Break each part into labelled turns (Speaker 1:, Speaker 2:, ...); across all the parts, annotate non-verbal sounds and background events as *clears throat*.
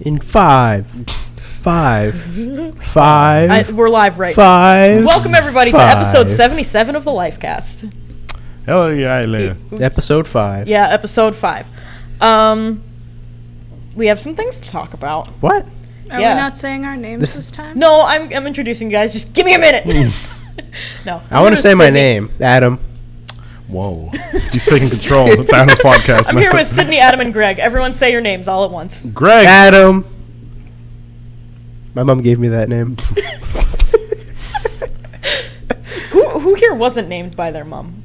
Speaker 1: in five, five, five,
Speaker 2: I, we're live right
Speaker 1: five.
Speaker 2: now. Welcome everybody to episode
Speaker 1: five.
Speaker 2: 77 of the Lifecast.
Speaker 3: Hell yeah, Ailey.
Speaker 1: Episode five.
Speaker 2: Yeah, episode 5. Um we have some things to talk about.
Speaker 1: What?
Speaker 4: Are
Speaker 2: Yeah.
Speaker 4: we not saying our names
Speaker 1: This-
Speaker 4: this, time?
Speaker 2: No, I'm I'm introducing you guys. Just give me a minute. *laughs* no.
Speaker 1: Hmm. I want to say my name, Adam.
Speaker 3: Whoa. He's taking control. It's
Speaker 4: *laughs*
Speaker 3: Adam's podcast
Speaker 2: I'm
Speaker 3: now.
Speaker 2: here with Sydney, Adam, and Greg. Everyone say your names all at once.
Speaker 3: Greg.
Speaker 1: Adam. My mom gave me that name.
Speaker 2: Who who here wasn't named by their mom?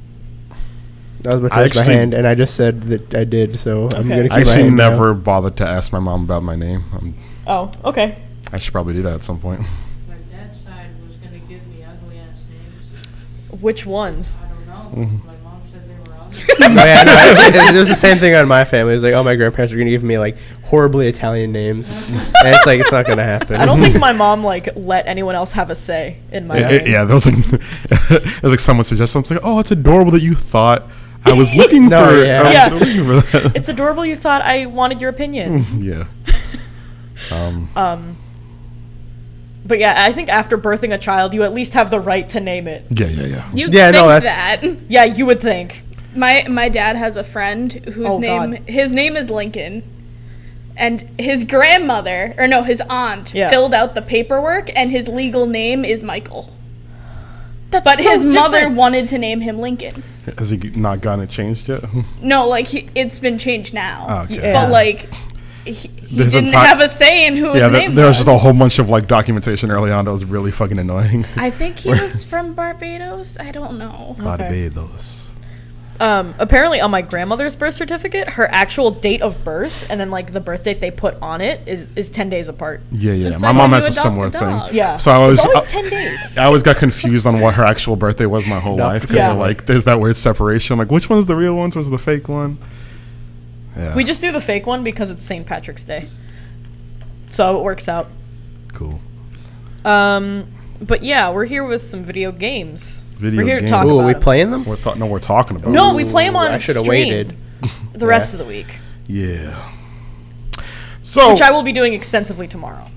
Speaker 1: That was my
Speaker 3: I
Speaker 1: first my
Speaker 3: actually-
Speaker 1: hand, and I just said that I did, so I'm
Speaker 2: Okay.
Speaker 1: gonna keep
Speaker 3: I
Speaker 1: my
Speaker 3: actually
Speaker 1: hand now.
Speaker 2: *laughs*
Speaker 3: never bothered to ask my mom about my name. Um,
Speaker 2: Oh, okay.
Speaker 3: I should probably do that at some point.
Speaker 5: My dad's side was gonna give me ugly ass names.
Speaker 2: Which ones?
Speaker 5: I
Speaker 3: *laughs*
Speaker 5: don't know.
Speaker 3: Mm-hmm.
Speaker 5: My mom said they were ugly.
Speaker 1: Oh, yeah, no, I- it was the same thing on my family. It was like, oh, my grandparents are gonna give me like horribly Italian names, and it's like it's not gonna happen.
Speaker 2: I don't think my mom like let anyone else have a say in
Speaker 4: Oh,
Speaker 1: *laughs*
Speaker 2: my
Speaker 3: It-
Speaker 2: name.
Speaker 3: it- yeah, that was like, *laughs* it was like someone suggested something. Like, oh, it's adorable that you thought I was looking
Speaker 1: *laughs* No,
Speaker 3: for.
Speaker 1: yeah.
Speaker 3: I was
Speaker 2: Yeah.
Speaker 3: looking for that.
Speaker 4: *laughs*
Speaker 2: It's adorable you thought I wanted your opinion.
Speaker 3: *laughs* yeah. Um,
Speaker 2: But yeah, I think after birthing a child, you at least have the right to name it.
Speaker 3: yeah, yeah, yeah.
Speaker 4: You
Speaker 1: Yeah,
Speaker 4: think
Speaker 1: no, that's-
Speaker 4: that.
Speaker 2: Yeah, you would think.
Speaker 4: My my dad has a friend whose
Speaker 2: Oh,
Speaker 4: name
Speaker 2: God.
Speaker 4: his name is Lincoln. And his grandmother, or no, his aunt,
Speaker 2: Yeah.
Speaker 4: filled out the paperwork, and his legal name is Michael.
Speaker 2: That's
Speaker 4: But his mother wanted to name him Lincoln.
Speaker 3: Has he not gotten it changed yet? *laughs*
Speaker 4: No, like he, it's been changed now.
Speaker 3: Oh, Okay.
Speaker 2: Yeah.
Speaker 4: But like, he, he
Speaker 3: There's a
Speaker 4: didn't
Speaker 3: time-
Speaker 4: have a say in who
Speaker 3: Yeah,
Speaker 4: his
Speaker 3: there,
Speaker 4: name
Speaker 3: there was
Speaker 4: was.
Speaker 3: just a whole bunch of like documentation early on that was really
Speaker 4: *laughs*
Speaker 3: fucking annoying.
Speaker 4: I think he
Speaker 3: *laughs* Where-
Speaker 4: was from Barbados. I don't know.
Speaker 3: Barbados.
Speaker 2: Um, apparently, on my grandmother's birth certificate, her actual date of birth and then like the birth date they put on it is, is ten days apart.
Speaker 3: Yeah, yeah.
Speaker 4: It's
Speaker 3: my
Speaker 4: like
Speaker 3: mom
Speaker 4: when
Speaker 3: has
Speaker 4: you
Speaker 3: a
Speaker 4: adopt
Speaker 3: similar
Speaker 4: a
Speaker 3: thing.
Speaker 4: dog.
Speaker 2: Yeah.
Speaker 3: So I was uh,
Speaker 2: It's always
Speaker 3: I-
Speaker 2: ten days.
Speaker 3: I always got confused on what her actual birthday was my whole
Speaker 1: No.
Speaker 3: life because
Speaker 2: Yeah.
Speaker 3: like there's that weird separation. Like which one's the real one? Which one's the fake one? Yeah.
Speaker 2: We just do the fake one because it's St. Patrick's Day, so it works out.
Speaker 3: cool.
Speaker 2: Um, but yeah, we're here with some video games.
Speaker 3: Video
Speaker 2: we're here
Speaker 3: games.
Speaker 2: to talk
Speaker 1: Ooh,
Speaker 2: about *laughs*
Speaker 1: we
Speaker 2: 'em.
Speaker 1: playing them?
Speaker 3: We're talk- no, we're talking about.
Speaker 2: No, we play them on
Speaker 1: I should have
Speaker 2: stream
Speaker 1: waited.
Speaker 2: the rest of the week,
Speaker 3: Yeah. So Oh.
Speaker 2: which I will be doing extensively tomorrow.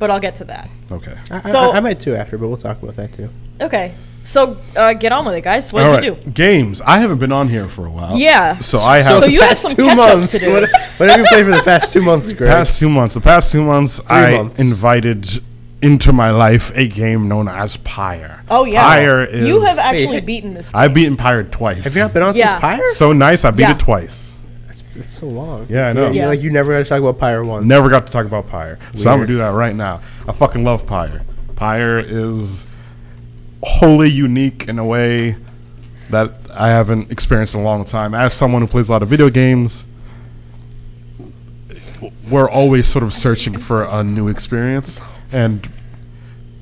Speaker 2: But I'll get to that.
Speaker 3: okay.
Speaker 2: So-
Speaker 1: So I, I might too after, but we'll talk about that too.
Speaker 2: Okay, so uh, get on with it, guys. What
Speaker 3: All
Speaker 2: do you
Speaker 3: right.
Speaker 2: do?
Speaker 3: Games. I haven't been on here for a while.
Speaker 2: Yeah.
Speaker 3: So I
Speaker 2: So
Speaker 3: have. So
Speaker 2: you had some catch up
Speaker 1: months.
Speaker 2: to do.
Speaker 1: What, what have you played for the past two months, Greg?
Speaker 3: past two months. The past two months, I
Speaker 1: months.
Speaker 3: invited into my life a game known as Pyre.
Speaker 2: Oh yeah,
Speaker 3: Pyre is.
Speaker 2: you have actually
Speaker 1: Wait.
Speaker 2: beaten this.
Speaker 3: I've beaten Pyre twice.
Speaker 1: have you not been on
Speaker 2: Yeah.
Speaker 1: since Pyre?
Speaker 3: so nice. I beat
Speaker 2: Yeah.
Speaker 3: it twice.
Speaker 1: It's so long.
Speaker 3: Yeah, I know. Mm.
Speaker 1: You, like you never got to talk about Pyre once.
Speaker 3: Never got to talk about Pyre. So I'm
Speaker 1: Weird.
Speaker 3: gonna do that right now. I fucking love Pyre. Pyre is wholly unique in a way that I haven't experienced in a long time. As someone who plays a lot of video games, we're always sort of searching for a new experience. And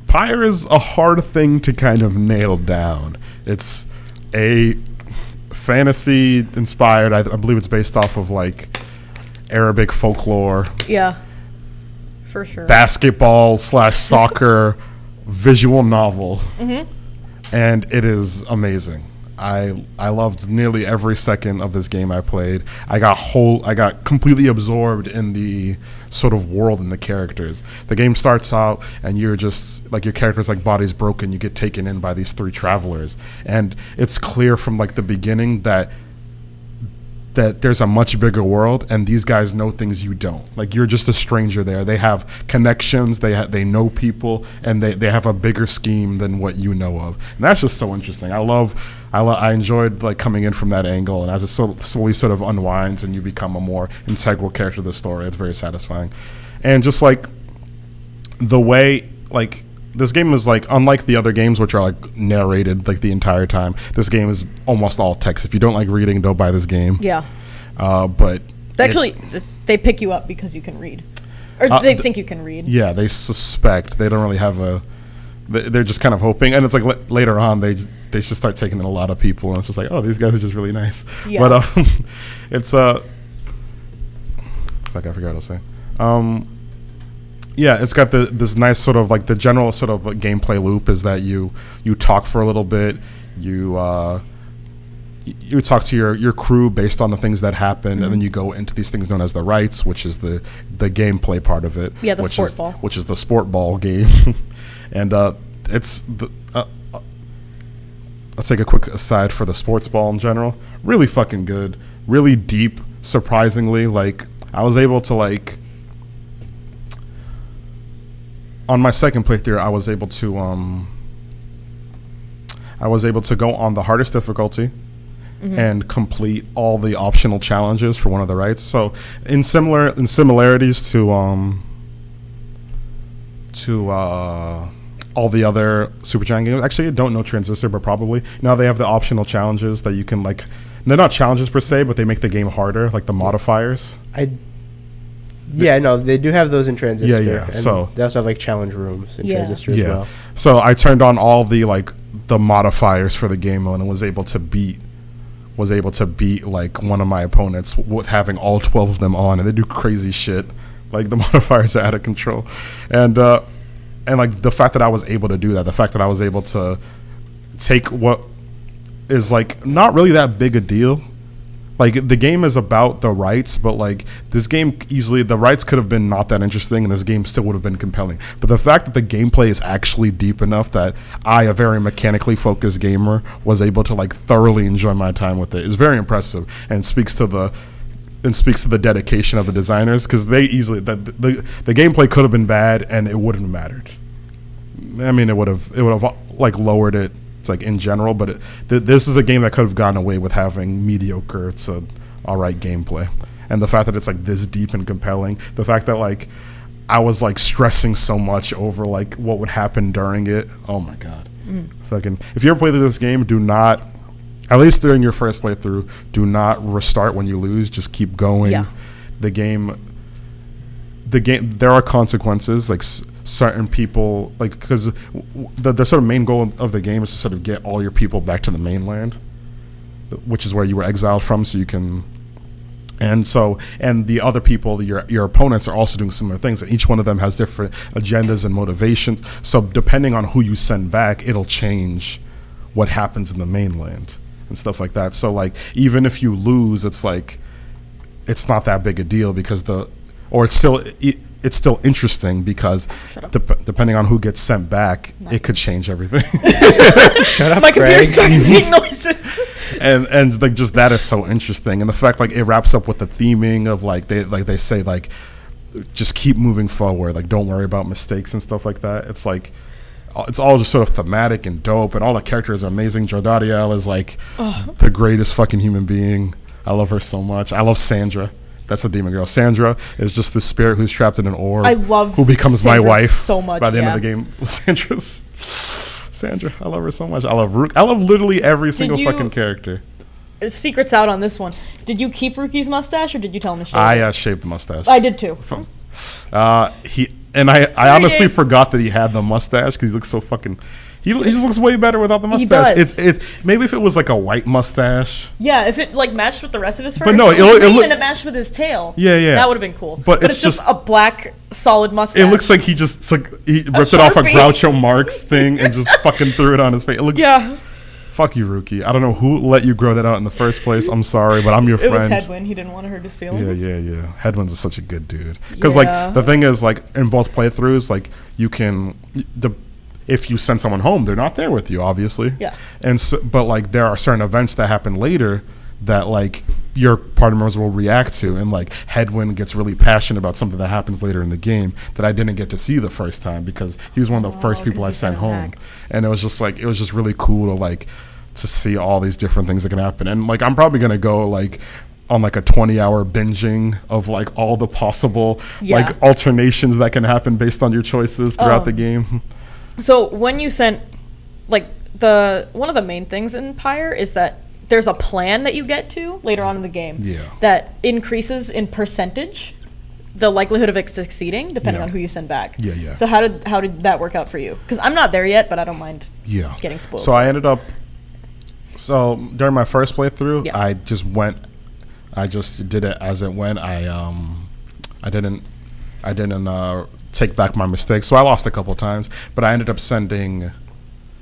Speaker 3: Pyre is a hard thing to kind of nail down. It's a fantasy inspired, I, I believe it's based off of like Arabic folklore
Speaker 2: Yeah, for sure.
Speaker 3: basketball slash soccer visual novel, and it is amazing. I I loved nearly every second of this game I played. I got whole I got completely absorbed in the sort of world and the characters. The game starts out and you're just like your character's like body's broken, you get taken in by these three travelers. And it's clear from like the beginning that that there's a much bigger world and these guys know things you don't like you're just a stranger there they have connections they ha- they know people and they, they have a bigger scheme than what you know of and that's just so interesting i love I, lo- I enjoyed like coming in from that angle and as it so- slowly sort of unwinds and you become a more integral character of the story it's very satisfying and just like the way like this game is like unlike the other games which are like narrated like the entire time this game is almost all text if you don't like reading don't buy this game
Speaker 2: yeah,
Speaker 3: uh, but
Speaker 2: actually,
Speaker 3: it's-
Speaker 2: th- they pick you up because you can read, or
Speaker 3: Uh,
Speaker 2: they
Speaker 3: th-
Speaker 2: think you can read.
Speaker 3: yeah, they suspect they don't really have a. they- They're just kind of hoping, and it's like la- later on they j- they just start taking in a lot of people, and it's just like, oh, these guys are just really nice.
Speaker 2: Yeah.
Speaker 3: But um, *laughs* it's uh, like I forgot what I was saying. Um, yeah, it's got the this nice sort of like the general sort of like gameplay loop is that you you talk for a little bit, you uh, y- you talk to your, your crew based on the things that happened, and
Speaker 2: Mm-hmm.
Speaker 3: then you go into these things known as the rights, which is the, the gameplay part of it.
Speaker 2: Yeah, the
Speaker 3: which
Speaker 2: sport
Speaker 3: is,
Speaker 2: ball.
Speaker 3: Which is the sport ball game, *laughs* and uh, it's the. Uh, uh, let's take a quick aside for the sports ball in general. Really fucking good. Really deep. Surprisingly, like I was able to like on my second playthrough, I was able to um, I was able to go on the hardest difficulty and complete all the optional challenges for one of the rights. So in similar in similarities to um, to uh, all the other Super Giant games. Actually, I don't know Transistor, but probably now they have the optional challenges that you can like. They're not challenges per se, but they make the game harder, like the modifiers.
Speaker 1: I. Yeah, no, they do have those in transistor.
Speaker 3: yeah,
Speaker 1: and
Speaker 3: so-
Speaker 1: they also have like challenge rooms in
Speaker 2: Yeah.
Speaker 1: transistor as well.
Speaker 3: So I turned on all the like the modifiers for the game mode and was able to beat was able to beat like one of my opponents with having all 12 of them on and they do crazy shit. Like the *laughs* modifiers are out of control. And uh and like the fact that I was able to do that, the fact that I was able to take what is like not really that big a deal. Like the game is about the rights, but like this game easily the rights could have been not that interesting, and this game still would have been compelling. But the fact that the gameplay is actually deep enough that I, a very mechanically focused gamer, was able to like thoroughly enjoy my time with it is very impressive and speaks to the and speaks to the dedication of the designers because they easily the, the the gameplay could have been bad and it wouldn't have mattered. I mean, it would have it would have like lowered it it's like in general, but it, th- this is a game that could have gotten away with having mediocre to all right gameplay, and the fact that it's like this deep and compelling, the fact that like I was like stressing so much over like what would happen during it. Oh my god, fucking! If you ever play through this game, do not. At least during your first playthrough, do not restart when you lose. Just keep going.
Speaker 2: Yeah.
Speaker 3: The game the game there are consequences like s- certain people like because w- w- the, the sort of main goal of the game is to sort of get all your people back to the mainland th- which is where you were exiled from so you can and so and the other people your your opponents are also doing similar things and each one of them has different agendas and motivations so depending on who you send back it'll change what happens in the mainland and stuff like that so like even if you lose it's like it's not that big a deal because the or it's still it, it's still interesting because dep- depending on who gets sent back it could change everything *laughs*
Speaker 2: My computer
Speaker 1: Greg.
Speaker 2: started making noises. *laughs*
Speaker 3: and and like just that is so interesting and the fact like it wraps up with the theming of like they like they say like just keep moving forward like don't worry about mistakes and stuff like that it's like all- it's all just sort of thematic and dope and all the characters are amazing Jordariel is like the greatest fucking human being I love her so much I love Sandra that's the demon girl Sandra is just the spirit who's trapped in an orb
Speaker 2: I love
Speaker 3: who becomes
Speaker 2: Sandra
Speaker 3: my wife
Speaker 2: so much,
Speaker 3: by the end of the
Speaker 2: yeah.
Speaker 3: game *laughs* Sandra's Sandra I love her so much I love Rook I love literally every single
Speaker 2: you-
Speaker 3: fucking character
Speaker 2: Secrets out on this one. Did you keep Rookie's mustache or did you tell him to shave?
Speaker 3: I
Speaker 2: it?
Speaker 3: uh, shaved the mustache.
Speaker 2: I did too.
Speaker 3: Uh, he and I, I honestly
Speaker 2: Dave.
Speaker 3: forgot that he had the mustache because he looks so fucking. He, he just looks way better without the mustache.
Speaker 2: does.
Speaker 3: It's it's maybe if it was like a white mustache.
Speaker 2: Yeah, if it like matched with the rest of his fur,
Speaker 3: But no,
Speaker 2: if
Speaker 3: it loo- it
Speaker 2: green
Speaker 3: loo-
Speaker 2: and it matched with his tail.
Speaker 3: Yeah, yeah.
Speaker 2: that would have been cool.
Speaker 3: But it's just-
Speaker 2: a black solid mustache.
Speaker 3: It looks like he just took he ripped it off a
Speaker 2: Sharpie.
Speaker 3: Groucho
Speaker 2: *laughs*
Speaker 3: Marx thing and just fucking threw it on his face. It looks
Speaker 2: yeah.
Speaker 3: Fuck you, Rookie. I don't know who let you grow that out in the first place. I'm sorry, but I'm your
Speaker 2: It
Speaker 3: friend.
Speaker 2: was Hedwin. He didn't want to hurt his feelings.
Speaker 3: Yeah, yeah, yeah. Headwinds is such a good dude. Because
Speaker 2: Yeah.
Speaker 3: like the thing is, like in both playthroughs, like you can the if you send someone home, they're not there with you, obviously.
Speaker 2: Yeah.
Speaker 3: And so, but like there are certain events that happen later that like your party members will react to, and like Hedwin gets really passionate about something that happens later in the game that I didn't get to see the first time because he was one
Speaker 2: Oh,
Speaker 3: of the first people I
Speaker 2: 'cause he
Speaker 3: sent
Speaker 2: sent him
Speaker 3: home
Speaker 2: back.
Speaker 3: and it was just like it was just really cool to like to see all these different things that can happen and like i'm probably gonna go like on like a 20 hour binging of like all the possible
Speaker 2: Yeah.
Speaker 3: like alternations that can happen based on your choices throughout
Speaker 2: Oh.
Speaker 3: the game
Speaker 2: So when you sent, like the one of the main things in Pyre is that there's a plan that you get to later on in the game.
Speaker 3: Yeah.
Speaker 2: That increases in percentage the likelihood of it succeeding depending
Speaker 3: Yeah.
Speaker 2: on who you send back.
Speaker 3: Yeah, yeah.
Speaker 2: So how did how did that work out for you? Because I'm not there yet, but I don't mind.
Speaker 3: yeah
Speaker 2: Getting spoiled.
Speaker 3: so i ended up so during my first playthrough
Speaker 2: Yeah.
Speaker 3: i just went i just did it as it went i um i didn't i didn't uh take back my mistakes so i lost a couple times but i ended up sending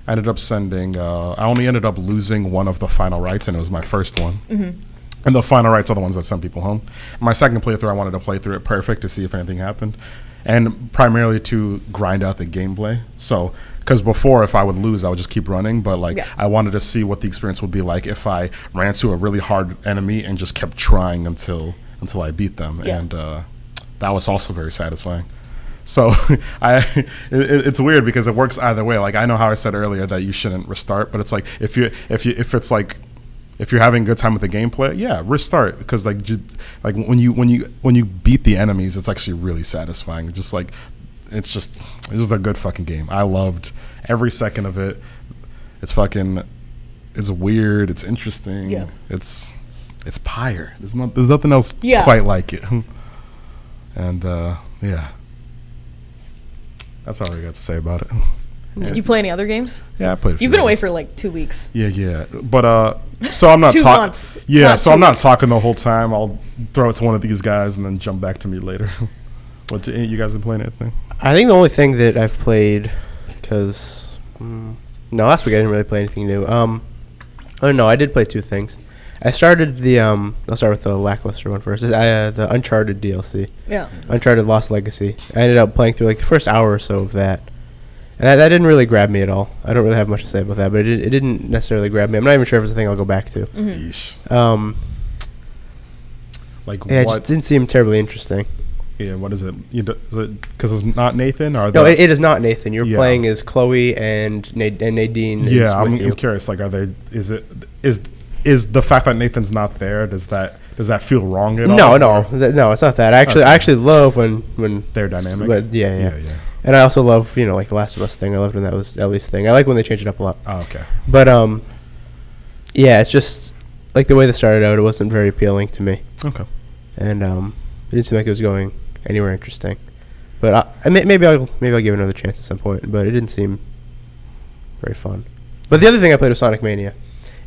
Speaker 3: I ended up sending. Uh, I only ended up losing one of the final rights, and it was my first one. And the final rights are the ones that send people home. My second playthrough, I wanted to play through it perfect to see if anything happened, and primarily to grind out the gameplay. So, because before, if I would lose, I would just keep running. But like,
Speaker 2: Yeah.
Speaker 3: I wanted to see what the experience would be like if I ran to a really hard enemy and just kept trying until until I beat them.
Speaker 2: Yeah.
Speaker 3: And uh, that was also very satisfying. So *laughs* I, it, it- it's weird because it works either way. Like I know how I said earlier that you shouldn't restart, but it's like if you if you if it's like if you're having a good time with the gameplay, yeah, restart because like ju- like when you when you when you beat the enemies, it's actually really satisfying. Just like it's just it's just a good fucking game. I loved every second of it. It's fucking it's weird. It's interesting.
Speaker 2: Yeah.
Speaker 3: It's it's pyre. There's not there's nothing else
Speaker 2: Yeah.
Speaker 3: quite like it. *laughs* And uh, yeah. That's all I got to say about it. *laughs*
Speaker 2: Did you play any other games?
Speaker 3: Yeah, I played. a
Speaker 2: You've
Speaker 3: few
Speaker 2: been away
Speaker 3: hours.
Speaker 2: for like two weeks.
Speaker 3: Yeah, yeah, but uh, so I'm not
Speaker 2: Two
Speaker 3: talking.
Speaker 2: months.
Speaker 3: Yeah,
Speaker 2: Not
Speaker 3: so
Speaker 2: two
Speaker 3: I'm not
Speaker 2: weeks.
Speaker 3: talking the whole time. I'll throw it to one of these guys and then jump back to me later. *laughs* what you, you guys been playing anything?
Speaker 1: I think the only thing that I've played, because mm, no, last week I didn't really play anything new. Um, oh no, I did play two things. I started the um, I'll start with the lackluster one first. I uh, the Uncharted DLC,
Speaker 2: Yeah.
Speaker 1: Uncharted Lost Legacy. I ended up playing through like the first hour or so of that, and that, that didn't really grab me at all. I don't really have much to say about that, but it, did- it didn't necessarily grab me. I'm not even sure if it's a thing I'll go back to.
Speaker 2: Mm-hmm.
Speaker 3: Yeesh.
Speaker 1: Um,
Speaker 3: Like
Speaker 1: yeah, it just
Speaker 3: what?
Speaker 1: didn't seem terribly interesting.
Speaker 3: Yeah, what is it? You d- is it because it's not Nathan or
Speaker 1: No,
Speaker 3: the-
Speaker 1: it, it is not Nathan. You're
Speaker 3: Yeah.
Speaker 1: playing as Chloe and, Nad- and Nadine. is
Speaker 3: yeah, I'm,
Speaker 1: with you.
Speaker 3: I'm curious. Like, are they? Is it? Is is the fact that Nathan's not there? Does that does that feel wrong at
Speaker 1: No,
Speaker 3: all?
Speaker 1: no,
Speaker 3: Or-
Speaker 1: th- no. It's not that. I actually, I actually love when when
Speaker 3: They're
Speaker 1: s-
Speaker 3: dynamic?
Speaker 1: But yeah, yeah,
Speaker 3: Yeah, yeah.
Speaker 1: And I also love you know like the Last of Us thing. I loved when that was Ellie's thing. I like when they change it up a lot.
Speaker 3: Oh, okay.
Speaker 1: But um, yeah, it's just like the way this started out. It wasn't very appealing to me,
Speaker 3: Okay.
Speaker 1: and um, it didn't seem like it was going anywhere interesting. But I, I may, maybe I'll maybe I'll give it another chance at some point. But it didn't seem very fun. But the other thing I played was Sonic Mania,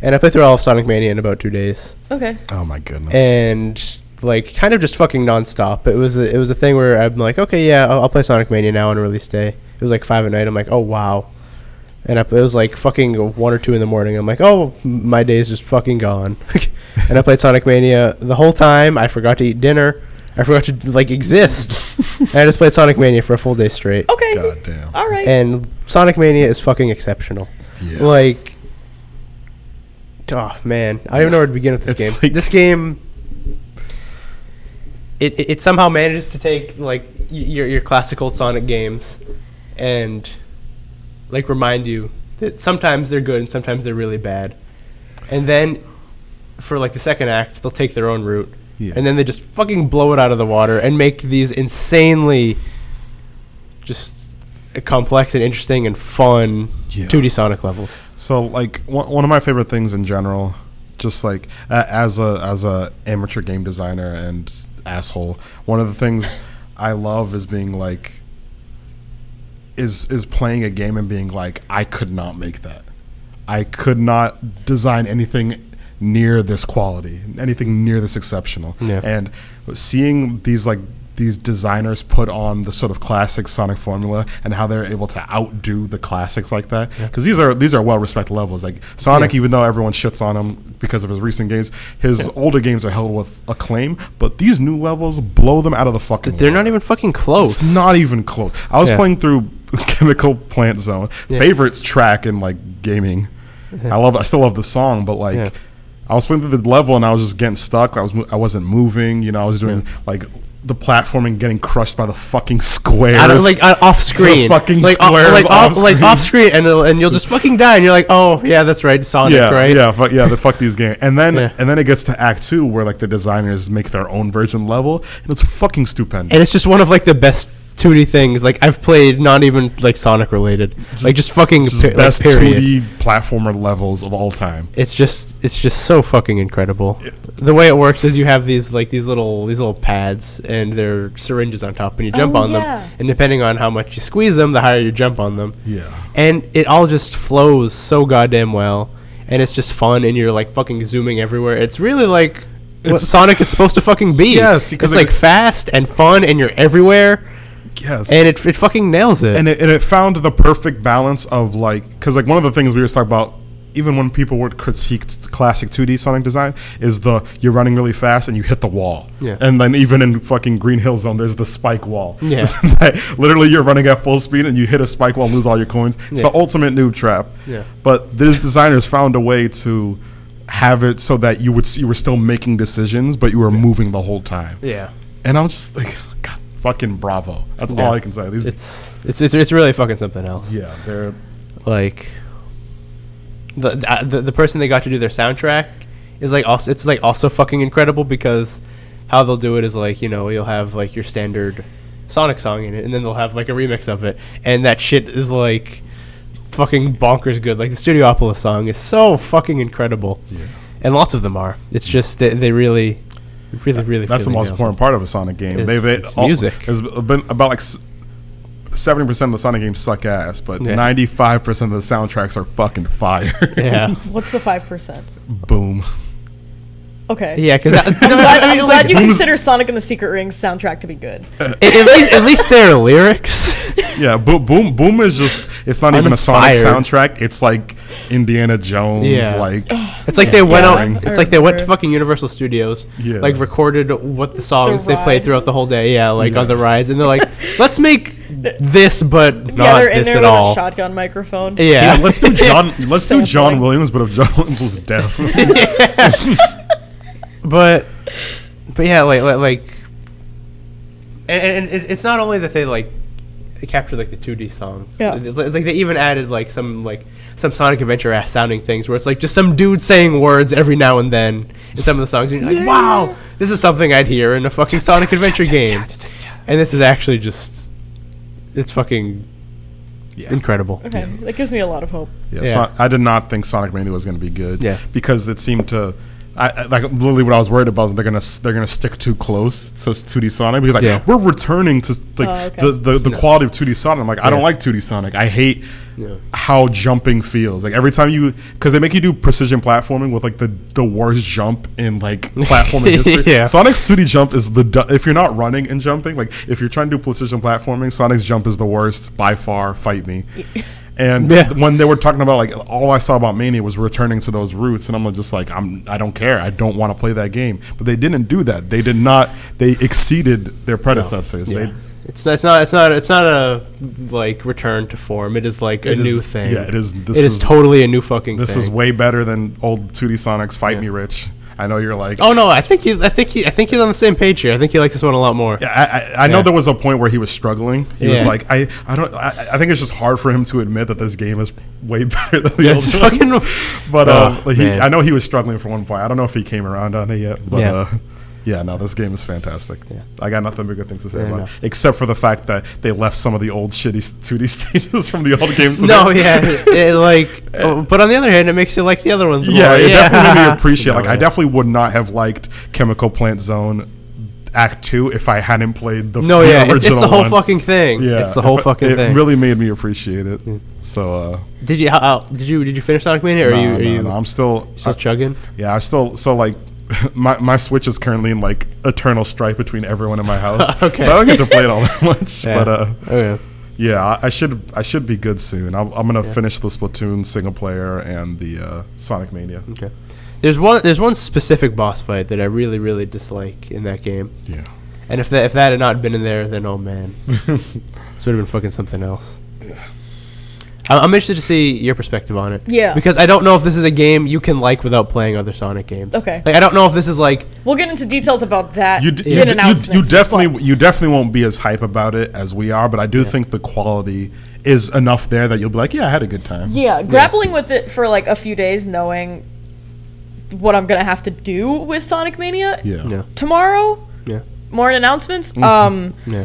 Speaker 1: and I played through all of Sonic Mania in about two days
Speaker 2: Okay.
Speaker 3: Oh my goodness.
Speaker 1: and like kind of just fucking nonstop. It was a, it was a thing where I'm like, okay, yeah, I'll, I'll play Sonic Mania now on release day. It was like five at night. I'm like, oh wow, and I, it was like fucking one or two in the morning. I'm like, oh, my day is just fucking gone. *laughs* and I played Sonic Mania the whole time. I forgot to eat dinner. I forgot to like exist. and I just played Sonic Mania for a full day straight.
Speaker 2: Okay.
Speaker 3: God damn.
Speaker 2: All right.
Speaker 1: And Sonic Mania is fucking exceptional.
Speaker 3: Yeah.
Speaker 1: Like, oh man, I don't even know where to begin with this
Speaker 3: It's
Speaker 1: game.
Speaker 3: like-
Speaker 1: this game, it, it it somehow manages to take like y- your your classical Sonic games, and like remind you that sometimes they're good and sometimes they're really bad, and then for like the second act they'll take their own route,
Speaker 3: Yeah.
Speaker 1: and then they just fucking blow it out of the water and make these insanely just complex and interesting and fun
Speaker 3: Yeah.
Speaker 1: 2D Sonic levels.
Speaker 3: So like one, one of my favorite things in general, just like uh, as a as a amateur game designer and asshole, one of the things I love is being like is is playing a game and being like I could not make that. I could not design anything near this quality, anything near this exceptional.
Speaker 1: Yeah.
Speaker 3: And seeing these like these designers put on the sort of classic Sonic formula and how they're able to outdo the classics like that because these are these are well respected levels. Like Sonic,
Speaker 1: Yeah.
Speaker 3: even though everyone shits on him because of his recent games, his older games are held with acclaim, but these new levels blow them out of the fucking.
Speaker 1: They're
Speaker 3: water.
Speaker 1: not even fucking close.
Speaker 3: It's not even close. I was
Speaker 1: Oh. Yeah.
Speaker 3: playing through *laughs* Chemical Plant Zone,
Speaker 1: Yeah.
Speaker 3: favorites track in
Speaker 1: *laughs*
Speaker 3: like gaming. I love. I still love the song, but like,
Speaker 1: Yeah.
Speaker 3: I was playing through the level and I was just getting stuck. I was. mo- I wasn't moving. You know, I was doing like the platforming, getting crushed by the fucking squares.
Speaker 1: Out of, like uh, off screen,
Speaker 3: The fucking
Speaker 1: like, o-
Speaker 3: squares
Speaker 1: like,
Speaker 3: off
Speaker 1: off, like
Speaker 3: screen.
Speaker 1: off screen, and it'll- and you'll just fucking die, and you're like, oh yeah, that's right, Sonic,
Speaker 3: *laughs* yeah,
Speaker 1: right?
Speaker 3: yeah, fuck, yeah. The fuck these games, and then
Speaker 1: Yeah.
Speaker 3: and then it gets to Act Two where like the designers make their own version level, and it's fucking stupendous.
Speaker 1: And it's just one of like the best 2D things. Like I've played, not even like Sonic related, like just fucking
Speaker 3: just
Speaker 1: pe- like,
Speaker 3: best
Speaker 1: period.
Speaker 3: 2D platformer levels of all time.
Speaker 1: It's just it's just so fucking incredible. The way it works is you have these like these little these little pads and they're syringes on top, and you jump
Speaker 2: Oh,
Speaker 1: on
Speaker 2: yeah.
Speaker 1: them, and depending on how much you squeeze them, the higher you jump on them.
Speaker 3: Yeah.
Speaker 1: and it all just flows so goddamn well and it's just fun and you're like fucking zooming everywhere it's really like what
Speaker 3: It's-
Speaker 1: sonic is supposed to fucking be
Speaker 3: Yes,
Speaker 1: it's
Speaker 3: because
Speaker 1: like
Speaker 3: it-
Speaker 1: fast and fun and you're everywhere
Speaker 3: yes.
Speaker 1: and it, it fucking nails it.
Speaker 3: and it, and it found the perfect balance of like because like one of the things we were talking about even when people would critique t- classic 2d sonic design is the you're running really fast and you hit the wall
Speaker 1: Yeah.
Speaker 3: and then even in fucking green hill zone there's the spike wall
Speaker 1: Yeah.
Speaker 3: *laughs* That literally you're running at full speed and you hit a spike wall and lose all your coins it's
Speaker 1: Yeah.
Speaker 3: the ultimate noob trap
Speaker 1: Yeah.
Speaker 3: but these designers found a way to have it so that you would s- you were still making decisions but you were moving the whole time
Speaker 1: yeah,
Speaker 3: and i'm just like *laughs* god fucking bravo that's
Speaker 1: Yeah.
Speaker 3: all i can say these
Speaker 1: it's, it's it's it's really fucking something else.
Speaker 3: yeah they're
Speaker 1: like the, the uh, the- the person they got to do their soundtrack is like also it's like also fucking incredible because how they'll do it is like you know you'll have like your standard Sonic song in it and then they'll have like a remix of it and that shit is like fucking bonkers good like the Studiopolis song is so fucking incredible
Speaker 3: Yeah.
Speaker 1: and lots of them are it's just that they really really really
Speaker 3: That's the
Speaker 1: really nail
Speaker 3: most
Speaker 1: it.
Speaker 3: important part of a Sonic game.
Speaker 1: It's-
Speaker 3: They've it
Speaker 1: it's music.
Speaker 3: It's been about like seventy percent of the Sonic games suck ass, but
Speaker 1: Yeah.
Speaker 3: ninety five percent of the soundtracks are fucking fire.
Speaker 1: yeah
Speaker 2: What's the five percent?
Speaker 3: *laughs* Boom.
Speaker 2: Okay.
Speaker 1: yeah because
Speaker 2: Glad,
Speaker 1: *laughs*
Speaker 2: I'm glad you
Speaker 3: who's-
Speaker 2: consider Sonic and the Secret Rings soundtrack to be good.
Speaker 1: at least at least their lyrics *laughs*
Speaker 3: Yeah, bo- boom, boom is just. It's not
Speaker 1: I'm
Speaker 3: even a
Speaker 1: inspired.
Speaker 3: Sonic soundtrack. It's like Indiana Jones.
Speaker 1: Yeah.
Speaker 3: Like
Speaker 1: *sighs* It's like they went
Speaker 3: boring.
Speaker 1: out. It's
Speaker 2: I
Speaker 1: like they went to
Speaker 2: remember.
Speaker 1: fucking Universal Studios,
Speaker 3: Yeah.
Speaker 1: like recorded what the songs they played
Speaker 2: ride.
Speaker 1: throughout the whole day. Yeah, like on
Speaker 3: Yeah.
Speaker 1: the rides, and they're like, "Let's
Speaker 2: *laughs*
Speaker 1: make this, but
Speaker 2: yeah,
Speaker 1: not
Speaker 2: they're in
Speaker 1: this
Speaker 2: there
Speaker 1: at
Speaker 2: with a
Speaker 1: all."
Speaker 2: shotgun microphone.
Speaker 1: Yeah.
Speaker 3: Yeah, let's
Speaker 1: *laughs*
Speaker 3: do John. Let's do John
Speaker 2: Sampling.
Speaker 3: Williams, but if John *laughs* Williams was deaf,
Speaker 1: but but yeah, like like, like and, and it- it's not only that they like they captured like the 2D songs.
Speaker 2: Yeah.
Speaker 1: It's, like- it's like they even added like some like some Sonic Adventure ass sounding things where it's like just some dude saying words every now and then in some of the songs, and you're like, wow, this is something I'd hear in a fucking Sonic Adventure
Speaker 2: *laughs*
Speaker 1: game. And this is actually just it's fucking
Speaker 3: Yeah.
Speaker 1: incredible.
Speaker 2: Okay, that gives me a lot of hope.
Speaker 3: Yeah,
Speaker 1: Yeah.
Speaker 3: Son- I did not think Sonic Mania was going to be good.
Speaker 1: Yeah.
Speaker 3: because it seemed to. I, I- like literally, what I was worried about is they're gonna s- they're gonna stick too close to s- 2D Sonic because like
Speaker 1: Yeah.
Speaker 3: we're returning to like
Speaker 2: Oh, okay.
Speaker 3: the, the, the quality of 2D Sonic. I'm like I don't
Speaker 1: Yeah.
Speaker 3: like 2D Sonic. I hate
Speaker 1: Yeah.
Speaker 3: how jumping feels. Like every time you because they make you do precision platforming with like the the worst jump in like
Speaker 1: *laughs*
Speaker 3: platforming history.
Speaker 1: Yeah.
Speaker 3: Sonic's 2D jump is the du- if you're not running and jumping, like if you're trying to do precision platforming, Sonic's jump is the worst by far. Fight me. And
Speaker 1: Yeah.
Speaker 3: when they were talking about like all I saw about Mania was returning to those roots, and I'm just like I'm I don't care. I don't want to play that game. But they didn't do that. They did not. They exceeded their predecessors.
Speaker 1: Yeah.
Speaker 3: They
Speaker 1: It's not, it's not. It's not. It's not a like return to form. It is like a
Speaker 3: It is-
Speaker 1: new thing.
Speaker 3: yeah, it is- this
Speaker 1: it is,
Speaker 3: is-
Speaker 1: totally a new fucking.
Speaker 3: this
Speaker 1: thing.
Speaker 3: is way better than old 2D Sonic's Fight Me Rich. I know you're like
Speaker 1: Oh no, I think you. I think you. I think you're on the same page here. I think you like this one a lot more. *laughs*
Speaker 3: Yeah, I, I, I know
Speaker 1: Yeah.
Speaker 3: there was a point where he was struggling. He was
Speaker 1: Yeah.
Speaker 3: like, I, I don't. I, I think it's just hard for him to admit that this game is way *laughs* better than the
Speaker 1: Yeah,
Speaker 3: old
Speaker 1: it's
Speaker 3: fucking.
Speaker 1: fucking-
Speaker 3: *laughs* But
Speaker 1: Oh,
Speaker 3: um, he,
Speaker 1: man.
Speaker 3: I know he was struggling for one point. I don't know if he came around on it yet. But
Speaker 1: Yeah.
Speaker 3: yeah, uh, yeah no, this game is fantastic. I got nothing but good things to say
Speaker 1: Yeah, I
Speaker 3: about
Speaker 1: know.
Speaker 3: it, except for the fact that they left some of the old shitty *laughs* 2D stages from the old
Speaker 1: *laughs*
Speaker 3: games. in
Speaker 1: No,
Speaker 3: there.
Speaker 1: yeah, it,
Speaker 3: *laughs*
Speaker 1: it, like. oh, but on the other hand, it makes you like the other ones
Speaker 3: Yeah,
Speaker 1: more.
Speaker 3: it
Speaker 1: *laughs*
Speaker 3: definitely made me appreciate.
Speaker 1: No,
Speaker 3: Like, I
Speaker 1: yeah.
Speaker 3: definitely would not have liked Chemical Plant Zone Act Two if I hadn't played the
Speaker 1: No,
Speaker 3: the
Speaker 1: yeah, it's, it's
Speaker 3: original
Speaker 1: the whole
Speaker 3: one.
Speaker 1: fucking thing.
Speaker 3: Yeah,
Speaker 1: it's the whole
Speaker 3: it-
Speaker 1: fucking
Speaker 3: it
Speaker 1: thing.
Speaker 3: really made me appreciate it. So, uh,
Speaker 1: did you? How, how, did you? Did you finish Sonic Mania? Or
Speaker 3: nah,
Speaker 1: are you? Are
Speaker 3: nah,
Speaker 1: you
Speaker 3: nah, I'm still,
Speaker 1: still
Speaker 3: I-
Speaker 1: chugging?
Speaker 3: yeah, I still. So like, *laughs* my my Switch is currently in like eternal strife between everyone in my house.
Speaker 1: *laughs* Okay.
Speaker 3: so I don't get to play it
Speaker 1: *laughs*
Speaker 3: all that much.
Speaker 1: Yeah.
Speaker 3: But uh,
Speaker 1: Okay.
Speaker 3: yeah, I, I should I should be good soon. I'm, I'm gonna finish the Splatoon single player and the uh, Sonic Mania.
Speaker 1: Okay. There's one. There's one specific boss fight that I really, really dislike in that game.
Speaker 3: Yeah,
Speaker 1: And if that if that had not been in there, then oh
Speaker 3: *laughs*
Speaker 1: man, this would have been fucking something else. I- I'm interested to see your perspective on it.
Speaker 2: Yeah.
Speaker 1: Because I don't know if this is a game you can like without playing other Sonic games.
Speaker 2: Okay.
Speaker 1: Like I don't know if this is like
Speaker 2: We'll get into details about that
Speaker 3: you d-
Speaker 2: in
Speaker 3: you, d- you,
Speaker 2: announcements.
Speaker 3: you definitely
Speaker 2: but-
Speaker 3: you definitely won't be as hype about it as we are. But I do think the quality is enough there that you'll be like, yeah, I had a good time.
Speaker 2: yeah, grappling with it for like a few days, knowing what I'm gonna have to do with Sonic Mania
Speaker 3: Yeah. Mm-hmm.
Speaker 1: yeah
Speaker 2: tomorrow.
Speaker 1: yeah
Speaker 2: More announcements. Um,
Speaker 1: yeah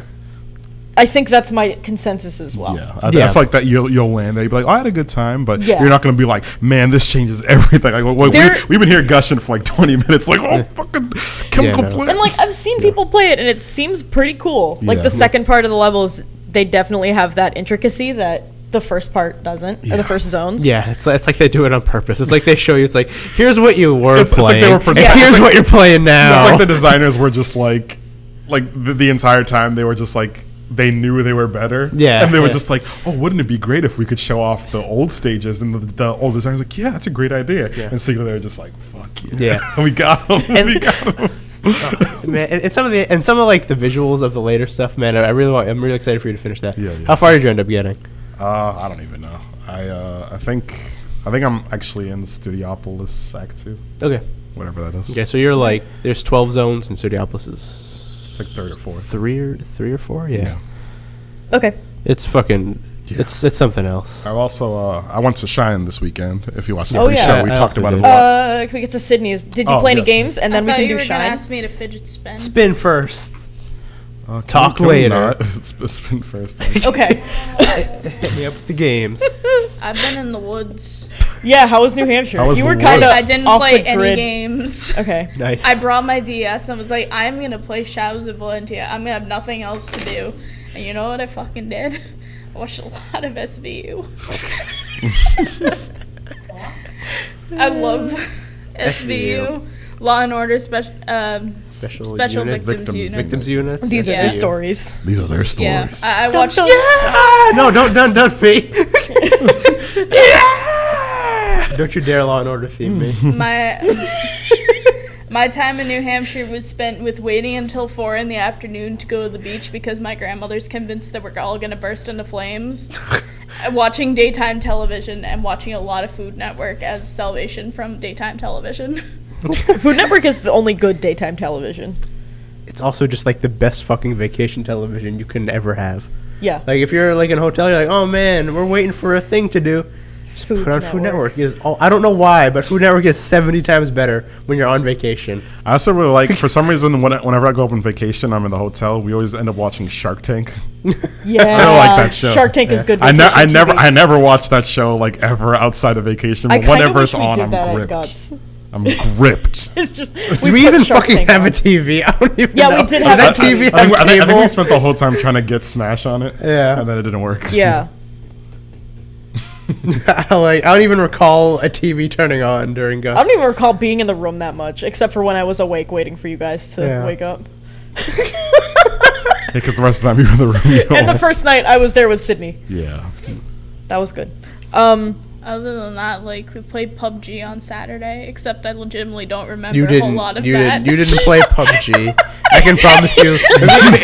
Speaker 2: I think that's my consensus as well.
Speaker 3: Yeah, I,
Speaker 1: Yeah.
Speaker 3: I feel like that you'll, you'll land there. You'll be like, oh, I had a good time, but
Speaker 2: Yeah.
Speaker 3: you're not going to be like, man, this changes *laughs* everything. Like, wait,
Speaker 2: There-
Speaker 3: we, we've been here gushing for like 20 minutes, like, oh, fucking chemical
Speaker 1: Yeah, no.
Speaker 3: plant.
Speaker 2: And like I've seen people play it, and it seems pretty cool. Like
Speaker 3: Yeah.
Speaker 2: the second part of the levels, they definitely have that intricacy that the first part doesn't, or the first zones.
Speaker 1: yeah. It's like, it's like they do it on purpose. It's like they show you. It's like here's what you were
Speaker 3: It's- it's like they
Speaker 1: playing.
Speaker 3: were
Speaker 1: and
Speaker 3: pretending-
Speaker 1: here's
Speaker 3: it's like- *laughs*
Speaker 1: what you're playing now.
Speaker 3: it's like the designers were just like, like the, the entire time they were just like, they knew they were better.
Speaker 1: Yeah,
Speaker 3: And they were
Speaker 1: yeah.
Speaker 3: just like, oh, wouldn't it be great if we could show off the old stages? And the, the old designers like, yeah, that's a great idea.
Speaker 1: Yeah.
Speaker 3: And Siegler, they were just like, fuck yeah.
Speaker 1: Yeah.
Speaker 3: *laughs* we got them.
Speaker 1: And-
Speaker 3: we
Speaker 1: *laughs*
Speaker 3: got them.
Speaker 1: Man, and, and some of the and some of like the visuals of the later stuff, man. I, I really want. I'm really excited for you to finish that.
Speaker 3: Yeah, yeah.
Speaker 1: How far did you end up getting?
Speaker 3: *laughs* Uh, I don't even know. I uh, I think I think I'm actually in Studiopolis Act Two,
Speaker 1: Okay.
Speaker 3: whatever that is.
Speaker 1: Okay, so you're like there's 12 zones and Studiopolis is
Speaker 3: It's like third or fourth.
Speaker 1: three or three or four. Yeah.
Speaker 2: Okay.
Speaker 1: It's fucking.
Speaker 3: Yeah.
Speaker 1: It's it's something else.
Speaker 3: I also uh, I went to Shine this weekend. If you watched the
Speaker 2: Oh,
Speaker 3: pre-show,
Speaker 2: yeah.
Speaker 3: we
Speaker 1: I
Speaker 3: talked
Speaker 1: also
Speaker 3: about it a
Speaker 1: did. Oh,
Speaker 3: lot.
Speaker 2: Uh, can we get to Sydney's? Did you
Speaker 3: Oh,
Speaker 2: play any
Speaker 3: yes.
Speaker 2: games? And then
Speaker 4: I
Speaker 2: we
Speaker 4: thought
Speaker 2: can
Speaker 4: you
Speaker 2: do
Speaker 4: were gonna
Speaker 2: shine.
Speaker 4: ask me to fidget spin.
Speaker 1: Spin first.
Speaker 3: Uh, can
Speaker 1: talk
Speaker 3: we- can we
Speaker 1: later.
Speaker 3: not? *laughs* it's, it's been first.
Speaker 4: *laughs*
Speaker 1: *laughs*
Speaker 2: Okay. *laughs*
Speaker 1: Hit me up with the games.
Speaker 4: I've been in the woods.
Speaker 2: yeah. How was New Hampshire?
Speaker 3: How was
Speaker 2: you
Speaker 3: the
Speaker 2: were kind of
Speaker 4: I
Speaker 3: woods?
Speaker 4: didn't
Speaker 2: off
Speaker 4: play
Speaker 2: the
Speaker 4: any
Speaker 2: grid.
Speaker 4: games.
Speaker 2: *laughs* Okay.
Speaker 1: nice.
Speaker 4: I brought my DS and was like, I'm gonna play Shadows of Valentia. I'm gonna have nothing else to do. And you know what I fucking did? I watched a lot of SVU. *laughs* I love SVU. Law and Order special um,
Speaker 1: Special
Speaker 4: special,
Speaker 1: Unit
Speaker 4: victims,
Speaker 3: Victims-
Speaker 4: units.
Speaker 1: Victims units.
Speaker 2: These are
Speaker 4: Yeah.
Speaker 2: the stories.
Speaker 3: These are their
Speaker 4: Yeah,
Speaker 3: stories.
Speaker 4: I, I *laughs* watched. a-
Speaker 1: Ah, no, don't don't don't fee. Don't you dare Law and Order theme me.
Speaker 2: *laughs*
Speaker 4: my my time in New Hampshire was spent with waiting until four in the afternoon to go to the beach because my grandmother's convinced that we're all gonna burst into
Speaker 1: *laughs*
Speaker 4: flames. Uh, watching daytime television and watching a lot of Food Network as salvation from daytime television.
Speaker 2: *laughs*
Speaker 4: *laughs*
Speaker 2: Food Network is the only good daytime television.
Speaker 1: It's also just like the best fucking vacation television you can ever have.
Speaker 2: Yeah.
Speaker 1: Like if you're like in a hotel, you're like, oh man, we're waiting for a thing to do. Just
Speaker 2: Food
Speaker 1: put on Food
Speaker 2: Network.
Speaker 1: Network. It Is all, I don't know why, but Food Network is seventy times better when you're on vacation.
Speaker 3: I also really like, for some reason, when I, whenever I go up on vacation, I'm in the hotel. We always end up watching Shark Tank. *laughs*
Speaker 2: yeah.
Speaker 3: I don't like that show.
Speaker 2: Oh, Shark Tank is good.
Speaker 3: I, ne- I
Speaker 2: vacation
Speaker 3: never,
Speaker 2: TV.
Speaker 3: I never watch that show like ever outside of vacation.
Speaker 2: I
Speaker 3: But
Speaker 2: kinda
Speaker 3: whenever
Speaker 2: wish
Speaker 3: it's
Speaker 2: we
Speaker 3: on,
Speaker 2: did
Speaker 3: I'm
Speaker 2: that at
Speaker 3: gripped.
Speaker 2: Guts. *laughs*
Speaker 3: I'm gripped.
Speaker 2: It's just. We
Speaker 1: Do we even fucking have
Speaker 2: a
Speaker 1: a TV? *laughs* I don't even.
Speaker 2: Yeah, we
Speaker 1: know.
Speaker 2: did have
Speaker 1: that
Speaker 2: a
Speaker 1: TV.
Speaker 3: I think,
Speaker 1: have
Speaker 3: I, think, I think we
Speaker 1: cable? *laughs*
Speaker 3: spent the whole time trying to get Smash on it.
Speaker 1: Yeah.
Speaker 3: And then it didn't work. *laughs*
Speaker 2: Yeah.
Speaker 1: I, like, I don't even recall a TV turning on during uh, Guts.
Speaker 2: I don't even recall being in the room that much, except for when I was awake waiting for you guys to
Speaker 1: Yeah.
Speaker 2: wake
Speaker 3: *laughs*
Speaker 2: up.
Speaker 3: Because the rest of the time you're in the room.
Speaker 2: *laughs*
Speaker 3: You
Speaker 2: and the
Speaker 3: *laughs* don't-
Speaker 2: first night I was there with Sydney.
Speaker 3: yeah.
Speaker 2: That was good. Um,
Speaker 4: Other than that, like we played PUBG on Saturday, except I legitimately don't remember
Speaker 1: You
Speaker 4: a whole
Speaker 1: didn't.
Speaker 4: lot of
Speaker 1: you
Speaker 4: that.
Speaker 1: didn't. You didn't
Speaker 2: *laughs*
Speaker 1: play PUBG. I can promise you.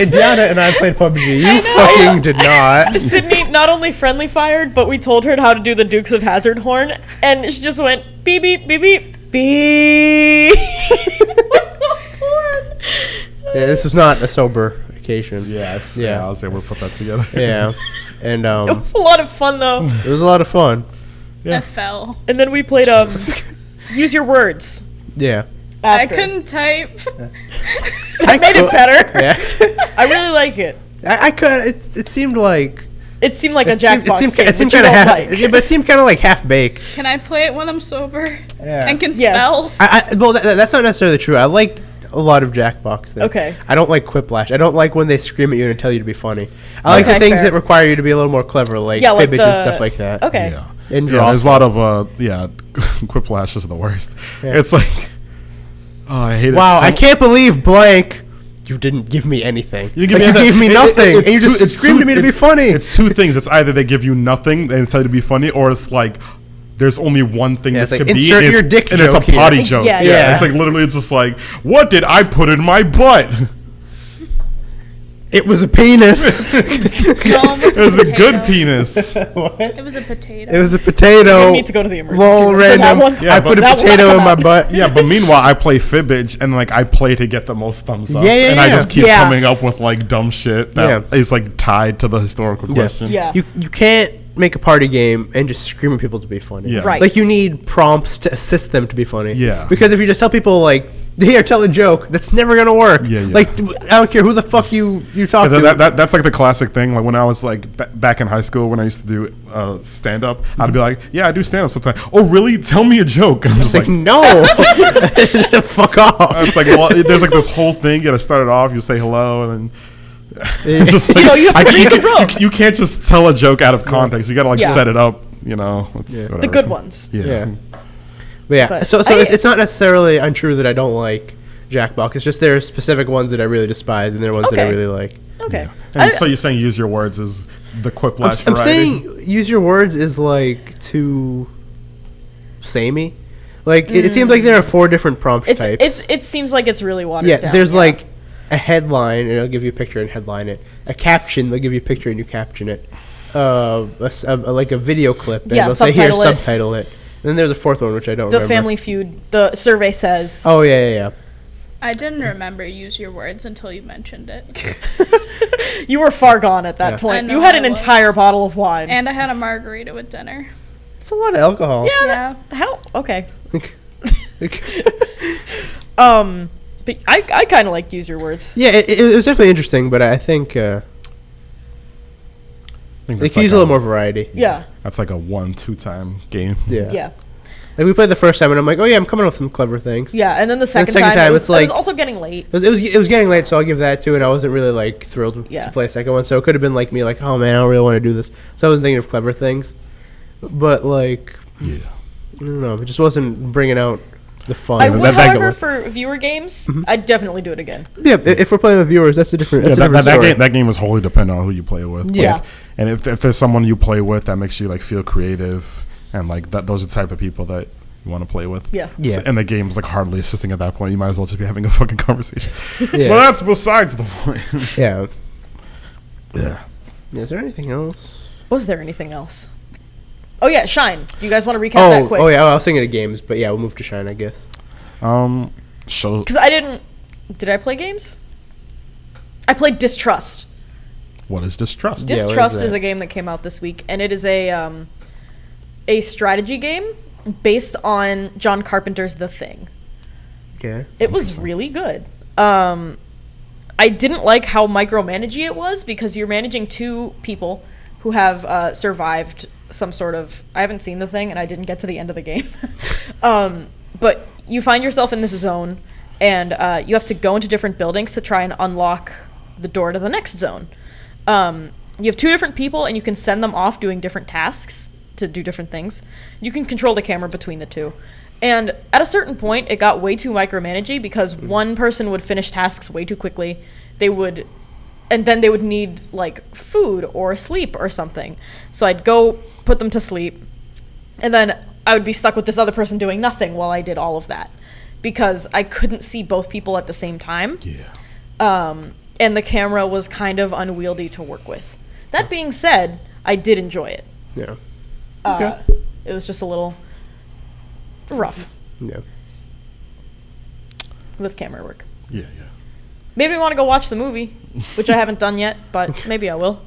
Speaker 1: Indiana and I played PUBG. You fucking did not. *laughs*
Speaker 2: Sydney not only friendly fired, but we told her how to do the Dukes of Hazard horn, and she just went beep beep beep beep beep.
Speaker 1: *laughs* Yeah, this
Speaker 2: *laughs*
Speaker 1: was not a sober occasion.
Speaker 3: Yeah. I f-
Speaker 1: Yeah.
Speaker 3: yeah. I was able to put that together.
Speaker 1: Yeah. And
Speaker 2: It
Speaker 1: um,
Speaker 2: was a lot of fun though.
Speaker 1: it was a lot of fun.
Speaker 4: *laughs* I fell.
Speaker 2: And then we played um, use your words.
Speaker 1: Yeah.
Speaker 4: I
Speaker 2: After.
Speaker 4: couldn't
Speaker 1: *laughs*
Speaker 4: type.
Speaker 1: I
Speaker 2: made it
Speaker 1: cou- *laughs*
Speaker 2: better.
Speaker 1: Yeah.
Speaker 2: I really like it.
Speaker 1: I, I could. It, it seemed like
Speaker 2: It seemed like a
Speaker 1: it seemed,
Speaker 2: Jackbox
Speaker 1: it seemed,
Speaker 2: game,
Speaker 1: it seemed
Speaker 2: which you
Speaker 1: kind of
Speaker 2: don't
Speaker 1: half, *laughs*
Speaker 2: like.
Speaker 1: yeah, but it seemed kind of like half baked.
Speaker 4: Can I play it when I'm sober
Speaker 1: Yeah.
Speaker 4: and can
Speaker 2: Yes.
Speaker 4: spell?
Speaker 2: *laughs*
Speaker 1: I, I well, that, that's not necessarily true. I like a lot of Jackbox things.
Speaker 2: Okay.
Speaker 1: I don't like Quiplash. I don't like when they scream at you and tell you to be funny. I like
Speaker 2: Okay,
Speaker 1: the things
Speaker 2: fair.
Speaker 1: that require you to be a little more clever, like
Speaker 2: Yeah, like
Speaker 1: fibbage and
Speaker 2: the-
Speaker 1: stuff like that.
Speaker 2: Okay.
Speaker 3: Yeah.
Speaker 1: And
Speaker 3: yeah,
Speaker 1: draw.
Speaker 3: there's a lot of uh yeah, *laughs* quiplash is the worst.
Speaker 1: Yeah.
Speaker 3: It's like oh, I hate it.
Speaker 1: Wow,
Speaker 3: so-
Speaker 1: I can't believe blank. You didn't give me anything.
Speaker 3: You
Speaker 1: You,
Speaker 3: give me
Speaker 1: you
Speaker 3: that-
Speaker 1: gave me
Speaker 3: it- it-
Speaker 1: nothing.
Speaker 3: it's
Speaker 1: and you
Speaker 3: two-
Speaker 1: just
Speaker 3: it's
Speaker 1: screamed
Speaker 3: two-
Speaker 1: at me to
Speaker 3: it-
Speaker 1: be funny.
Speaker 3: It's two things. It's either they give you nothing and tell you to be funny, or it's like there's only one thing
Speaker 1: Yeah,
Speaker 3: this
Speaker 1: it's
Speaker 3: could
Speaker 1: like,
Speaker 3: be.
Speaker 1: insert
Speaker 3: and
Speaker 1: your
Speaker 3: it's,
Speaker 1: dick
Speaker 3: and it's a
Speaker 1: joke here.
Speaker 3: potty joke.
Speaker 2: Yeah,
Speaker 3: Yeah,
Speaker 1: yeah.
Speaker 3: it's like literally it's just like what did I put in
Speaker 2: *laughs*
Speaker 3: my butt?
Speaker 1: It was a
Speaker 3: *laughs*
Speaker 1: penis.
Speaker 4: No,
Speaker 3: It was a good
Speaker 4: potato.
Speaker 3: penis.
Speaker 1: what?
Speaker 4: It was a potato.
Speaker 1: It was a potato.
Speaker 2: We need to go to the emergency
Speaker 1: Lol,
Speaker 2: room *laughs* for that
Speaker 1: random.
Speaker 2: one.
Speaker 3: Yeah,
Speaker 1: I
Speaker 3: but-
Speaker 1: put a
Speaker 2: That will not
Speaker 1: potato
Speaker 2: come
Speaker 1: in my
Speaker 2: out.
Speaker 1: butt.
Speaker 3: Yeah, but meanwhile I play fibbage and like I play to get the most thumbs up.
Speaker 1: Yeah, yeah,
Speaker 3: and I
Speaker 1: yeah.
Speaker 3: just keep
Speaker 2: Yeah.
Speaker 3: coming up with like dumb shit that is
Speaker 1: Yeah.
Speaker 3: like tied to the historical question.
Speaker 2: Yeah.
Speaker 1: You you can't make a party game and just scream at people to be funny.
Speaker 3: Yeah.
Speaker 2: Right.
Speaker 1: Like you need prompts to assist them to be funny.
Speaker 3: Yeah.
Speaker 1: Because if you just tell people like, "Here, tell a joke," that's never gonna work.
Speaker 3: Yeah, yeah.
Speaker 1: Like I don't care who the fuck you you talk
Speaker 3: Yeah,
Speaker 1: to.
Speaker 3: that, that, that's like the classic thing. Like when I was like ba back in high school, when I used to do uh, stand up, I'd be like, "Yeah, I do stand up sometimes." Oh, really? Tell me a joke. *laughs* I'm just
Speaker 1: it's like,
Speaker 3: like, *laughs*
Speaker 1: no, *laughs* fuck off.
Speaker 3: it's like well, there's like
Speaker 2: *laughs*
Speaker 3: this whole thing. You got to start it off. You say hello, and then it's *laughs* just like,
Speaker 2: know, you have to
Speaker 3: I can't-
Speaker 2: read the
Speaker 3: you,
Speaker 2: room.
Speaker 3: can't- you can't just tell a joke out of context. You got to like
Speaker 2: Yeah.
Speaker 3: set it up. You know, it's
Speaker 1: Yeah. The
Speaker 2: the
Speaker 3: whatever.
Speaker 2: good ones.
Speaker 3: Yeah.
Speaker 1: Yeah. But yeah,
Speaker 2: But
Speaker 1: so so
Speaker 2: I-
Speaker 1: it- it's not necessarily untrue that I don't like Jackbox. It's just there are specific ones that I really despise, and there are ones that I
Speaker 2: Okay.
Speaker 1: really like.
Speaker 2: Okay.
Speaker 3: And
Speaker 2: I-
Speaker 3: so you're saying use your words is the quip
Speaker 1: I'm,
Speaker 3: lash
Speaker 1: I'm
Speaker 3: variety?
Speaker 1: saying use your words is like too samey. Like it, it seems like there are four different prompt
Speaker 2: it's,
Speaker 1: types.
Speaker 2: it's it seems like it's really watered
Speaker 1: yeah,
Speaker 2: down.
Speaker 1: there's like a headline and it'll give you a picture and headline it. A caption they'll give you a picture and you caption it. Uh, a s- a- a- like a video clip and
Speaker 2: Yeah,
Speaker 1: they'll say here
Speaker 2: subtitle it.
Speaker 1: subtitle it. And then there's a fourth one which I don't
Speaker 2: the
Speaker 1: remember.
Speaker 2: Family Feud. The survey says.
Speaker 1: Oh yeah, yeah, yeah.
Speaker 4: I didn't remember use your words until you mentioned it.
Speaker 2: *laughs* you were far gone at that
Speaker 1: Yeah.
Speaker 4: I
Speaker 2: point.
Speaker 4: know
Speaker 2: You had
Speaker 4: I
Speaker 2: an
Speaker 4: was.
Speaker 2: entire bottle of wine.
Speaker 4: and I had a margarita with dinner.
Speaker 1: It's a lot of alcohol. *laughs*
Speaker 2: yeah,
Speaker 4: Yeah.
Speaker 2: That, how okay.
Speaker 1: Yeah.
Speaker 2: Um, but I I kind of like use your words.
Speaker 1: Yeah, it, it it was definitely interesting, but I think uh,
Speaker 3: I think
Speaker 1: they
Speaker 3: that's
Speaker 1: could use a
Speaker 3: like
Speaker 1: little more variety.
Speaker 2: Yeah.
Speaker 3: That's like a one, two time game.
Speaker 1: Yeah.
Speaker 2: Yeah.
Speaker 1: Like we played the first time, and I'm like, oh yeah, I'm coming up with some clever things.
Speaker 2: Yeah, and then the second,
Speaker 1: second
Speaker 2: time,
Speaker 1: time,
Speaker 2: it was,
Speaker 1: it's
Speaker 2: it was
Speaker 1: like-
Speaker 2: also getting late.
Speaker 1: It was, it was it was getting late, so I'll give that too. And I wasn't really like thrilled
Speaker 2: Yeah.
Speaker 1: to play a second one, so it could have been like me, like oh man, I don't really want to do this. So I was thinking of clever things, but like
Speaker 3: Yeah.
Speaker 1: I don't know, it just wasn't bringing out the fun.
Speaker 2: I
Speaker 1: of
Speaker 2: would,
Speaker 1: that second
Speaker 2: however,
Speaker 1: one.
Speaker 2: for viewer games,
Speaker 1: Mm-hmm.
Speaker 2: I'd definitely do it again.
Speaker 1: yeah, i- if we're playing with viewers, that's a different that's
Speaker 3: that,
Speaker 1: a different
Speaker 3: that- that
Speaker 1: story.
Speaker 3: game, that game is wholly dependent on who you play with.
Speaker 2: Yeah.
Speaker 3: Like, and if, if there's someone you play with that makes you like feel creative, and like that, those are the type of people that you want to play with.
Speaker 2: Yeah.
Speaker 1: Yeah.
Speaker 3: So- and the game's like hardly assisting at that point. You might as well just be having a fucking conversation.
Speaker 1: *laughs* Yeah.
Speaker 3: well, that's besides the point.
Speaker 1: yeah.
Speaker 3: *laughs* yeah.
Speaker 1: Yeah, Is there anything else?
Speaker 2: Was there anything else? Oh yeah, Shine. Do you guys want to recap that
Speaker 1: Oh,
Speaker 2: quick?
Speaker 1: oh yeah, I was thinking of games, but yeah, we'll move to Shine, I guess.
Speaker 3: Um. So
Speaker 2: Because I didn't. Did I play games? I played Distrust.
Speaker 3: what is distrust?
Speaker 1: Yeah, what is
Speaker 2: Distrust is
Speaker 1: that?
Speaker 2: a game that came out this week, and it is a um, a strategy game based on John Carpenter's The Thing.
Speaker 1: Okay.
Speaker 2: It was really good. Um, I didn't like how micromanagey it was because you're managing two people who have uh, survived some sort of. I haven't seen the thing and I didn't get to the end of the game. *laughs* um, but you find yourself in this zone and uh, you have to go into different buildings to try and unlock the door to the next zone. Um, you have two different people and you can send them off doing different tasks to do different things. You can control the camera between the two. And at a certain point, it got way too micromanagey because one person would finish tasks way too quickly. They would, and then they would need like food or sleep or something. So I'd go put them to sleep, and then I would be stuck with this other person doing nothing while I did all of that because I couldn't see both people at the same time
Speaker 3: Yeah.
Speaker 2: um, and the camera was kind of unwieldy to work with. That being said, I did enjoy it.
Speaker 1: Yeah.
Speaker 2: Uh, It was just a little rough
Speaker 1: Yeah.
Speaker 2: with camera work.
Speaker 3: Yeah. Yeah.
Speaker 2: Made me want to go watch the movie, which
Speaker 3: *laughs*
Speaker 2: I haven't done yet, but maybe I will.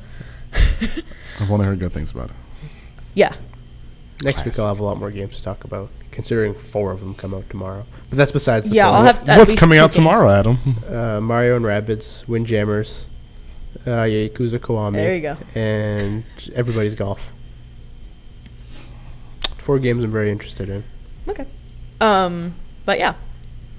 Speaker 3: I've only heard good things about it.
Speaker 2: Yeah.
Speaker 1: Next week I'll have a lot more games to talk about, considering four of them come out tomorrow. But that's besides the
Speaker 2: Yeah,
Speaker 1: point.
Speaker 2: I'll have at
Speaker 3: What's
Speaker 2: least
Speaker 3: coming
Speaker 2: two
Speaker 3: out
Speaker 2: games.
Speaker 3: tomorrow, Adam?
Speaker 1: uh, Mario and Rabbids, Windjammers, uh, Yakuza Kiwami.
Speaker 2: There you go.
Speaker 1: And Everybody's Golf. Four games I'm very interested in.
Speaker 2: Okay. Um, but yeah.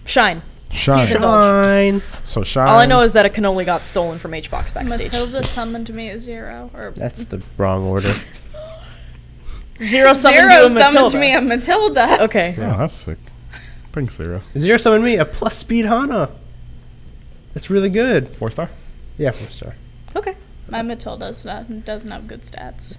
Speaker 2: Shine.
Speaker 3: Shine.
Speaker 2: Please
Speaker 1: Shine!
Speaker 3: So shine.
Speaker 2: All I know is that a cannoli got stolen from HBox backstage.
Speaker 4: Matilda summoned me a zero. Or
Speaker 1: That's the wrong order.
Speaker 2: Zero summoned you
Speaker 4: zero
Speaker 2: a Matilda.
Speaker 4: summoned me a Matilda.
Speaker 2: okay.
Speaker 3: Oh, that's sick. Thanks, Sarah.
Speaker 1: Zero summon me a plus speed Hana. That's really good.
Speaker 3: Four star.
Speaker 1: Yeah, four star.
Speaker 2: Okay.
Speaker 4: My Matilda's not, doesn't have good stats.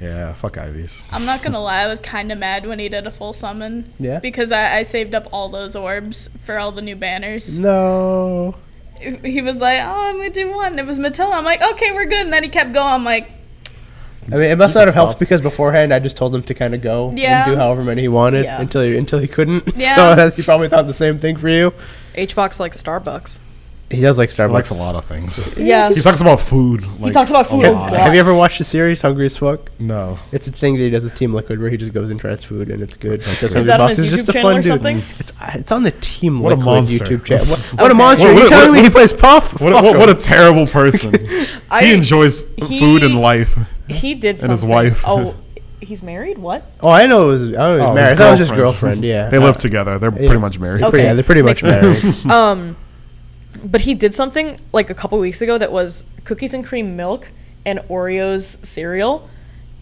Speaker 3: Yeah. Fuck Ivies.
Speaker 4: I'm not gonna lie, I was kind of mad when he did a full summon.
Speaker 1: Yeah?
Speaker 4: Because I, I saved up all those orbs for all the new banners.
Speaker 1: No.
Speaker 4: He was like, "Oh, I'm gonna do one." It was Matilda. I'm like, "Okay, we're good." And then he kept going. I'm like,
Speaker 1: I mean, it must not have helped
Speaker 3: Stop.
Speaker 1: because beforehand I just told him to kind of go
Speaker 4: Yeah.
Speaker 1: and do however many he wanted
Speaker 2: Yeah.
Speaker 1: until he, until he couldn't. *laughs*
Speaker 4: Yeah.
Speaker 1: so he probably thought the same thing for you.
Speaker 2: HBox likes Starbucks.
Speaker 1: He does like Starbucks.
Speaker 3: Likes a lot of things.
Speaker 2: Yeah.
Speaker 3: *laughs* He talks about food. Like,
Speaker 2: talks about food a
Speaker 3: a lot.
Speaker 2: lot.
Speaker 1: Have you ever watched the series Hungry as Fuck?
Speaker 3: No.
Speaker 1: It's a thing that he does with Team Liquid where he just goes and tries food and it's good. That's
Speaker 2: Is that on his YouTube channel or something?
Speaker 1: It's it's on the Team
Speaker 3: What a
Speaker 1: Liquid
Speaker 3: monster.
Speaker 1: YouTube channel. What, what
Speaker 2: Okay.
Speaker 1: a monster!
Speaker 3: What-
Speaker 1: Are you
Speaker 3: what-
Speaker 1: telling
Speaker 3: what-
Speaker 1: me he plays Puff?
Speaker 3: What,
Speaker 1: Fuck
Speaker 3: what,
Speaker 1: him.
Speaker 3: what a terrible person. *laughs*
Speaker 2: *laughs* I,
Speaker 3: he enjoys
Speaker 2: he-
Speaker 3: food and life.
Speaker 2: He did something.
Speaker 3: And his wife. *laughs*
Speaker 2: Oh, he's married? What?
Speaker 1: oh, I know it was. I know it was
Speaker 3: Oh,
Speaker 1: married.
Speaker 3: his
Speaker 1: I thought it was just
Speaker 3: girlfriend.
Speaker 1: girlfriend. Yeah,
Speaker 3: They
Speaker 1: Uh,
Speaker 3: live together. They're
Speaker 1: yeah.
Speaker 3: pretty much married.
Speaker 1: they're pretty-
Speaker 2: Okay.
Speaker 1: Yeah, they're pretty much
Speaker 2: Makes sense.
Speaker 1: married.
Speaker 2: Um, but he did something like a couple weeks ago that was cookies and cream milk and Oreos cereal,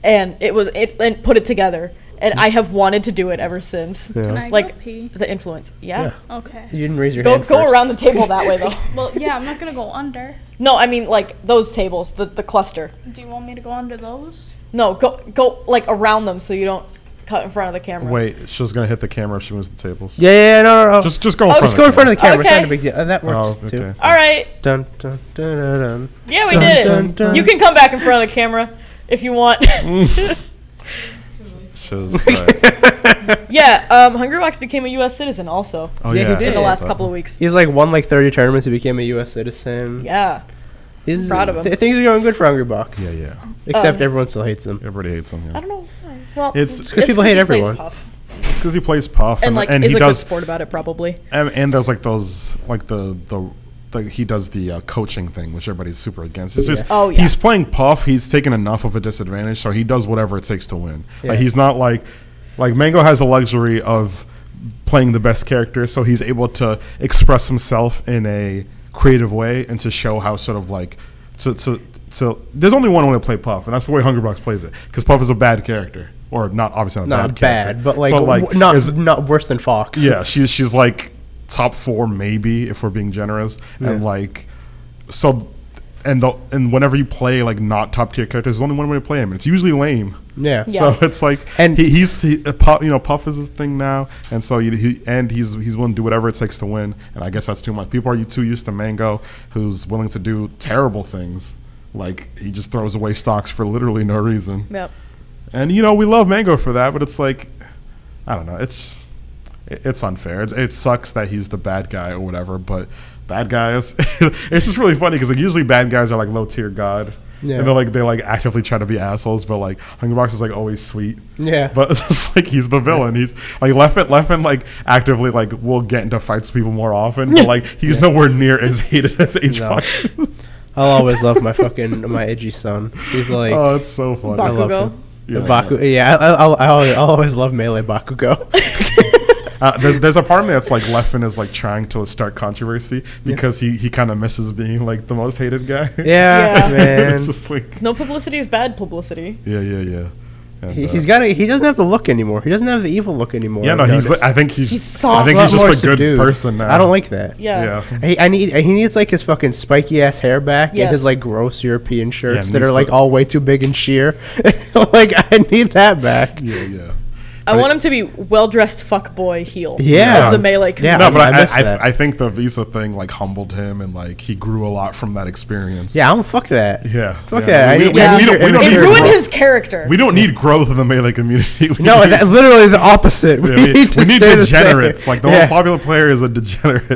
Speaker 2: and it was it and put it together. and I have wanted to do it ever since.
Speaker 1: Yeah.
Speaker 4: Can I
Speaker 2: Like-
Speaker 4: go pee?
Speaker 2: The influence, yeah.
Speaker 1: Yeah.
Speaker 4: Okay.
Speaker 1: You didn't raise your
Speaker 2: Go
Speaker 1: hand.
Speaker 2: go
Speaker 1: first.
Speaker 2: around the table that way though.
Speaker 4: Well, yeah, I'm not gonna go under.
Speaker 2: no, I mean like those tables, the the cluster.
Speaker 4: Do you want me to go under those?
Speaker 2: No, go go like around them so you don't cut in front of the camera.
Speaker 3: Wait, she was gonna hit the camera if she moves the tables.
Speaker 1: Yeah, yeah, yeah, no, no, no. Just,
Speaker 3: Just, just go in front.
Speaker 1: just go in front of the
Speaker 2: camera.
Speaker 1: camera. It's not
Speaker 2: Okay.
Speaker 1: a big deal. Uh, that works
Speaker 3: Oh,
Speaker 1: too.
Speaker 3: okay.
Speaker 2: All right.
Speaker 1: Dun, dun, dun, dun, dun.
Speaker 2: Yeah, we
Speaker 1: Dun,
Speaker 2: did it.
Speaker 1: dun, dun.
Speaker 2: You can come back in front of the camera if
Speaker 1: *laughs*
Speaker 2: you want.
Speaker 3: She was, uh, right.
Speaker 2: yeah, um, Hungrybox became a U.S. citizen also
Speaker 3: Oh
Speaker 1: Yeah, he
Speaker 3: yeah.
Speaker 1: did.
Speaker 2: in the
Speaker 1: Yeah,
Speaker 2: last couple of weeks.
Speaker 1: He's like won like 30 tournaments. He became a U.S. citizen.
Speaker 2: Yeah.
Speaker 1: He's
Speaker 2: proud of him.
Speaker 1: th- things are going good for Hungry Box.
Speaker 3: Yeah, yeah.
Speaker 1: Except
Speaker 2: Um,
Speaker 1: everyone still hates them.
Speaker 3: Everybody hates him.
Speaker 2: I
Speaker 3: Yeah.
Speaker 2: don't know why. Well,
Speaker 3: It's- It's
Speaker 1: 'cause people hate
Speaker 2: he plays
Speaker 1: everyone.
Speaker 2: Puff.
Speaker 3: It's because he plays Puff, and,
Speaker 2: And like
Speaker 3: and
Speaker 2: is
Speaker 3: he
Speaker 2: a
Speaker 3: does,
Speaker 2: good sport about it probably.
Speaker 3: and, and there's like those, like the the. the he does the uh, coaching thing, which everybody's super against. It's just
Speaker 2: Oh, yeah.
Speaker 3: he's playing Puff. He's taken enough of a disadvantage, so he does whatever it takes to win.
Speaker 1: Yeah.
Speaker 3: Like he's not like like Mango has the luxury of playing the best character, so he's able to express himself in a creative way and to show how sort of like to to. So there's only one way to play Puff, and that's the way Hungerbox plays it. Because Puff is a bad character, or not obviously not, a
Speaker 1: Not
Speaker 3: bad, character,
Speaker 1: bad, but like, w- not
Speaker 3: is-
Speaker 1: not worse than Fox.
Speaker 3: yeah, she's she's like top four maybe if we're being generous, and
Speaker 1: Yeah.
Speaker 3: like so, and the and whenever you play like not top tier characters, there's only one way to play him, and it's usually lame.
Speaker 1: Yeah.
Speaker 3: So
Speaker 2: Yeah.
Speaker 3: *laughs* it's like
Speaker 1: And-
Speaker 3: and he, he's he, uh, Puff, you know Puff is his thing now, and so he, he and he's he's willing to do whatever it takes to win, and I guess that's too much. People are too used to Mango, who's willing to do terrible things. Like he just throws away stocks for literally no reason.
Speaker 2: Yep.
Speaker 3: And you know, we love Mango for that, but it's like, I don't know. It's it- it's unfair. It's, it sucks that he's the bad guy or whatever, but bad guys. *laughs* it's just really funny because like usually bad guys are like low tier god.
Speaker 1: Yeah.
Speaker 3: And they're like they like actively try to be assholes, but like Hungrybox is like always sweet.
Speaker 1: Yeah.
Speaker 3: But *laughs* it's just, like he's the villain. He's like Leffen Leffen like actively like will get into fights with people more often,
Speaker 1: *laughs*
Speaker 3: but like he's nowhere near as hated as H
Speaker 1: No.
Speaker 3: Fox.
Speaker 1: *laughs* I'll always love my fucking my edgy son. He's
Speaker 3: *laughs*
Speaker 1: like
Speaker 3: oh, it's so funny.
Speaker 1: I love
Speaker 2: Bakugo.
Speaker 1: him.
Speaker 3: Yeah.
Speaker 1: Baku, yeah, I, I'll, I'll, I'll always love melee Bakugo. *laughs*
Speaker 3: Uh, there's there's a part of me that's like Leffen is like trying to start controversy because he, he kind of misses being like the most hated guy.
Speaker 1: yeah,
Speaker 2: Yeah.
Speaker 1: man.
Speaker 3: *laughs* it's just like
Speaker 2: No publicity is bad publicity.
Speaker 3: yeah, yeah, yeah. And,
Speaker 1: he,
Speaker 3: uh,
Speaker 1: he's got. A, he doesn't have the look anymore. He doesn't have the evil look anymore.
Speaker 3: yeah, no,
Speaker 1: I've
Speaker 3: he's.
Speaker 1: noticed.
Speaker 3: Like, I think he's.
Speaker 2: He's soft.
Speaker 3: I think
Speaker 1: lot
Speaker 3: he's just
Speaker 1: more
Speaker 3: a good
Speaker 1: subdued.
Speaker 3: person now.
Speaker 1: I don't like that.
Speaker 2: Yeah.
Speaker 1: He, I need. He needs like his fucking spiky ass hair back and his
Speaker 2: Yes.
Speaker 1: like gross European shirts
Speaker 3: Yeah,
Speaker 1: that are
Speaker 3: needs
Speaker 1: like
Speaker 3: to-
Speaker 1: all way too big and sheer. *laughs* like I need that back.
Speaker 3: yeah, yeah.
Speaker 2: I
Speaker 3: But
Speaker 2: want
Speaker 3: it-
Speaker 2: him to be well dressed fuckboy heel.
Speaker 1: Yeah.
Speaker 2: Of the melee community.
Speaker 1: Yeah,
Speaker 3: No, but
Speaker 1: I
Speaker 3: I I,
Speaker 1: miss that.
Speaker 3: I, I think the visa thing like humbled him and like he grew a lot from that experience.
Speaker 1: Yeah, I don't fuck that.
Speaker 3: Yeah.
Speaker 1: Fuck
Speaker 3: yeah.
Speaker 1: that.
Speaker 3: We,
Speaker 1: I
Speaker 3: we,
Speaker 1: need-
Speaker 3: we
Speaker 1: I need
Speaker 3: don't,
Speaker 1: your
Speaker 3: we don't
Speaker 2: It
Speaker 1: energy.
Speaker 3: need
Speaker 2: ruined
Speaker 3: gro-
Speaker 2: his character.
Speaker 3: We don't need growth in the melee community. *laughs* We
Speaker 1: No, *laughs*
Speaker 3: need-
Speaker 1: that's literally the opposite. We
Speaker 3: yeah, we,
Speaker 1: need to
Speaker 3: we need
Speaker 1: stay the same.
Speaker 3: degenerates. Like the
Speaker 1: Yeah.
Speaker 3: most popular player is
Speaker 1: *laughs*
Speaker 3: a degenerate.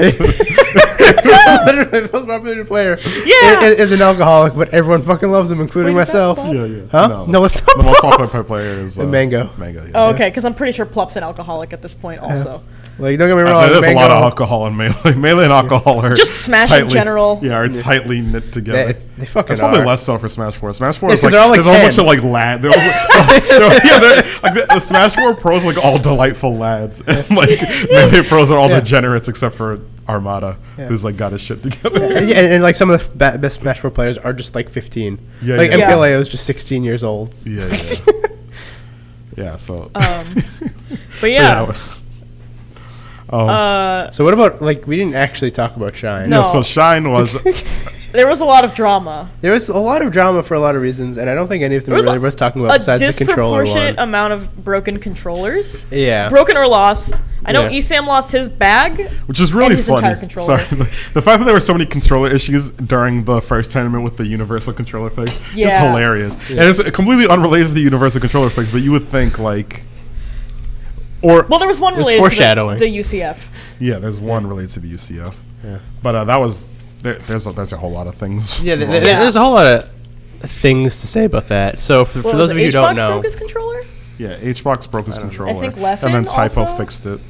Speaker 1: literally the most popular player.
Speaker 2: Yeah.
Speaker 1: is, is an alcoholic, but everyone fucking loves him, including
Speaker 2: Wait, is that
Speaker 1: myself.
Speaker 2: Bob?
Speaker 3: Yeah, yeah.
Speaker 1: Huh? No, it's not
Speaker 3: The most
Speaker 1: Pop. *laughs*
Speaker 3: popular pop player is uh,
Speaker 1: Mango.
Speaker 3: Mango. Yeah.
Speaker 2: Oh, okay, because I'm pretty sure Plop's an alcoholic at this point also.
Speaker 3: *laughs*
Speaker 1: Like, don't get me
Speaker 3: Uh,
Speaker 1: wrong.
Speaker 3: there's a lot of
Speaker 1: Mango-
Speaker 3: alcohol in melee. *laughs* Melee and alcohol are
Speaker 2: Just Smash in general.
Speaker 3: Yeah, are tightly knit together.
Speaker 1: They- they fucking
Speaker 3: That's probably
Speaker 1: are.
Speaker 3: less so for Smash Four. Smash Four
Speaker 1: Yeah,
Speaker 3: is
Speaker 1: 'cause
Speaker 3: like,
Speaker 1: they're all, like,
Speaker 3: there's a whole bunch
Speaker 1: 10.
Speaker 3: of like lad.
Speaker 1: *laughs*
Speaker 3: They're, all- they're- yeah, they're, like the, the Smash Four pros are, like all delightful lads, *laughs* and like melee pros are all
Speaker 1: Yeah.
Speaker 3: degenerates except for Armada, who's like got his shit together.
Speaker 1: Yeah, *laughs* and, and, like some of the f- ba- best Smash Bros. players are just like 15.
Speaker 3: Yeah,
Speaker 1: like
Speaker 3: yeah.
Speaker 2: Yeah.
Speaker 1: MPLA was just 16 years old.
Speaker 3: *laughs* yeah, yeah.
Speaker 1: *laughs*
Speaker 3: yeah. So *laughs*
Speaker 2: But Uh, yeah.
Speaker 3: Um,
Speaker 2: Uh,
Speaker 1: So what about like we didn't actually talk about Shine?
Speaker 2: No.
Speaker 3: yeah, so Shine
Speaker 1: *laughs*
Speaker 3: was
Speaker 2: there was a lot of drama.
Speaker 1: There was a lot of drama for a lot of reasons, and I don't think any of them
Speaker 2: There
Speaker 1: were
Speaker 2: was
Speaker 1: really
Speaker 2: a-
Speaker 1: worth talking
Speaker 2: A
Speaker 1: about besides the controller
Speaker 2: disproportionate
Speaker 1: one.
Speaker 2: amount of broken controllers.
Speaker 1: yeah.
Speaker 2: Broken or lost. I know
Speaker 1: Yeah.
Speaker 2: Esam lost his bag.
Speaker 3: which is really
Speaker 2: And his entire
Speaker 3: funny.
Speaker 2: controller.
Speaker 3: *laughs* Sorry, the, the fact that there were so many controller issues during the first tournament with the universal controller fix is
Speaker 2: Yeah.
Speaker 3: hilarious, and it's completely unrelated to the universal controller fix. But you would think like, or
Speaker 2: Well, there was one
Speaker 1: was
Speaker 2: related
Speaker 1: foreshadowing.
Speaker 2: to the, the UCF.
Speaker 3: yeah, there's one related to the UCF.
Speaker 1: Yeah.
Speaker 3: But uh, that was there, there's a, there's a whole lot of things.
Speaker 1: Yeah, th-
Speaker 3: wrong.
Speaker 1: th- there's a whole lot of things to say about that. So for, for
Speaker 2: Well,
Speaker 1: those
Speaker 2: was
Speaker 1: of
Speaker 2: it
Speaker 1: you who don't
Speaker 2: HBox
Speaker 1: know,
Speaker 2: Broke his controller?
Speaker 3: yeah. HBox broke his controller,
Speaker 2: think Leffen
Speaker 3: and then Typo
Speaker 2: also?
Speaker 3: fixed it.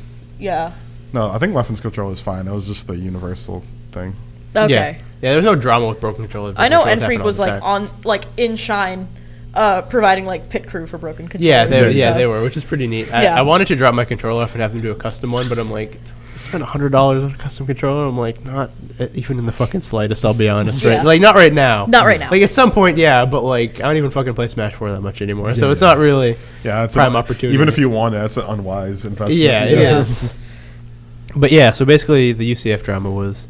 Speaker 2: Yeah.
Speaker 3: No, I think Leffen's controller was fine. That was just the universal thing.
Speaker 2: Okay.
Speaker 1: yeah, yeah, there's no drama with broken controllers.
Speaker 2: I know
Speaker 1: Broken controllers happen
Speaker 2: Enfried
Speaker 1: all
Speaker 2: was
Speaker 1: the
Speaker 2: like
Speaker 1: time.
Speaker 2: on like in Shine uh, providing like pit crew for broken controllers.
Speaker 1: Yeah, they were,
Speaker 2: and
Speaker 1: yeah,
Speaker 2: stuff.
Speaker 1: they were, which is pretty neat. I,
Speaker 2: Yeah.
Speaker 1: I wanted to drop my controller off and have them do a custom one, but I'm like, I spent hundred dollars on a custom controller. I'm like, not uh, even in the fucking slightest. I'll be honest,
Speaker 2: Yeah.
Speaker 1: right? Like, not right now.
Speaker 2: Not right now.
Speaker 1: Like at some point, yeah, but like I don't even fucking play Smash Four that much anymore, so
Speaker 3: Yeah,
Speaker 1: it's
Speaker 3: yeah.
Speaker 1: not really.
Speaker 3: Yeah, it's
Speaker 1: Prime
Speaker 3: an-
Speaker 1: opportunity.
Speaker 3: Even if you want it, that's an unwise investment.
Speaker 1: Yeah, it
Speaker 2: Yeah.
Speaker 1: is. But yeah, so basically the UCF drama was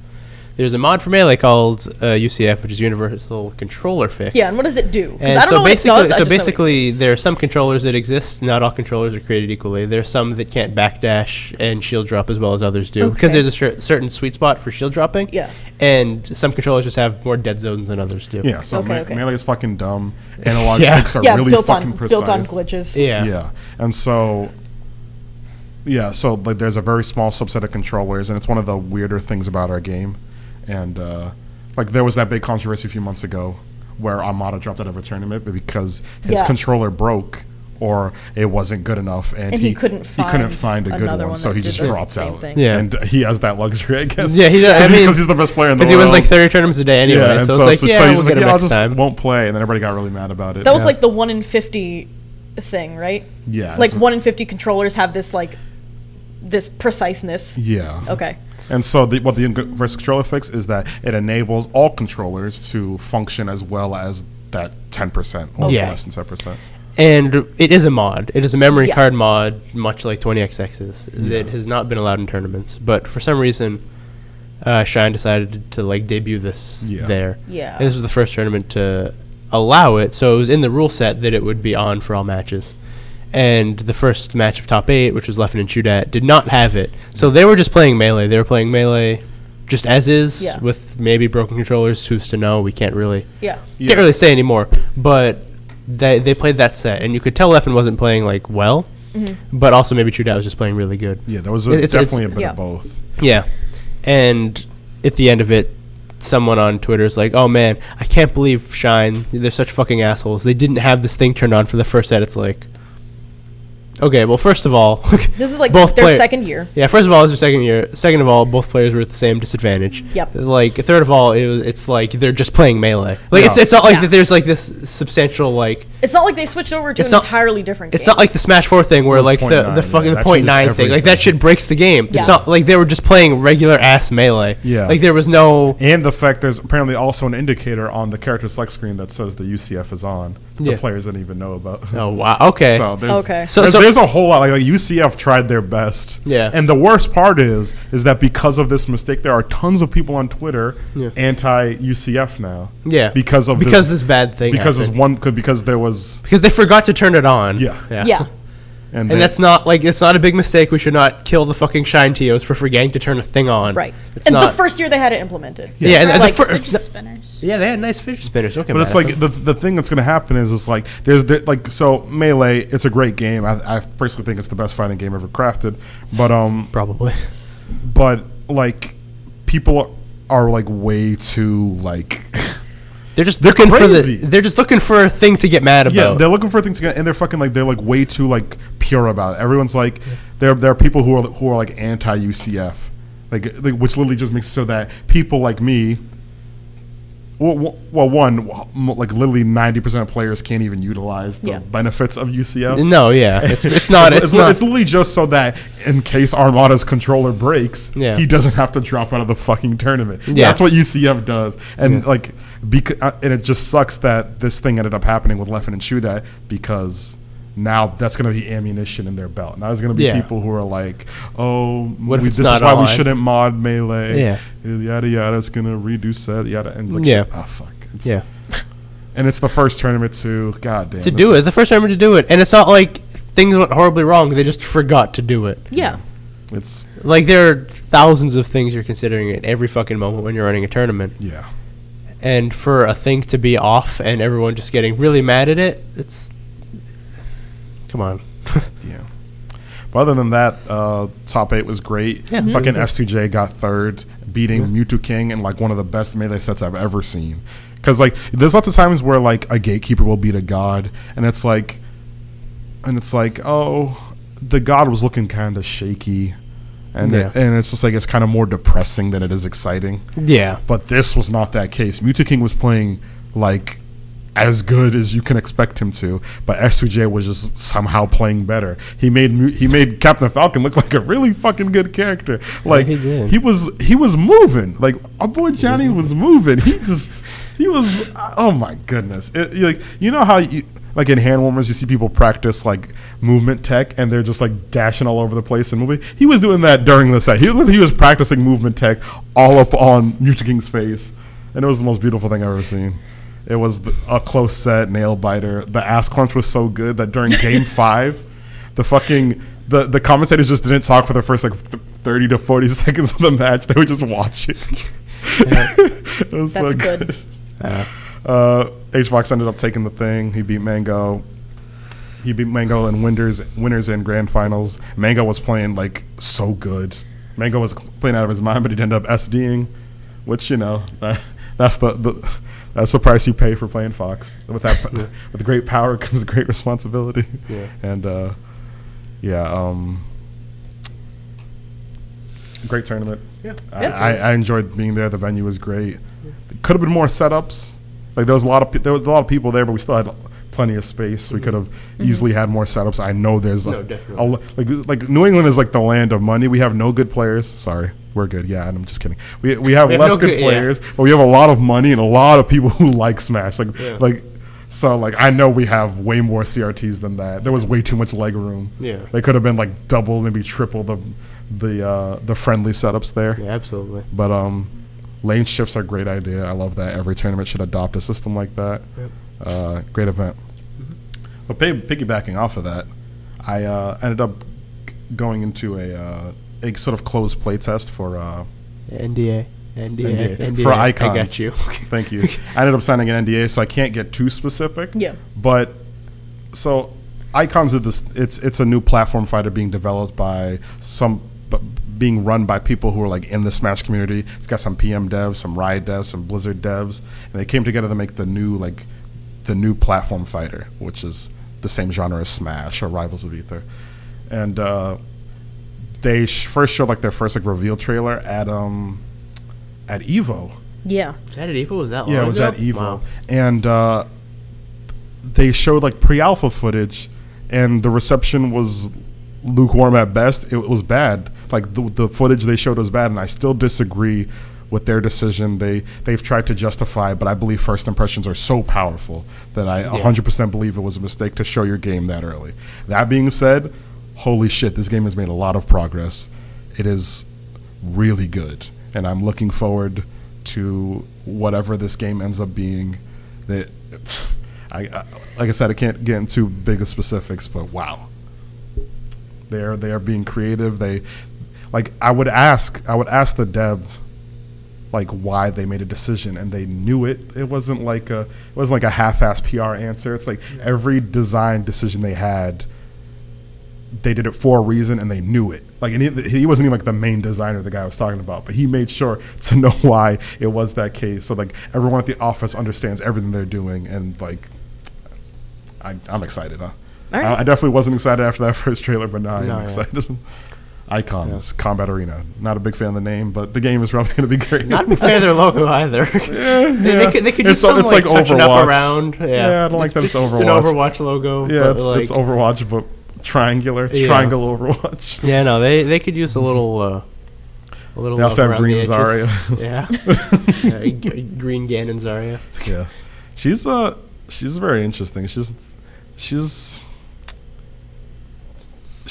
Speaker 1: there's a mod for Melee called uh, UCF, which is Universal Controller Fix.
Speaker 2: Yeah, and what does it do? Because
Speaker 1: And
Speaker 2: I don't
Speaker 1: so
Speaker 2: know what it
Speaker 1: basically,
Speaker 2: does. I
Speaker 1: so
Speaker 2: just know it
Speaker 1: basically,
Speaker 2: exists.
Speaker 1: there are some controllers that exist. Not all controllers are created equally. There are some that can't backdash and shield drop as well as others do, because
Speaker 2: Okay.
Speaker 1: there's a cer- certain sweet spot for shield dropping.
Speaker 2: Yeah.
Speaker 1: And some controllers just have more dead zones than others do.
Speaker 3: Yeah, so
Speaker 2: Okay,
Speaker 3: me-
Speaker 2: okay.
Speaker 3: melee is fucking dumb. Analog
Speaker 1: Yeah.
Speaker 3: sticks are
Speaker 2: yeah,
Speaker 3: really
Speaker 2: built
Speaker 3: fucking
Speaker 2: on
Speaker 3: precise.
Speaker 2: built on glitches.
Speaker 1: Yeah.
Speaker 3: Yeah. And so yeah, so like there's a very small subset of controllers and it's one of the weirder things about our game. And uh, like there was that big controversy a few months ago where Armada dropped out of a tournament because his
Speaker 2: Yeah.
Speaker 3: controller broke or it wasn't good enough and,
Speaker 2: And he couldn't
Speaker 3: he couldn't
Speaker 2: find
Speaker 3: find a good
Speaker 2: another
Speaker 3: one,
Speaker 2: one
Speaker 3: so
Speaker 2: that
Speaker 3: he
Speaker 2: did
Speaker 3: just
Speaker 2: the
Speaker 3: dropped
Speaker 2: same
Speaker 3: out.
Speaker 2: thing.
Speaker 1: Yeah.
Speaker 3: And he has that luxury, I guess.
Speaker 1: Yeah, he
Speaker 3: *laughs*
Speaker 1: does- I
Speaker 3: Because
Speaker 1: mean-
Speaker 3: he's the best player in the
Speaker 1: Because
Speaker 3: world.
Speaker 1: he wins like 30 tournaments a day anyway,
Speaker 3: Yeah, and
Speaker 1: so, it's like, yeah,
Speaker 3: so
Speaker 1: we'll
Speaker 3: he's just
Speaker 1: get
Speaker 3: like,
Speaker 1: him
Speaker 3: yeah, I
Speaker 1: next
Speaker 3: just
Speaker 1: time.
Speaker 3: won't play, and then everybody got really mad about it.
Speaker 2: That was
Speaker 1: Yeah.
Speaker 2: like the one in fifty thing, right?
Speaker 3: Yeah,
Speaker 2: Like
Speaker 3: it's-
Speaker 2: one in fifty controllers have this like this preciseness.
Speaker 3: yeah,
Speaker 2: Okay.
Speaker 3: And so, the, what the inverse controller fix is that it enables all controllers to function as well as that 10% or
Speaker 1: Okay.
Speaker 3: less than 10%.
Speaker 1: And it is a mod. It is a memory
Speaker 2: Yeah.
Speaker 1: card mod, much like 20XX is. That has not been allowed in tournaments, but for some reason, uh, Shine decided to like debut this
Speaker 3: Yeah.
Speaker 1: there.
Speaker 2: Yeah.
Speaker 1: And this was the first tournament to allow it, so it was in the rule set that it would be on for all matches. And the first match of top eight, which was Leffen and Chudat, did not have it. So they were just playing melee. They were playing melee just as is
Speaker 2: Yeah.
Speaker 1: with maybe broken controllers. Who's to know? We can't really
Speaker 2: Yeah.
Speaker 3: Yeah.
Speaker 1: can't really say anymore. But they they played that set, and you could tell Leffen wasn't playing like well, but also maybe Trudat was just playing really good.
Speaker 3: Yeah, there was a,
Speaker 1: It's- it's-
Speaker 3: definitely a bit
Speaker 2: yeah.
Speaker 3: of both.
Speaker 1: Yeah, and at the end of it, someone on Twitter is like, "Oh man, I can't believe Shine. They're such fucking assholes. They didn't have this thing turned on for the first set." It's like. Okay, well, first of all, *laughs*
Speaker 2: This is like
Speaker 1: both
Speaker 2: their
Speaker 1: player-
Speaker 2: second year.
Speaker 1: yeah, first of all, it's their second year. Second of all, both players were at the same disadvantage.
Speaker 2: Yep.
Speaker 1: Like third of all, it was, it's like they're just playing melee. Like it's,
Speaker 3: Yeah.
Speaker 1: it's not like
Speaker 2: Yeah.
Speaker 1: that. There's like this substantial like
Speaker 2: It's not like they switched over to
Speaker 1: It's
Speaker 2: an
Speaker 1: not-
Speaker 2: entirely different.
Speaker 1: it's
Speaker 2: game.
Speaker 1: not like the Smash Four thing where
Speaker 3: was
Speaker 1: like the,
Speaker 3: 0.9,
Speaker 1: the fucking
Speaker 3: yeah,
Speaker 1: the
Speaker 3: that
Speaker 1: point
Speaker 3: changes
Speaker 1: nine thing. Like that
Speaker 3: everything.
Speaker 1: shit breaks the game.
Speaker 2: Yeah.
Speaker 1: It's not like they were just playing regular ass melee.
Speaker 3: Yeah.
Speaker 1: Like there was no.
Speaker 3: And the fact there's apparently also an indicator on the character select screen that says the UCF is on. that
Speaker 1: Yeah.
Speaker 3: The players didn't even know about.
Speaker 1: Oh wow. Okay.
Speaker 3: So there's,
Speaker 2: Okay.
Speaker 1: So-
Speaker 3: there's,
Speaker 1: so-
Speaker 3: there's a whole lot. Like, like, UCF tried their best.
Speaker 1: Yeah.
Speaker 3: And the worst part is, is that because of this mistake, there are tons of people on Twitter
Speaker 1: Yeah.
Speaker 3: anti UCF now.
Speaker 1: Yeah.
Speaker 3: Because of
Speaker 1: because
Speaker 3: this,
Speaker 1: this bad thing.
Speaker 3: because this
Speaker 1: happened.
Speaker 3: one could because there was
Speaker 1: because they forgot to turn it on.
Speaker 3: Yeah.
Speaker 1: *laughs*
Speaker 2: yeah.
Speaker 3: and,
Speaker 1: And
Speaker 3: they-
Speaker 1: that's not like it's not a big mistake. We should not kill the fucking shine tos for forgetting to turn a thing on.
Speaker 2: Right.
Speaker 1: It's
Speaker 2: and
Speaker 1: not,
Speaker 2: the first year they had it implemented.
Speaker 1: Yeah. and, and
Speaker 2: Like,
Speaker 1: the fir-
Speaker 4: Fidget spinners.
Speaker 1: Yeah, they had nice fidget spinners. Okay,
Speaker 3: But it's like the, the thing that's going to happen is it's like there's the, like so melee. It's a great game. I, I personally think it's the best fighting game ever crafted. But um,
Speaker 1: probably.
Speaker 3: *laughs* but like people are like way too like
Speaker 1: They're just looking for
Speaker 3: crazy.
Speaker 1: the. They're just looking for a thing to get mad
Speaker 3: yeah
Speaker 1: about.
Speaker 3: they're looking for things to get and they're fucking like they're like way too like pure about it. Everyone's like there there are people who are who are like anti UCF like, like which literally just makes it so that people like me. Well, w- well, one, w- m- like literally ninety percent of players can't even utilize the
Speaker 2: Yeah.
Speaker 3: benefits of UCF.
Speaker 1: no, yeah,
Speaker 3: *laughs*
Speaker 1: it's it's not it's,
Speaker 3: li-
Speaker 1: not
Speaker 3: it's literally just so that in case Armada's controller breaks,
Speaker 1: Yeah.
Speaker 3: he doesn't have to drop out of the fucking tournament.
Speaker 1: Yeah.
Speaker 3: That's what UCF does, and
Speaker 1: Yeah.
Speaker 3: like, because and it just sucks that this thing ended up happening with Leffen and Shudat because. Now that's going to be ammunition in their belt. Now there's going to be
Speaker 1: Yeah.
Speaker 3: people who are like, "Oh,
Speaker 1: What if
Speaker 3: we,
Speaker 1: it's
Speaker 3: this is
Speaker 1: not
Speaker 3: why we
Speaker 1: on?
Speaker 3: shouldn't mod melee." Uh,
Speaker 1: Yeah.
Speaker 3: yada yada. It's going to redo set yada and like,
Speaker 1: Yeah.
Speaker 3: oh fuck, it's,
Speaker 1: yeah.
Speaker 3: *laughs* And it's the first tournament to goddamn
Speaker 1: to do it. It's the first time to do it, and it's not like things went horribly wrong. They just forgot to do it.
Speaker 2: Yeah.
Speaker 3: It's
Speaker 1: Like there are thousands of things you're considering at every fucking moment when you're running a tournament,
Speaker 3: yeah.
Speaker 1: and for a thing to be off and everyone just getting really mad at it, it's come on.
Speaker 3: Yeah. But other than that, uh, top eight was great.
Speaker 1: Yeah. Mm-hmm. Mhm.
Speaker 3: Fucking S2J got third, beating Mewtwo King in like one of the best melee sets I've ever seen. Cause like there's lots of times where like a gatekeeper will beat a god, and it's like, and it's like, oh, the god was looking kind of shaky, and it,
Speaker 1: Yeah.
Speaker 3: and it's just like it's kind of more depressing than it is exciting.
Speaker 1: yeah,
Speaker 3: But this was not that case. Mewtwo King was playing like as good as you can expect him to, but S2J was just somehow playing better. He made Mu- he made Captain Falcon look *laughs* like a really fucking good character. Like
Speaker 6: he did.
Speaker 3: he was he was moving. Like our boy Johnny was moving. He just he was oh my goodness. It, you- like you know how you like in hand warmers you see people practice like movement tech and they're just like dashing all over the place and moving. He was doing that during the set. He was he was practicing movement tech all up on Mutant King's face. And it was the most beautiful thing I've ever seen. It was the, a close set nail biter. The ass crunch was so good that during game five, the fucking the, the commentators just didn't talk for the first like th- thirty to forty *laughs* seconds of the match. They were just watching. *laughs* it was
Speaker 2: That's good.
Speaker 6: Yeah.
Speaker 3: Uh, H Fox ended up taking the thing. He beat Mango. He beat Mango in winners, winners in grand finals. Mango was playing like so good. Mango was playing out of his mind, but he ended up SDing, which you know *laughs* that, that's the, the that's the price you pay for playing Fox. With *laughs* that, with great power *laughs* comes great responsibility.
Speaker 1: Yeah.
Speaker 3: And uh, yeah, um, great tournament. Yeah. I, I, I enjoyed being there. The venue was great. Could have been more setups. Like there was a lot of pe- there was a lot of people there, but we still had plenty of space. We could have easily had more setups. I know there's
Speaker 6: Mm-hmm. No,
Speaker 3: like,
Speaker 6: definitely.
Speaker 3: a lo- like like New England is like the land of money. We have no good players. Sorry, we're good. Yeah, and I'm just kidding. We we have
Speaker 6: We have
Speaker 3: less
Speaker 6: no
Speaker 3: good,
Speaker 6: good- yeah.
Speaker 3: players, but we have a lot of money and a lot of people *laughs* who like Smash. Like
Speaker 6: Yeah.
Speaker 3: like so like I know we have way more CRTs than that. There was way too much leg room.
Speaker 6: Yeah.
Speaker 3: They could have been like double, maybe triple the the uh, the friendly setups there.
Speaker 6: Yeah, absolutely.
Speaker 3: But um, lane shifts are a great idea. I love that. Every tournament should adopt a system like that.
Speaker 6: Yep.
Speaker 3: Uh, great event. But pay, Mm-hmm. piggybacking off of that, I uh, ended up g- going into a, uh, a sort of closed play test for uh,
Speaker 1: NDA. NDA.
Speaker 3: NDA. for icons.
Speaker 6: I got you. *laughs*
Speaker 3: *laughs* Thank
Speaker 1: *laughs*
Speaker 3: you. I ended up signing an NDA, so I can't get too specific.
Speaker 2: Yeah.
Speaker 3: But so icons is this. It's it's a new platform fighter being developed by some. b- Being run by people who are like in the Smash community. It's got some PM devs, some Riot devs, some Blizzard devs, and they came together to make the new like the new platform fighter, which is the same genre as Smash or Rivals of Ether. And uh, they sh- first showed like their first like reveal trailer at um at Evo,
Speaker 2: Yeah.
Speaker 6: Was that at Evo? Was that
Speaker 3: yeah,
Speaker 6: long
Speaker 3: it was
Speaker 6: ago?
Speaker 3: at Evo,
Speaker 6: Wow.
Speaker 3: and uh, they showed like pre-alpha footage, and the reception was lukewarm at best. It was bad. Like the, the footage they showed was bad, and I still disagree with their decision. They they've tried to justify, but I believe first impressions are so powerful that I 100% believe it was a mistake to show your game that early. That being said, holy shit, this game has made a lot of progress. It is really good, and I'm looking forward to whatever this game ends up being. That I, I like I said, I can't get into big of specifics, but wow, they are they are being creative. They like I would ask I would ask the dev like why they made a decision and they knew it. It wasn't like a it wasn't like a half-ass PR answer. It's like every design decision they had they did it for a reason and they knew it. Like, and he, he wasn't even like the main designer the guy I was talking about, but he made sure *laughs* to know why it was that case. So like everyone at the office understands everything they're doing, and like, I, I'm excited. Huh?
Speaker 2: All right.
Speaker 3: I, I definitely wasn't excited after that *laughs* first trailer, but now I am
Speaker 6: No, yeah.
Speaker 3: excited. *laughs* Icons Combat Arena. Not a big fan of the name, but the game is probably going to be great.
Speaker 6: Not a big fan of their logo either. they,
Speaker 3: yeah.
Speaker 6: they could, they could
Speaker 3: It's
Speaker 6: use
Speaker 3: so-
Speaker 6: some
Speaker 3: it's
Speaker 6: like,
Speaker 3: like
Speaker 6: touching up
Speaker 3: Overwatch.
Speaker 6: around. Yeah,
Speaker 3: Yeah, I don't like that it's
Speaker 6: just an
Speaker 3: Overwatch.
Speaker 6: Overwatch logo.
Speaker 3: *laughs* yeah,
Speaker 6: but,
Speaker 3: it's,
Speaker 6: like,
Speaker 3: it's Overwatch, but triangular,
Speaker 6: Yeah.
Speaker 3: triangle
Speaker 6: *laughs*
Speaker 3: Overwatch. *laughs*
Speaker 6: Yeah, no, they they could use a little. Uh, a little
Speaker 3: They also
Speaker 6: love
Speaker 3: have
Speaker 6: around the
Speaker 3: Green
Speaker 6: edges.
Speaker 3: Zarya.
Speaker 6: Yeah. *laughs* yeah. g- Green Ganon Zarya.
Speaker 3: yeah, she's uh she's very interesting. She's she's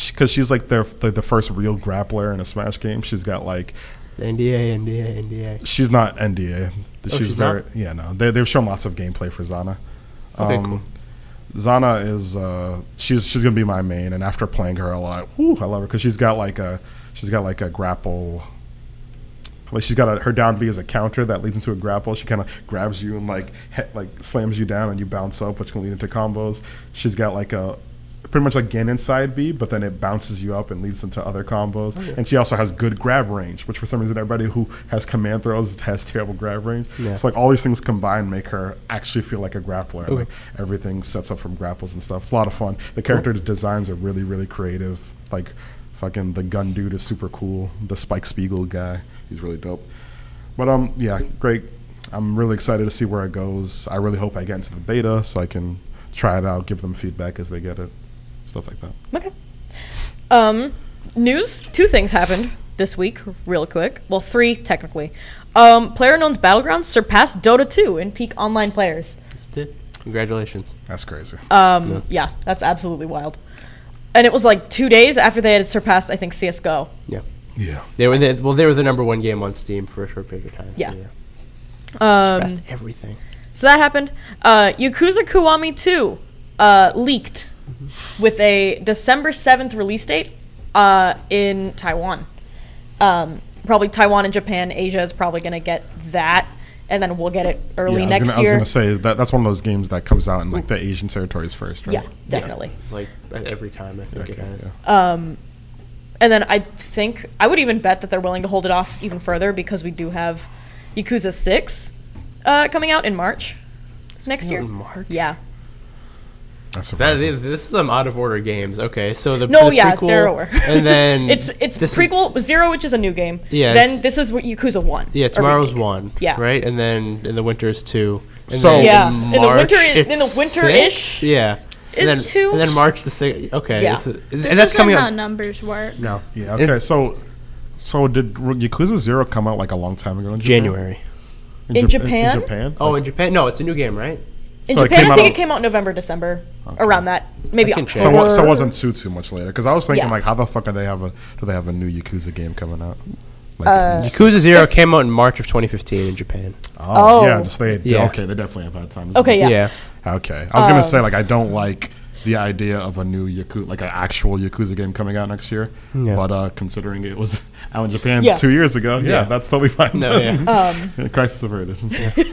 Speaker 3: because she's like their like the first real grappler in a Smash game. She's got like
Speaker 6: NDA, NDA, NDA.
Speaker 3: she's not NDA. She's,
Speaker 6: Oh, she's
Speaker 3: very
Speaker 6: not?
Speaker 3: yeah no. They they've shown lots of gameplay for Zana. Um,
Speaker 6: Okay, cool.
Speaker 3: Zana is uh, she's she's gonna be my main, and after playing her a lot, whew, I love her because she's got like a she's got like a grapple. Like she's got a, her down B is a counter that leads into a grapple. She kind of grabs you and like he, like slams you down and you bounce up, which can lead into combos. She's got like a pretty much like Ganon side B, but then it bounces you up and leads into other combos. And she also has good grab range, which for some reason everybody who has command throws has *laughs* terrible grab range.
Speaker 6: Yeah.
Speaker 3: So like all these things combined make her actually feel like a grappler. Like everything sets up from grapples and stuff. It's a lot of fun. The character designs are really really creative. Like fucking the gun dude is super cool. The Spike Spiegel guy, he's really dope. But um, yeah, great. I'm really excited to see where it goes. I really hope I get into the beta so I can try it out, give them feedback as they get it, stuff like that.
Speaker 2: Okay. Um, news. Two things happened this week, real quick. Well, three technically. Um, PlayerUnknown's Battlegrounds surpassed Dota 2 in peak online players.
Speaker 6: Just did. Congratulations.
Speaker 3: That's crazy.
Speaker 2: Um, yeah. that's absolutely wild. And it was like two days after they had surpassed, I think, CS:GO.
Speaker 6: Yeah.
Speaker 3: yeah.
Speaker 6: They were the, well. They were the number one game on Steam for a short period of time. so
Speaker 2: Yeah.
Speaker 6: yeah.
Speaker 2: Um,
Speaker 6: Surpassed everything.
Speaker 2: so that happened. Uh, Yakuza Kiwami 2 uh, leaked with a December 7th release date uh, in Taiwan. Um, probably Taiwan and Japan. Asia is probably going to get that, and then we'll get it early
Speaker 3: Yeah, I was
Speaker 2: next
Speaker 3: gonna-
Speaker 2: year.
Speaker 3: I was going to say that that's one of those games that comes out in like the Asian territories first, right?
Speaker 2: yeah, definitely.
Speaker 6: Like at every time, I think
Speaker 3: Okay,
Speaker 6: it has.
Speaker 3: yeah.
Speaker 2: And then I think I would even bet that they're willing to hold it off even further because we do have Yakuza Six uh, coming out in March
Speaker 1: Hmm.
Speaker 2: next year.
Speaker 6: In March.
Speaker 2: Yeah.
Speaker 3: That's
Speaker 6: That
Speaker 3: surprising.
Speaker 6: is, this is some out of order games. Okay, so the
Speaker 2: No,
Speaker 6: the
Speaker 2: yeah,
Speaker 6: prequel,
Speaker 2: they're aware.
Speaker 6: *laughs* and then
Speaker 2: *laughs* it's it's
Speaker 6: this is-
Speaker 2: prequel zero, which is a new game.
Speaker 6: Yeah,
Speaker 2: Then
Speaker 6: it's-
Speaker 2: this is what Yakuza One.
Speaker 6: yeah,
Speaker 2: a
Speaker 6: tomorrow's
Speaker 2: remake.
Speaker 6: one.
Speaker 2: Yeah.
Speaker 6: right, and then in the winter is two. And
Speaker 3: So-
Speaker 6: then
Speaker 2: Yeah,
Speaker 6: in,
Speaker 2: in the
Speaker 6: March,
Speaker 2: winter- in
Speaker 6: it's
Speaker 2: the winter-ish
Speaker 6: six? Yeah,
Speaker 2: is
Speaker 6: and then,
Speaker 2: two.
Speaker 6: and then March the sixth. Okay,
Speaker 2: Yeah.
Speaker 6: this is- and
Speaker 4: This
Speaker 6: that's
Speaker 4: isn't
Speaker 6: coming
Speaker 4: how
Speaker 6: out.
Speaker 4: numbers
Speaker 3: Mm.
Speaker 4: work.
Speaker 6: No,
Speaker 3: yeah. Okay. so, so did R- Yakuza Zero come out like a long time ago? In Japan?
Speaker 6: January.
Speaker 2: In
Speaker 3: Jap-
Speaker 2: Japan?
Speaker 3: In Japan.
Speaker 6: Oh, in Japan, no, it's a new game, right?
Speaker 2: In
Speaker 3: So it
Speaker 2: Japan,
Speaker 3: came
Speaker 2: I think
Speaker 3: out-
Speaker 2: it came out November, December, around that. Maybe
Speaker 6: I can check.
Speaker 3: So,
Speaker 2: October.
Speaker 3: wa- so it wasn't too too much later because I was thinking
Speaker 2: Yeah.
Speaker 3: like, how the fuck are they have a do they have a new Yakuza game coming out? Like,
Speaker 2: Uh,
Speaker 3: it's-
Speaker 6: Yakuza Zero came out in March of 2015 in Japan.
Speaker 3: oh,
Speaker 2: Oh.
Speaker 3: yeah, just they, they-
Speaker 6: Yeah.
Speaker 3: okay, they definitely have had time. to-
Speaker 2: Okay, yeah.
Speaker 3: okay. I was
Speaker 2: Um,
Speaker 3: gonna say like I don't like the idea of a new Yakuza like an actual Yakuza game coming out next year,
Speaker 6: Yeah.
Speaker 3: but uh, considering it was *laughs* out in Japan
Speaker 2: Yeah.
Speaker 3: two years ago, yeah,
Speaker 6: Yeah.
Speaker 3: that's totally fine.
Speaker 6: No,
Speaker 3: *laughs*
Speaker 6: yeah.
Speaker 3: crisis averted. *laughs*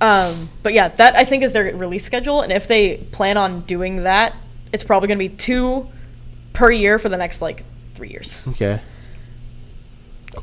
Speaker 2: Um, but yeah, that I think is their release schedule, and if they plan on doing that, it's probably going to be two per year for the next like three years. *laughs*
Speaker 6: okay.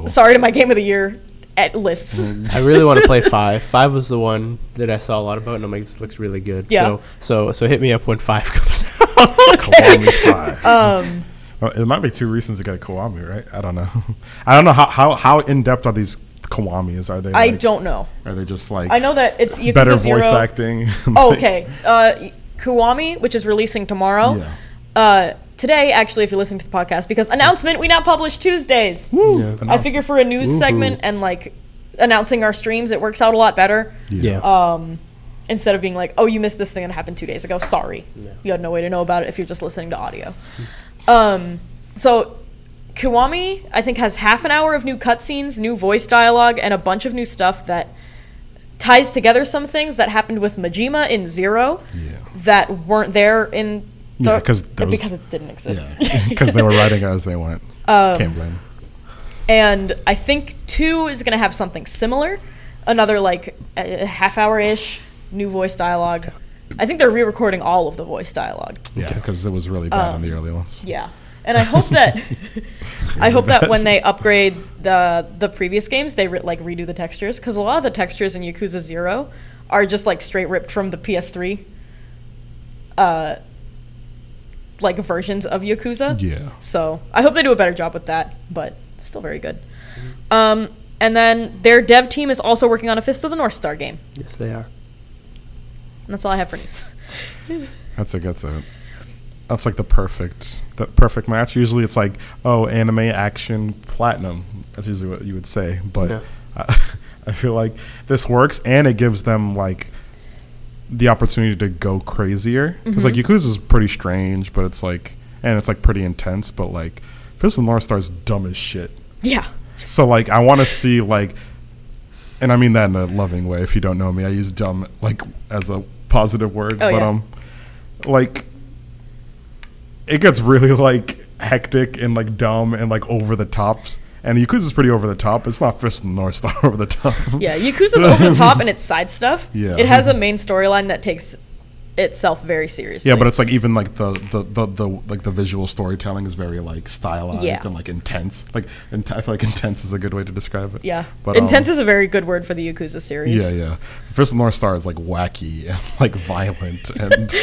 Speaker 2: Sorry to my game of the year at lists.
Speaker 3: Mm-hmm.
Speaker 6: I really want to play five. Five was the one that I saw a lot about, and I'm like, this looks really good.
Speaker 2: Yeah.
Speaker 6: So, so, so hit me up when five *laughs* comes out.
Speaker 3: Kiwami
Speaker 2: *laughs*
Speaker 3: Five.
Speaker 2: Um,
Speaker 3: Well, it might be too recent to get a Kiwami, right? I don't know. *laughs* I don't know how how, how in depth are these Kiwamis? Are they?
Speaker 2: I
Speaker 3: like-
Speaker 2: don't know.
Speaker 3: Are they just like?
Speaker 2: I know that it's Yakuza
Speaker 3: better
Speaker 2: Zero.
Speaker 3: voice acting. *laughs*
Speaker 2: Oh, okay. Uh, Kiwami, which is releasing tomorrow.
Speaker 3: Yeah.
Speaker 2: Uh, today, actually, if you're listening to the podcast, because announcement, we now publish Tuesdays. I figure for a news segment and like announcing our streams, it works out a lot better.
Speaker 6: Yeah.
Speaker 2: Oh. instead of being like, "Oh, you missed this thing that happened two days ago. Sorry, you had no way to know about it if you're just listening to audio." Um, so, Kiwami, I think, has half an hour of new cutscenes, new voice dialogue, and a bunch of new stuff that ties together some things that happened with Majima in Zero
Speaker 3: Yeah.
Speaker 2: that weren't there in the
Speaker 3: Yeah, 'cause there was-
Speaker 2: because it didn't exist.
Speaker 3: *laughs* Because they were writing as they went.
Speaker 2: Um,
Speaker 3: Can't blame.
Speaker 2: and I think two is going to have something similar, another like a a half hour ish new voice dialogue. I think they're re-recording all of the voice dialogue.
Speaker 3: Yeah, because it was really bad on the early ones.
Speaker 2: Um, Yeah, and I hope
Speaker 3: *laughs*
Speaker 2: that I hope that when they upgrade the the previous games, they re- like redo the textures because a lot of the textures in Yakuza Zero are just like straight ripped from the PS3, uh, like versions of Yakuza.
Speaker 3: Yeah.
Speaker 2: So I hope they do a better job with that, but still very good.
Speaker 3: Mm-hmm.
Speaker 2: Um, and then their dev team is also working on a Fist of the North Star game.
Speaker 6: yes, they are.
Speaker 2: And that's all I have for news.
Speaker 3: That's a that's a that's like the perfect the perfect match. Usually it's like oh anime action platinum. That's usually what you would say, but
Speaker 6: Yeah.
Speaker 3: I, *laughs* I feel like this works and it gives them like the opportunity to go crazier because like
Speaker 2: Mm-hmm.
Speaker 3: Yakuza is pretty strange, but it's like and it's like pretty intense, but like Fist of the North Star is dumb as shit.
Speaker 2: yeah.
Speaker 3: So like I want to see like, and I mean that in a loving way. If you don't know me, I use dumb like as a positive word, but
Speaker 2: Oh, yeah.
Speaker 3: um, like it gets really like hectic and like dumb and like over the tops. And Yakuza's pretty over the top. It's not Fist of the North Star *laughs* over the top.
Speaker 2: Yeah, Yakuza's over the
Speaker 3: *laughs*
Speaker 2: top and it's side stuff.
Speaker 3: Yeah.
Speaker 2: It has a main storyline that takes itself very seriously.
Speaker 3: Yeah, but it's like even like the the, the, the like the visual storytelling is very like stylized
Speaker 2: Yeah.
Speaker 3: and like intense. Like int- I feel like intense is a good way to describe it.
Speaker 2: yeah.
Speaker 3: but
Speaker 2: Intense
Speaker 3: um,
Speaker 2: is a very good word for the Yakuza series.
Speaker 3: Yeah, yeah. Fist of the North Star is like wacky *laughs* and like violent and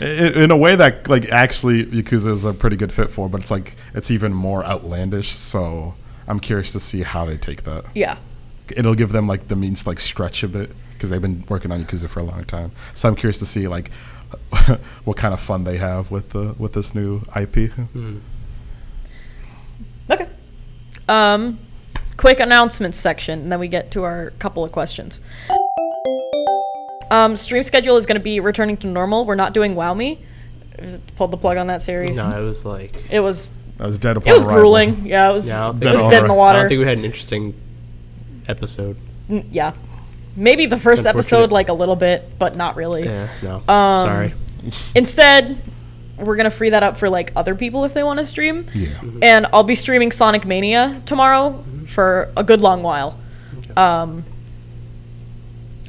Speaker 3: in, in a way that like actually Yakuza is a pretty good fit for, but it's like it's even more outlandish. So I'm curious to see how they take that.
Speaker 2: Yeah.
Speaker 3: it'll give them like the means to like stretch a bit because they've been working on Yakuza for a long time. So I'm curious to see like *laughs* what kind of fun they have with the with this new IP.
Speaker 2: Okay. Um, quick announcements section, and then we get to our couple of questions. Um, stream schedule is going to be returning to normal. We're not doing Wow Me. Pulled the plug on that series.
Speaker 1: No, it was like
Speaker 2: It was
Speaker 3: I was dead upon
Speaker 2: it was
Speaker 3: arrival.
Speaker 2: grueling. Yeah, it was
Speaker 1: Yeah, I don't
Speaker 2: it was
Speaker 1: think-
Speaker 2: dead in the
Speaker 1: I
Speaker 2: water.
Speaker 1: don't think we had an interesting episode.
Speaker 2: Mm, yeah, maybe the first episode
Speaker 1: unfortunate.
Speaker 2: like a little bit, but not really.
Speaker 1: Yeah, no,
Speaker 2: Um,
Speaker 1: sorry.
Speaker 2: Instead, we're gonna free that up for like other people if they want to stream.
Speaker 3: Yeah.
Speaker 2: And I'll be streaming Sonic Mania tomorrow for a good long while. Um,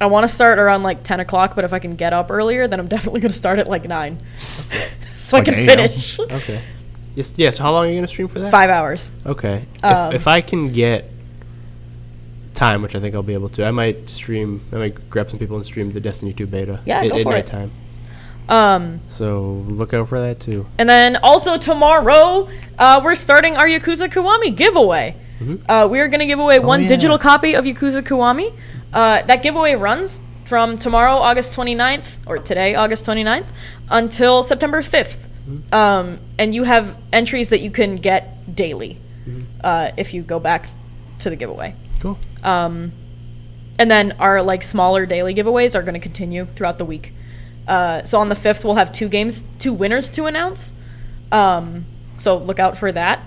Speaker 2: I want to start around like ten o'clock, but if I can get up earlier, then I'm *laughs* definitely gonna start at like nine, *laughs* so
Speaker 3: Like
Speaker 2: I can
Speaker 3: 8 a.m.
Speaker 2: finish
Speaker 1: Okay. Yes, yeah. So how long are you gonna stream for that?
Speaker 2: five hours.
Speaker 1: Okay. If,
Speaker 2: Um,
Speaker 1: if I can get time, which I think I'll be able to, I might stream. I might grab some people and stream the Destiny 2 beta.
Speaker 2: Yeah,
Speaker 1: at,
Speaker 2: go
Speaker 1: at
Speaker 2: for it.
Speaker 1: nighttime.
Speaker 2: Um,
Speaker 1: So look out for that too.
Speaker 2: And then also tomorrow, uh, we're starting our Yakuza Kiwami giveaway. Uh, we are going to give away one
Speaker 1: yeah.
Speaker 2: digital copy of Yakuza Kiwami. Uh, that giveaway runs from tomorrow, August 29th, or today, August 29th, until September 5th. Um, and you have entries that you can get daily uh, if you go back to the giveaway.
Speaker 1: Cool.
Speaker 2: Um, And then our like smaller daily giveaways are going to continue throughout the week. Uh, so on the fifth, we'll have two games, two winners to announce. Um, so look out for that.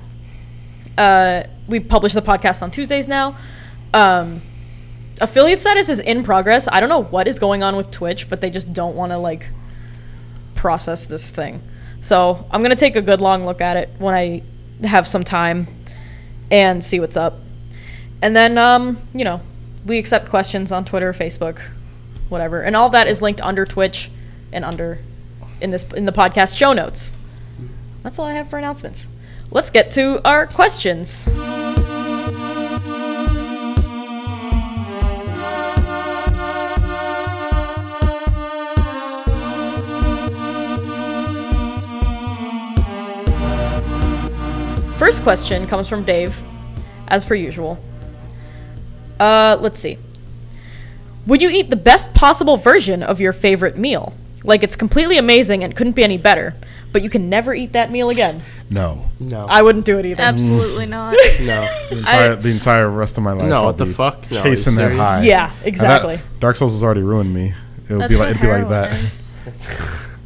Speaker 2: Uh, we publish the podcast on Tuesdays now. Um, affiliate status is in progress. I don't know what is going on with Twitch, but they just don't want to like process this thing. So I'm gonna take a good long look at it when I have some time and see what's up. And then, um, you know, we accept questions on Twitter, Facebook, whatever, and all that is linked under Twitch and under in this in the podcast show notes. That's all I have for announcements. Let's get to our questions. First question comes from Dave, as per usual. Uh, let's see. Would you eat the best possible version of your favorite meal? Like it's completely amazing and couldn't be any better, but you can never eat that meal again.
Speaker 3: No.
Speaker 1: No.
Speaker 2: I wouldn't do it either.
Speaker 4: Absolutely not.
Speaker 1: no.
Speaker 2: *laughs*
Speaker 3: The entire, the entire rest of my life.
Speaker 1: No,
Speaker 3: I'll
Speaker 1: what the
Speaker 3: be
Speaker 1: fuck? No, are you
Speaker 3: Chasing that
Speaker 1: serious?
Speaker 3: high.
Speaker 2: Yeah,
Speaker 3: And that-
Speaker 2: exactly.
Speaker 3: Dark Souls has already ruined me. It would
Speaker 4: That's
Speaker 3: be
Speaker 4: what
Speaker 3: like it'd be like
Speaker 4: heroin
Speaker 3: that.
Speaker 4: is.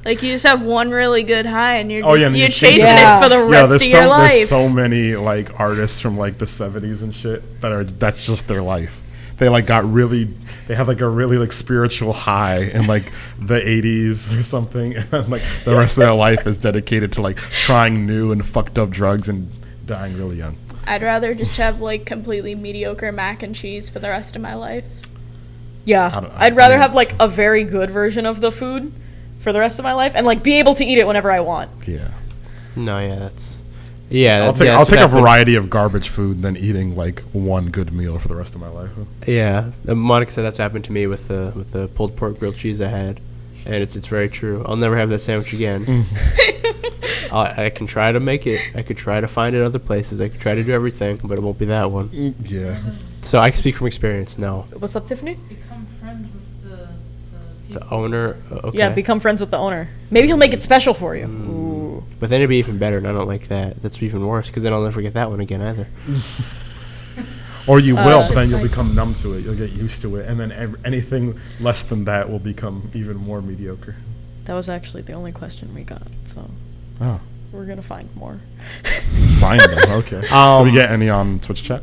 Speaker 4: like you just have one really good high and you're just
Speaker 3: *laughs* Oh, yeah, and
Speaker 4: you're
Speaker 3: you chase
Speaker 4: chasing
Speaker 2: it. Yeah.
Speaker 4: it for the
Speaker 3: yeah,
Speaker 4: rest of
Speaker 3: there's
Speaker 4: your
Speaker 3: so
Speaker 4: life.
Speaker 3: there's so many like artists from like the '70s and shit that are that's just their life. They like got really, they had like a really like spiritual high in like *laughs* the '80s or something, *laughs* and like the rest of their life is dedicated to like trying new and fucked up drugs and dying really young.
Speaker 4: I'd rather just have like completely mediocre mac and cheese for the rest of my life.
Speaker 3: I
Speaker 2: Yeah.
Speaker 3: don't- I
Speaker 2: I'd rather
Speaker 3: mean-
Speaker 2: have like a very good version of the food for the rest of my life and like be able to eat it whenever I want.
Speaker 3: Yeah,
Speaker 1: No. Yeah. That's. Yeah.
Speaker 3: I'll
Speaker 1: that-
Speaker 3: take
Speaker 1: yeah,
Speaker 3: I'll
Speaker 1: so
Speaker 3: take a
Speaker 1: that would-
Speaker 3: variety of garbage food than eating like one good meal for the rest of my life.
Speaker 1: Yeah, Uh, Monica said that's happened to me with the with the pulled pork grilled cheese I had, and it's it's very true. I'll never have that sandwich again.
Speaker 2: Mm.
Speaker 1: *laughs* I, I can try to make it. I could try to find it other places. I could try to do everything, but it won't be that one.
Speaker 3: Yeah,
Speaker 1: So I can speak from experience. No,
Speaker 2: What's up, Tiffany?
Speaker 5: Become friends with the, the
Speaker 1: the
Speaker 5: people.
Speaker 1: owner. uh, Okay.
Speaker 2: Yeah, become friends with the owner. Maybe he'll make it special for you.
Speaker 3: Mm.
Speaker 2: Ooh.
Speaker 1: but then it'd be even better, and I don't like that. That's even worse because then I'll never get that one again either.
Speaker 3: or you will,
Speaker 2: Uh,
Speaker 3: but then you'll become numb to it. You'll get used to it, and then ev- anything less than that will become even more mediocre.
Speaker 2: That was actually the only question we got, so
Speaker 1: Ah.
Speaker 3: *laughs* Oh.
Speaker 2: we're gonna find more.
Speaker 3: Find them.
Speaker 2: *laughs*
Speaker 3: Okay.
Speaker 1: *laughs* Um,
Speaker 3: Can we get any on Twitch chat?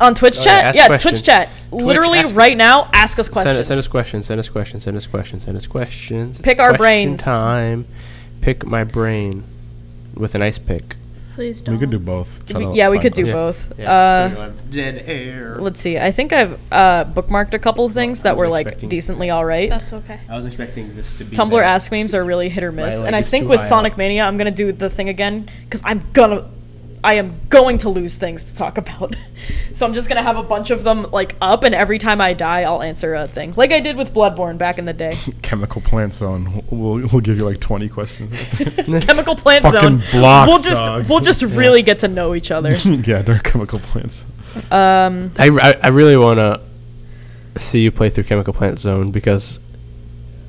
Speaker 2: On Twitch
Speaker 1: Oh, yeah,
Speaker 2: chat?
Speaker 1: ask
Speaker 2: Yeah,
Speaker 1: questions.
Speaker 2: Twitch chat.
Speaker 1: Twitch,
Speaker 2: Literally
Speaker 1: ask-
Speaker 2: right now, ask us questions.
Speaker 1: Send, us- send us questions. Send us questions. Send us questions. Send us questions.
Speaker 2: Pick our
Speaker 1: Question
Speaker 2: brains.
Speaker 1: Time. Pick my brain with an ice pick.
Speaker 4: Please
Speaker 3: We
Speaker 4: don't.
Speaker 3: could do both. Try
Speaker 2: We-
Speaker 3: to
Speaker 2: yeah, we
Speaker 3: find
Speaker 2: could do
Speaker 3: both.
Speaker 2: both.
Speaker 1: Yeah,
Speaker 2: Uh,
Speaker 1: so we don't have dead air.
Speaker 2: let's see. I think I've uh, bookmarked a couple things that
Speaker 1: was
Speaker 2: were like
Speaker 1: expecting-
Speaker 2: decently all right.
Speaker 4: That's okay.
Speaker 1: I was expecting this to be
Speaker 2: Tumblr
Speaker 1: better. *laughs*
Speaker 2: ask memes are really hit or miss,
Speaker 1: leg
Speaker 2: and I
Speaker 1: is
Speaker 2: think
Speaker 1: too
Speaker 2: with
Speaker 1: high
Speaker 2: Sonic
Speaker 1: up.
Speaker 2: Mania, I'm gonna do the thing again because I'm gonna, I am going to lose things to talk about. *laughs* so I'm just gonna have a bunch of them like up, and every time I die, I'll answer a thing like I did with Bloodborne back in
Speaker 1: *laughs*
Speaker 2: the day.
Speaker 3: Chemical plant zone. We'll, we'll give you like
Speaker 2: *laughs*
Speaker 3: 20 questions. *laughs*
Speaker 2: Chemical Plant
Speaker 3: Fucking
Speaker 2: Zone.
Speaker 3: blocks,
Speaker 2: we'll just
Speaker 3: dog.
Speaker 2: we'll
Speaker 1: *laughs*
Speaker 2: just really get to know each other.
Speaker 3: yeah, they're chemical plants.
Speaker 2: Um,
Speaker 1: I, I, I really want to see you play through Chemical Plant Zone because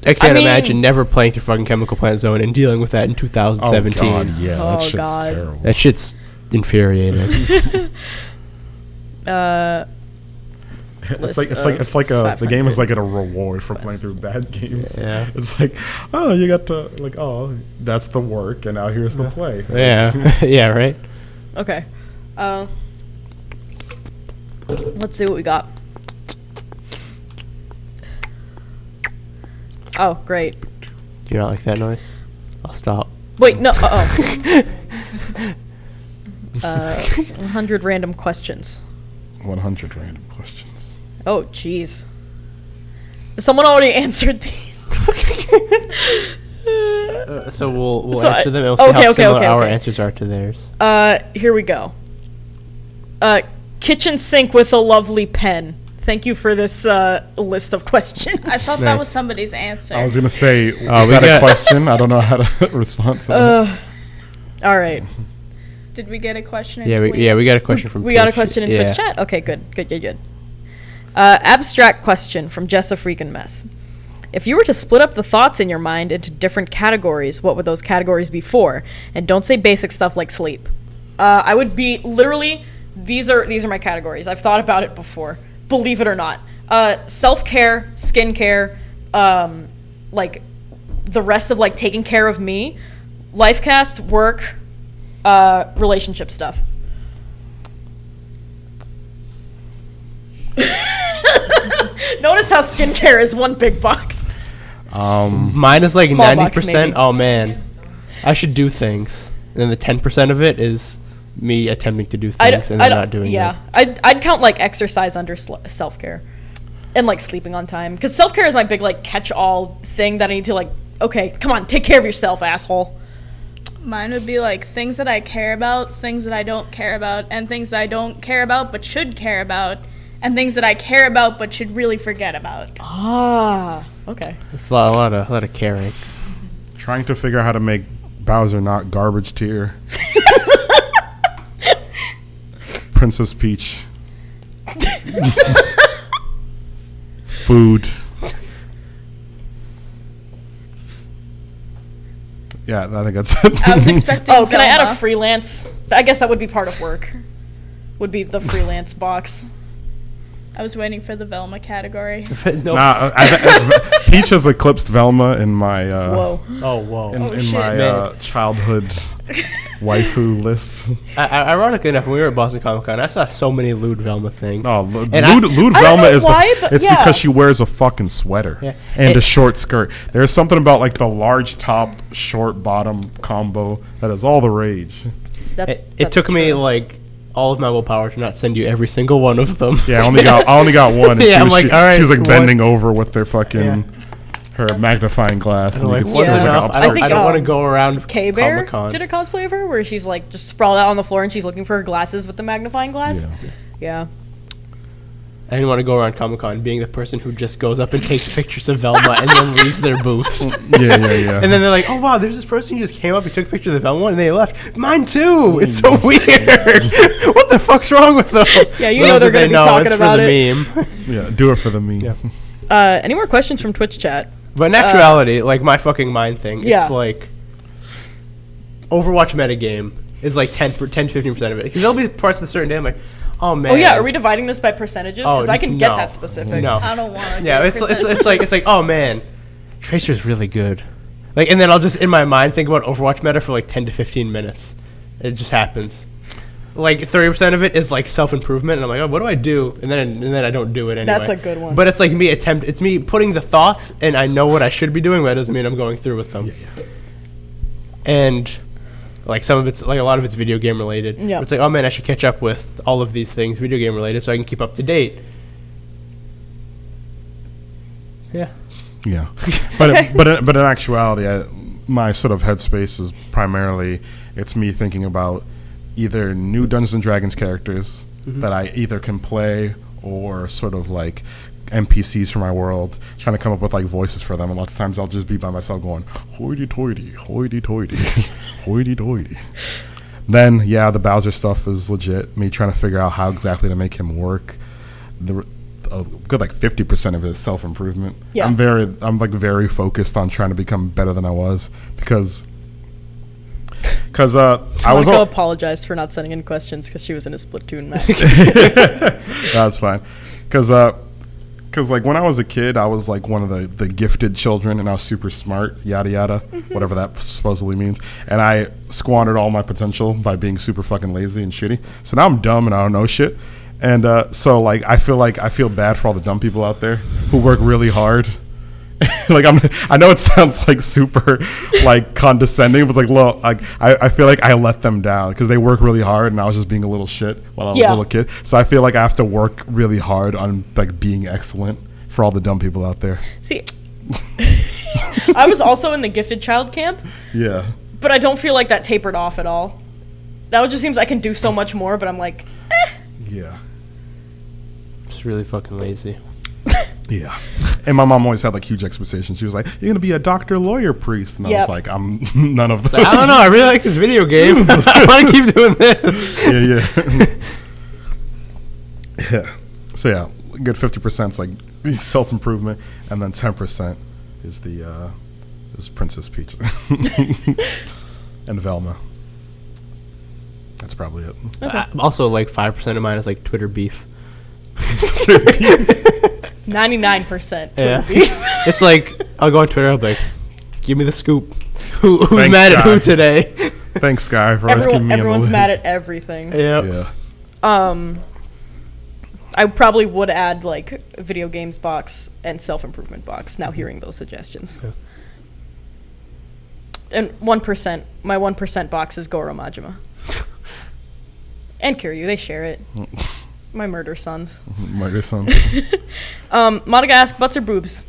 Speaker 1: I can't
Speaker 2: mean-
Speaker 1: imagine never playing through fucking Chemical Plant Zone and dealing with that in
Speaker 3: Oh
Speaker 1: 2017.
Speaker 3: god, yeah,
Speaker 2: Oh,
Speaker 3: that shit's
Speaker 2: God.
Speaker 3: terrible.
Speaker 1: That shit's *laughs* infuriating.
Speaker 2: Uh,
Speaker 3: *laughs* it's like it's like it's like a the game is like a reward for playing through bad *laughs* games.
Speaker 1: Yeah.
Speaker 3: It's like, oh, you got to like, oh, that's the work, and now here's the play.
Speaker 1: yeah, *laughs* yeah, right.
Speaker 2: okay. Uh, let's see what we got. Oh, great.
Speaker 1: Do you not like that noise? I'll stop.
Speaker 2: Wait, no. Uh, oh. uh, 100 random questions.
Speaker 3: One hundred random questions.
Speaker 2: Oh, jeez. Someone already *laughs* answered these.
Speaker 1: Uh, so we'll we'll
Speaker 2: So I-
Speaker 1: answer them and we'll see
Speaker 2: okay,
Speaker 1: how
Speaker 2: okay,
Speaker 1: similar
Speaker 2: okay,
Speaker 1: our
Speaker 2: okay.
Speaker 1: answers are to theirs.
Speaker 2: uh, here we go. Uh, kitchen sink with a lovely pen. Thank you for this uh, list of *laughs* questions.
Speaker 4: I thought that
Speaker 1: Nice.
Speaker 4: was somebody's answer.
Speaker 3: I was gonna say, is
Speaker 1: Uh, we
Speaker 3: that a
Speaker 1: got-
Speaker 3: question? I don't know how to *laughs* respond to that.
Speaker 4: Uh,
Speaker 2: All right.
Speaker 4: Did we get a question? in
Speaker 1: Yeah, we
Speaker 4: Twitch?
Speaker 1: yeah we got a question from
Speaker 2: We got a
Speaker 1: Twitch.
Speaker 2: question in
Speaker 1: Yeah.
Speaker 2: Twitch chat. Okay, good, good, good, good. Uh, abstract question from Jessa Freakin Mess. If you were to split up the thoughts in your mind into different categories, what would those categories be for? And don't say basic stuff like sleep. Uh, I would be literally these are these are my categories. I've thought about it before. Believe it or not, uh, self care, skin care, um, like the rest of like taking care of me, life cast, work, uh, relationship stuff. Notice how skincare is one big box.
Speaker 1: Mine is like
Speaker 2: Small
Speaker 1: ninety
Speaker 2: box,
Speaker 1: percent.
Speaker 2: maybe.
Speaker 1: Oh man, I should do things, and then the ten percent of it is me attempting to do things
Speaker 2: I'd,
Speaker 1: and then
Speaker 2: I'd-
Speaker 1: not doing
Speaker 2: yeah,
Speaker 1: them.
Speaker 2: I'd, I'd count like exercise under sl- self care, and like sleeping on time because self care is my big like catch all thing that I need to like. Okay, come on, take care of yourself, asshole.
Speaker 4: Mine would be like things that I care about, things that I don't care about, and things that I don't care about but should care about, and things that I care about but should really forget about.
Speaker 2: Ah, okay.
Speaker 1: It's a lot, a lot of a lot of caring. *laughs*
Speaker 3: Trying to figure out how to make Bowser not
Speaker 4: *laughs*
Speaker 3: garbage tier. Princess Peach. Food. Yeah, I think that's
Speaker 2: *laughs*
Speaker 3: it.
Speaker 4: I was expecting.
Speaker 2: Oh, can I add a
Speaker 4: Velma.
Speaker 2: freelance? I guess that would be part of work. Would be the freelance box.
Speaker 4: I was waiting for the Velma
Speaker 2: *laughs*
Speaker 4: category.
Speaker 1: no.
Speaker 3: *laughs* nah,
Speaker 4: *laughs*
Speaker 3: I, I, Peach has eclipsed Velma in my uh,
Speaker 2: Whoa.
Speaker 1: Oh whoa.
Speaker 3: in, in
Speaker 4: shit.
Speaker 3: my uh, childhood waifu list.
Speaker 1: I, I, ironically enough, when we were at Boston Comic Con, I saw so many lewd Velma things.
Speaker 3: No, Oh, Lu-
Speaker 1: And I-
Speaker 3: Lude, Lude
Speaker 2: I don't
Speaker 3: Velma
Speaker 2: know
Speaker 3: is
Speaker 2: why,
Speaker 3: the.
Speaker 2: but
Speaker 3: it's
Speaker 2: yeah.
Speaker 3: because she wears a fucking sweater
Speaker 1: Yeah.
Speaker 3: and a
Speaker 1: It-
Speaker 3: short skirt. There's something about like the large top, short bottom combo that is all the rage.
Speaker 2: That's.
Speaker 1: It, it
Speaker 2: that's
Speaker 1: took me
Speaker 2: true.
Speaker 1: like all of my willpower to not send you every single one of them.
Speaker 3: Yeah, I only got I
Speaker 1: *laughs*
Speaker 3: only got one. And
Speaker 1: Yeah,
Speaker 3: she
Speaker 1: I'm
Speaker 3: was,
Speaker 1: like,
Speaker 3: she,
Speaker 1: all right,
Speaker 3: she was like
Speaker 1: what-
Speaker 3: bending over with their fucking her magnifying glass.
Speaker 1: I'm
Speaker 3: and
Speaker 1: like,
Speaker 3: you could-
Speaker 1: what
Speaker 3: it was
Speaker 1: is
Speaker 2: like an
Speaker 1: up? I
Speaker 2: upside
Speaker 1: don't, I
Speaker 2: down.
Speaker 1: don't want to go around
Speaker 2: K Bear
Speaker 1: Comic Con.
Speaker 2: did a cosplay of her where she's like just sprawled out on the floor and she's looking for her glasses with the magnifying glass.
Speaker 3: Yeah.
Speaker 2: Yeah.
Speaker 1: I didn't want to go around Comic Con being the person who just goes up and takes pictures of Velma and then leaves their booth.
Speaker 3: *laughs* yeah, yeah, yeah.
Speaker 1: And then they're like, "Oh wow, there's this person who just came up, he took a picture of the Velma, one, and they left. Mine too. It's so weird. *laughs* what the fuck's wrong with them?
Speaker 2: Yeah, you
Speaker 1: Little
Speaker 2: know they're
Speaker 1: did they
Speaker 2: gonna be talking
Speaker 1: it's
Speaker 2: about
Speaker 1: for the
Speaker 2: it. *laughs*
Speaker 1: meme.
Speaker 3: yeah, do it for the meme.
Speaker 1: Yeah.
Speaker 2: Uh, any more questions from Twitch chat?
Speaker 1: But in actuality, like my fucking mind thing,
Speaker 2: Uh, Yeah.
Speaker 1: it's like Overwatch metagame is like 10 per, 10 15 percent of it. Because there'll be parts of the certain day I'm like, oh man.
Speaker 2: Oh yeah, are we dividing this by percentages? Because
Speaker 1: Oh,
Speaker 2: I can get
Speaker 1: no.
Speaker 2: that specific.
Speaker 1: No.
Speaker 4: I don't want to.
Speaker 1: yeah, it's, it's it's like it's like oh man, Tracer's really good. Like, and then I'll just in my mind think about Overwatch meta for like 10 to 15 minutes. It just happens. Like 30% of it is like self improvement, and I'm like, oh, what do I do? And then and then I don't do it anyway.
Speaker 2: That's a good one.
Speaker 1: But it's like me attempt. It's me putting the thoughts, and I know what I should be doing, but that doesn't mean I'm going through with them. And like some of it's like a lot of it's video game related.
Speaker 2: Yeah.
Speaker 1: It's like, oh man, I should catch up with all of these things video game related so I can keep up to date. Yeah.
Speaker 3: Yeah, but it, but in, but in actuality, I, my sort of headspace is primarily it's me thinking about either new Dungeons and Dragons characters that I either can play or sort of like NPCs for my world, trying to come up with like voices for them. And lots of times I'll just be by myself going hoity toity, hoity toity, *laughs* hoity toity. Then yeah, the Bowser stuff is legit. Me trying to figure out how exactly to make him work. The, a good like fifty percent of it is self improvement.
Speaker 2: Yeah.
Speaker 3: I'm very I'm like very focused on trying to become better than I was because because uh I was
Speaker 2: Monica
Speaker 3: al-
Speaker 2: apologized for not sending in questions because she was in a Splatoon match.
Speaker 3: That's fine. Cause uh, cause like when I was a kid, I was like one of the the gifted children, and I was super smart, yada yada, whatever that supposedly means. And I squandered all my potential by being super fucking lazy and shitty. So now I'm dumb and I don't know shit. And uh, so like I feel like I feel bad for all the dumb people out there who work really hard. *laughs* like I'm, I know it sounds like super, like condescending, but it's like look, like I, I feel like I let them down because they work really hard, and I was just being a little shit while I was
Speaker 2: Yeah.
Speaker 3: a little kid. So I feel like I have to work really hard on like being excellent for all the dumb people out there.
Speaker 2: See, *laughs* I was also in the gifted child camp,
Speaker 3: Yeah,
Speaker 2: but I don't feel like that tapered off at all. Now it just seems I can do so much more, but I'm like,
Speaker 3: yeah,
Speaker 6: Just really fucking lazy.
Speaker 3: yeah. And my mom always had like huge expectations. She was like, "You're gonna be a doctor, lawyer, priest," and I
Speaker 2: Yep.
Speaker 3: was like, "I'm *laughs* none of those."
Speaker 6: I don't know. I really like this video game. *laughs* I want to keep doing this.
Speaker 3: yeah,
Speaker 2: *laughs*
Speaker 3: yeah. *laughs* yeah. So yeah, a good fifty percent's like *laughs* self improvement, and then ten percent is the uh, is
Speaker 2: *laughs*
Speaker 3: Princess Peach and Velma. That's probably it.
Speaker 6: Uh, also, like five percent of mine is like Twitter beef.
Speaker 2: 99%.
Speaker 6: Yeah, *laughs* it's like I'll go on Twitter. I'll be like, "Give me the scoop. *laughs* Who, who's
Speaker 3: Thanks,
Speaker 6: mad at who
Speaker 3: guy.
Speaker 6: today?" *laughs*
Speaker 3: Thanks, Sky, for always keeping
Speaker 2: Everyone, everyone's
Speaker 3: me on the loop.
Speaker 2: mad at everything.
Speaker 6: Yeah.
Speaker 3: Yeah,
Speaker 2: Um, I probably would add like video games box and self improvement box. Now hearing those suggestions,
Speaker 6: Mm-hmm. Yeah.
Speaker 2: and one percent, my one percent box is Goro Majima and Kiryu. They share it.
Speaker 6: Mm.
Speaker 2: my murder sons.
Speaker 3: murder some
Speaker 2: Um, Monica asked, "Butts or boobs?"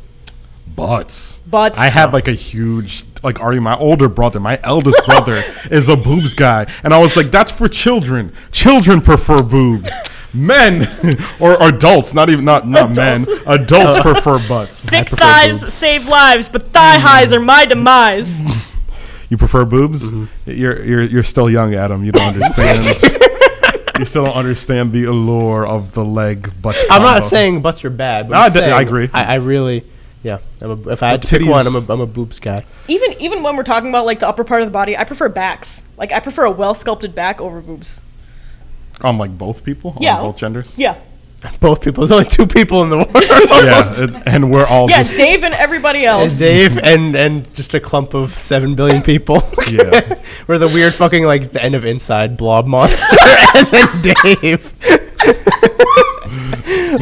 Speaker 3: butts.
Speaker 2: Butts.
Speaker 3: I had like a huge like Ari, my older brother, my eldest *laughs* brother is a boobs guy, and I was like, that's for children. Children prefer boobs. Men *laughs* or adults, not even not not men. Adults prefer butts.
Speaker 2: Thick
Speaker 6: prefer
Speaker 2: thighs
Speaker 6: boobs. Mm.
Speaker 2: save lives, but thigh highs are
Speaker 6: *laughs*
Speaker 2: my demise.
Speaker 3: You prefer boobs?
Speaker 6: Mm-hmm.
Speaker 3: You're you're you're still young, Adam. You don't understand. you still don't understand the allure of the leg butt.
Speaker 6: I'm not
Speaker 3: combo.
Speaker 6: saying butts are bad. But
Speaker 3: No,
Speaker 6: I'm
Speaker 3: I d- I
Speaker 6: saying
Speaker 3: agree.
Speaker 6: I, I really, yeah. I'm a, if I had to pick
Speaker 3: Titties.
Speaker 6: one, I'm a, I'm a boobs guy.
Speaker 2: Even even when we're talking about like the upper part of the body, I prefer backs. Like I prefer a well sculpted back over boobs.
Speaker 3: on like both people, on
Speaker 2: Yeah.
Speaker 3: both genders.
Speaker 2: *laughs* Yeah.
Speaker 6: Both people. There's only two people in the world.
Speaker 3: Yeah, it's, and we're all
Speaker 2: Yeah,
Speaker 3: just
Speaker 2: Dave and everybody
Speaker 6: It's
Speaker 2: else.
Speaker 6: Dave and and just a clump of seven billion people.
Speaker 3: Yeah.
Speaker 6: *laughs* We're the weird fucking like the end of Inside Blob Monster *laughs* and then Dave. *laughs*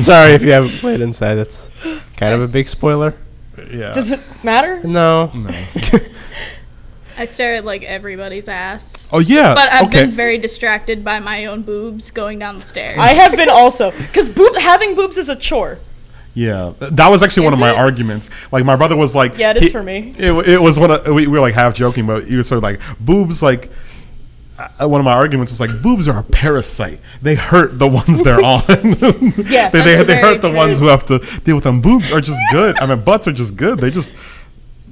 Speaker 6: Sorry if you haven't played Inside. That's kind of a big spoiler.
Speaker 3: yeah.
Speaker 2: Does it matter?
Speaker 6: No.
Speaker 4: I stare at like everybody's ass.
Speaker 3: Oh yeah.
Speaker 4: But I've
Speaker 3: okay.
Speaker 4: been very distracted by my own boobs going down the stairs.
Speaker 2: I have been also because boob having boobs is a chore.
Speaker 3: Yeah, th- that was actually one
Speaker 4: Is
Speaker 3: of my
Speaker 4: it?
Speaker 3: arguments. Like my brother was like,
Speaker 2: Yeah, it is
Speaker 3: he-
Speaker 2: for me.
Speaker 3: It, w- it was one of we, we were like half joking, but he was sort of like boobs. Like uh, one of my arguments was like boobs are a parasite. They hurt the
Speaker 2: *laughs*
Speaker 3: ones they're on.
Speaker 2: Yes.
Speaker 3: *laughs* they, they,
Speaker 4: That's
Speaker 3: they
Speaker 4: very
Speaker 3: hurt the
Speaker 4: true.
Speaker 3: ones who have to deal with them. Boobs are just good. I mean, butts are just good. They just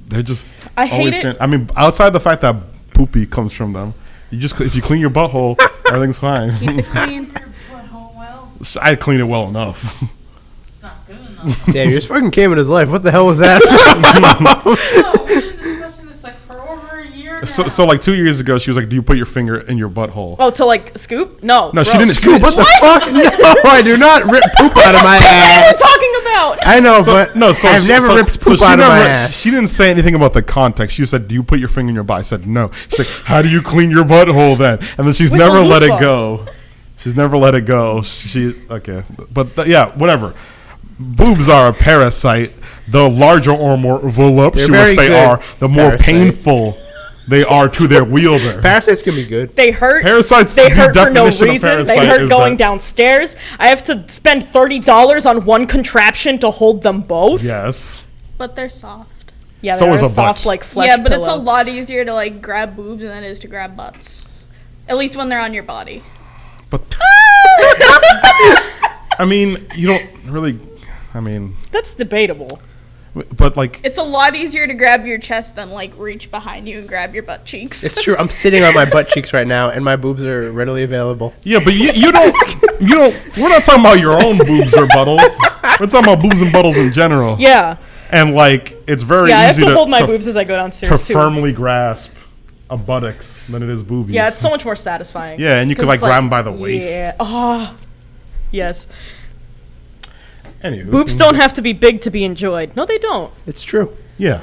Speaker 3: they're just.
Speaker 2: I hate it.
Speaker 3: fan- I mean, outside the fact that poopy comes from them, you just cl- if you clean
Speaker 2: *laughs*
Speaker 3: your butthole, everything's fine.
Speaker 4: Keep it clean.
Speaker 5: Your butthole well,
Speaker 3: *laughs* I clean it well enough.
Speaker 5: it's
Speaker 3: *laughs*
Speaker 5: not good enough.
Speaker 6: Damn, you just fucking came in his life. What the hell was that? *laughs*
Speaker 5: no, we've been discussing this like for over a year now.
Speaker 3: So, so like two years ago, she was like, "Do you put your finger in your butthole?"
Speaker 2: Oh, to like scoop? No.
Speaker 3: No, she
Speaker 2: gross.
Speaker 3: didn't.
Speaker 6: Scoop, what the fuck? *laughs* No, I do not rip poop out of my
Speaker 2: What are
Speaker 6: ass.
Speaker 2: you talking about?
Speaker 6: I know,
Speaker 3: So,
Speaker 6: but
Speaker 3: no, so
Speaker 6: I've
Speaker 3: she-
Speaker 6: never
Speaker 3: so-
Speaker 6: ripped
Speaker 3: so
Speaker 6: poop
Speaker 3: she
Speaker 6: out of my
Speaker 3: never-
Speaker 6: ass.
Speaker 3: She didn't say anything about the context. She said, "Do you put your finger in your butt?" I said, "No." She's like, "How do you clean your butthole then?" And then she's
Speaker 2: With a
Speaker 3: never let it
Speaker 2: loofah.
Speaker 3: go. She's never let it go. She okay, but th- yeah, whatever. Boobs are a parasite. The larger or more voluptuous
Speaker 6: very
Speaker 3: they
Speaker 6: good
Speaker 3: are, the more
Speaker 6: parasite.
Speaker 3: painful they are to their wielder.
Speaker 6: Parasites can be good.
Speaker 2: They hurt.
Speaker 3: Parasites,
Speaker 2: They
Speaker 3: the
Speaker 2: hurt for no
Speaker 3: definition of
Speaker 2: reason. They
Speaker 3: parasite
Speaker 2: hurt
Speaker 3: is
Speaker 2: going
Speaker 3: that-
Speaker 2: downstairs. I have to spend thirty dollars on one contraption to hold them both.
Speaker 3: yes.
Speaker 4: But they're soft.
Speaker 2: Yeah,
Speaker 3: So
Speaker 2: they
Speaker 3: is
Speaker 2: are
Speaker 3: a
Speaker 2: soft
Speaker 3: butt.
Speaker 2: like flesh.
Speaker 4: yeah, but it's a
Speaker 2: pillow.
Speaker 4: lot easier to like grab boobs than it is to grab butts. At least when they're on your body.
Speaker 3: But
Speaker 2: *laughs*
Speaker 3: I mean, you don't really. I mean,
Speaker 2: That's debatable.
Speaker 3: but like,
Speaker 4: It's a lot easier to grab your chest than like reach behind you and grab your butt
Speaker 2: *laughs*
Speaker 4: cheeks.
Speaker 6: It's true. I'm sitting on my butt cheeks right now, and my boobs are readily available.
Speaker 3: yeah, but you, you don't, you don't. We're not talking about your own boobs or buttholes. We're talking about boobs and buttholes in general.
Speaker 2: Yeah.
Speaker 3: And like, it's very
Speaker 2: yeah, I have
Speaker 3: easy
Speaker 2: to, hold my
Speaker 3: to,
Speaker 2: boobs as I go
Speaker 3: to
Speaker 2: downstairs too.
Speaker 3: firmly grasp a buttocks than it is boobies.
Speaker 2: yeah, it's so much more satisfying.
Speaker 3: Yeah, and you can,
Speaker 2: 'Cause
Speaker 3: like,
Speaker 2: it's
Speaker 3: grab 'em by the waist.
Speaker 2: Yeah. Oh, yes.
Speaker 3: Anywho,
Speaker 2: Boobs don't have to be big to be enjoyed. No, they don't.
Speaker 1: It's true.
Speaker 3: Yeah.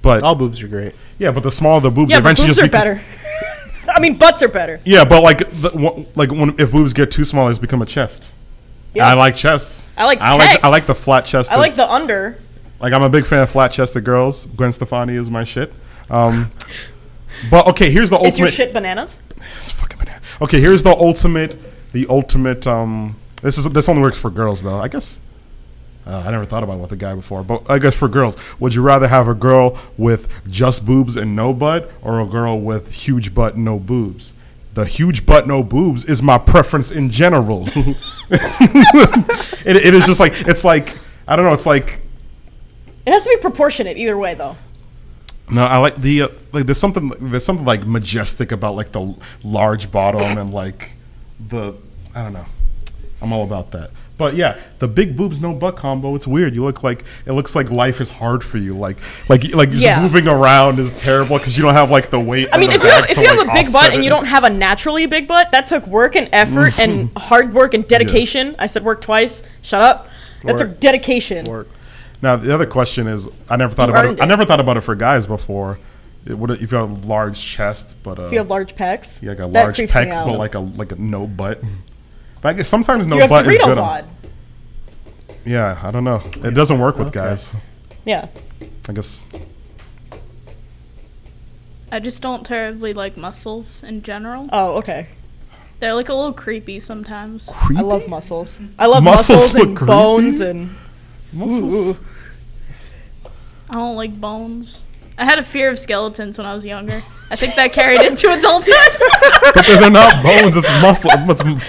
Speaker 3: But
Speaker 1: All boobs are great.
Speaker 3: yeah, but the smaller the boob,
Speaker 2: Yeah, but
Speaker 3: eventually
Speaker 2: boobs
Speaker 3: just
Speaker 2: are
Speaker 3: become-
Speaker 2: better. I mean, butts are better. *laughs*
Speaker 3: Yeah, but like, the, one- like when if boobs get too small, it's become a chest.
Speaker 2: Yeah.
Speaker 3: I like chests.
Speaker 2: I like
Speaker 3: I like I
Speaker 2: pecs.
Speaker 3: like the flat chested.
Speaker 2: I like the under.
Speaker 3: Like I'm a big fan of flat chested girls. Gwen Stefani is my shit. Um, *laughs* but okay, here's the
Speaker 2: Is your
Speaker 3: ultimate.
Speaker 2: shit bananas?
Speaker 3: It's fucking banana. Okay, here's the ultimate. The ultimate. Um, this is this only works for girls though. I guess. Uh, I never thought about it with a guy before, but I guess for girls, would you rather have a girl with just boobs and no butt, or a girl with huge butt and no boobs? The huge butt, no boobs is my preference in general. *laughs* it, it is just like it's like I don't know. It's like
Speaker 2: It has to be proportionate either way, though.
Speaker 3: No, I like the uh, like. There's something there's something like majestic about like the l- large bottom and like the I don't know. I'm all about that. But yeah, the big boobs no butt combo. It's weird. You look like it looks like life is hard for you. Like like like just
Speaker 2: Yeah.
Speaker 3: moving around is terrible because you don't have like the weight.
Speaker 2: I mean,
Speaker 3: and
Speaker 2: if
Speaker 3: the
Speaker 2: you have,
Speaker 3: back
Speaker 2: if
Speaker 3: to,
Speaker 2: you have
Speaker 3: like,
Speaker 2: a big
Speaker 3: offset
Speaker 2: butt and
Speaker 3: it.
Speaker 2: you don't have a naturally big butt, that took work and effort
Speaker 3: *laughs*
Speaker 2: and hard work and dedication. I said work twice. Shut up. That took
Speaker 1: Work.
Speaker 2: dedication.
Speaker 1: Work.
Speaker 3: Now the other question is, I never thought
Speaker 2: You
Speaker 3: about
Speaker 2: earned
Speaker 3: it. I
Speaker 2: it.
Speaker 3: never thought about it for guys before. It, what if you have a large chest, but uh,
Speaker 2: If you have large pecs,
Speaker 3: yeah, like a
Speaker 2: that
Speaker 3: large
Speaker 2: creeps me
Speaker 3: pecs,
Speaker 2: out.
Speaker 3: but like a like a no butt. But I guess sometimes no
Speaker 2: you have
Speaker 3: butt is
Speaker 2: Dorito
Speaker 3: good.
Speaker 2: bod.
Speaker 3: Yeah, I don't know. It doesn't work with guys.
Speaker 2: Yeah.
Speaker 3: I guess.
Speaker 4: I just don't terribly like muscles in general.
Speaker 2: Oh, okay.
Speaker 4: They're like a little creepy sometimes.
Speaker 2: I love muscles. I love
Speaker 3: Muscles
Speaker 2: muscles,
Speaker 3: look
Speaker 2: and
Speaker 3: creepy?
Speaker 2: bones and
Speaker 3: Muscles.
Speaker 4: I don't like bones. I had a fear of skeletons when I was younger. I think that
Speaker 2: *laughs*
Speaker 4: carried into adulthood. *laughs*
Speaker 3: *laughs* But they're not bones. It's muscle. It's, m-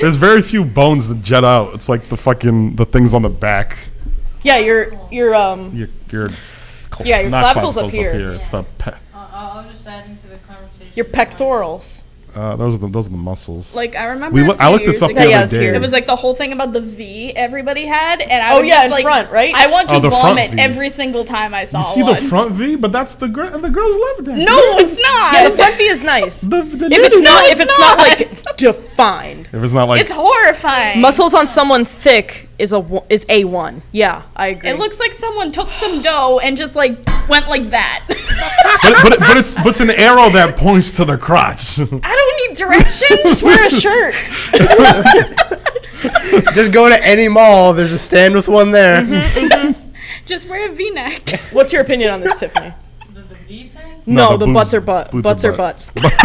Speaker 3: there's very few bones that jet out. It's like the fucking the things on the back.
Speaker 2: yeah, your your um
Speaker 3: Your your cl-
Speaker 2: Yeah, your
Speaker 3: not
Speaker 2: clavicles up here.
Speaker 3: It's the pe-
Speaker 5: I'll, Uh, I'll I'll just add into the conversation.
Speaker 2: your pectorals.
Speaker 3: uh, those are the those are the muscles.
Speaker 4: like I remember.
Speaker 3: we
Speaker 4: a
Speaker 3: loo- I
Speaker 4: few
Speaker 3: looked this
Speaker 4: years
Speaker 3: up
Speaker 4: ago,
Speaker 3: the
Speaker 2: Yeah,
Speaker 3: other
Speaker 2: it's here.
Speaker 3: day.
Speaker 4: It was like the whole thing about the V everybody had, and I
Speaker 2: Oh,
Speaker 4: was
Speaker 2: yeah,
Speaker 4: just
Speaker 2: in
Speaker 4: like,
Speaker 2: front, right?
Speaker 4: I want to
Speaker 3: Oh, the front
Speaker 4: vomit
Speaker 3: V.
Speaker 4: every single time I saw
Speaker 3: you see
Speaker 4: one.
Speaker 3: the front V, but that's the girl. The girls love that.
Speaker 4: *laughs* No, *laughs* it's not.
Speaker 2: Yeah, the front V is nice.
Speaker 3: The, the
Speaker 2: if it's
Speaker 4: No,
Speaker 2: not if
Speaker 4: it's
Speaker 2: it's not,
Speaker 4: not.
Speaker 2: like
Speaker 3: *laughs*
Speaker 2: it's defined.
Speaker 3: if it's not like
Speaker 4: it's horrifying.
Speaker 2: Muscles on someone thick is a wo- is a one. Yeah, I agree.
Speaker 4: It looks like someone took some dough and just like went like that. *laughs*
Speaker 3: but, but, but it's but it's an arrow that points to the crotch. *laughs*
Speaker 4: I don't need directions.
Speaker 2: *laughs* wear a shirt.
Speaker 1: Just go to any mall. There's a stand with one there.
Speaker 4: Just wear a V-neck.
Speaker 2: What's your opinion on this, Tiffany?
Speaker 5: The, the V thing?
Speaker 2: No,
Speaker 3: *laughs* the
Speaker 2: the,
Speaker 3: boobs-
Speaker 2: butts are butt.
Speaker 3: boots are
Speaker 2: Butts are
Speaker 3: butt.
Speaker 2: butts.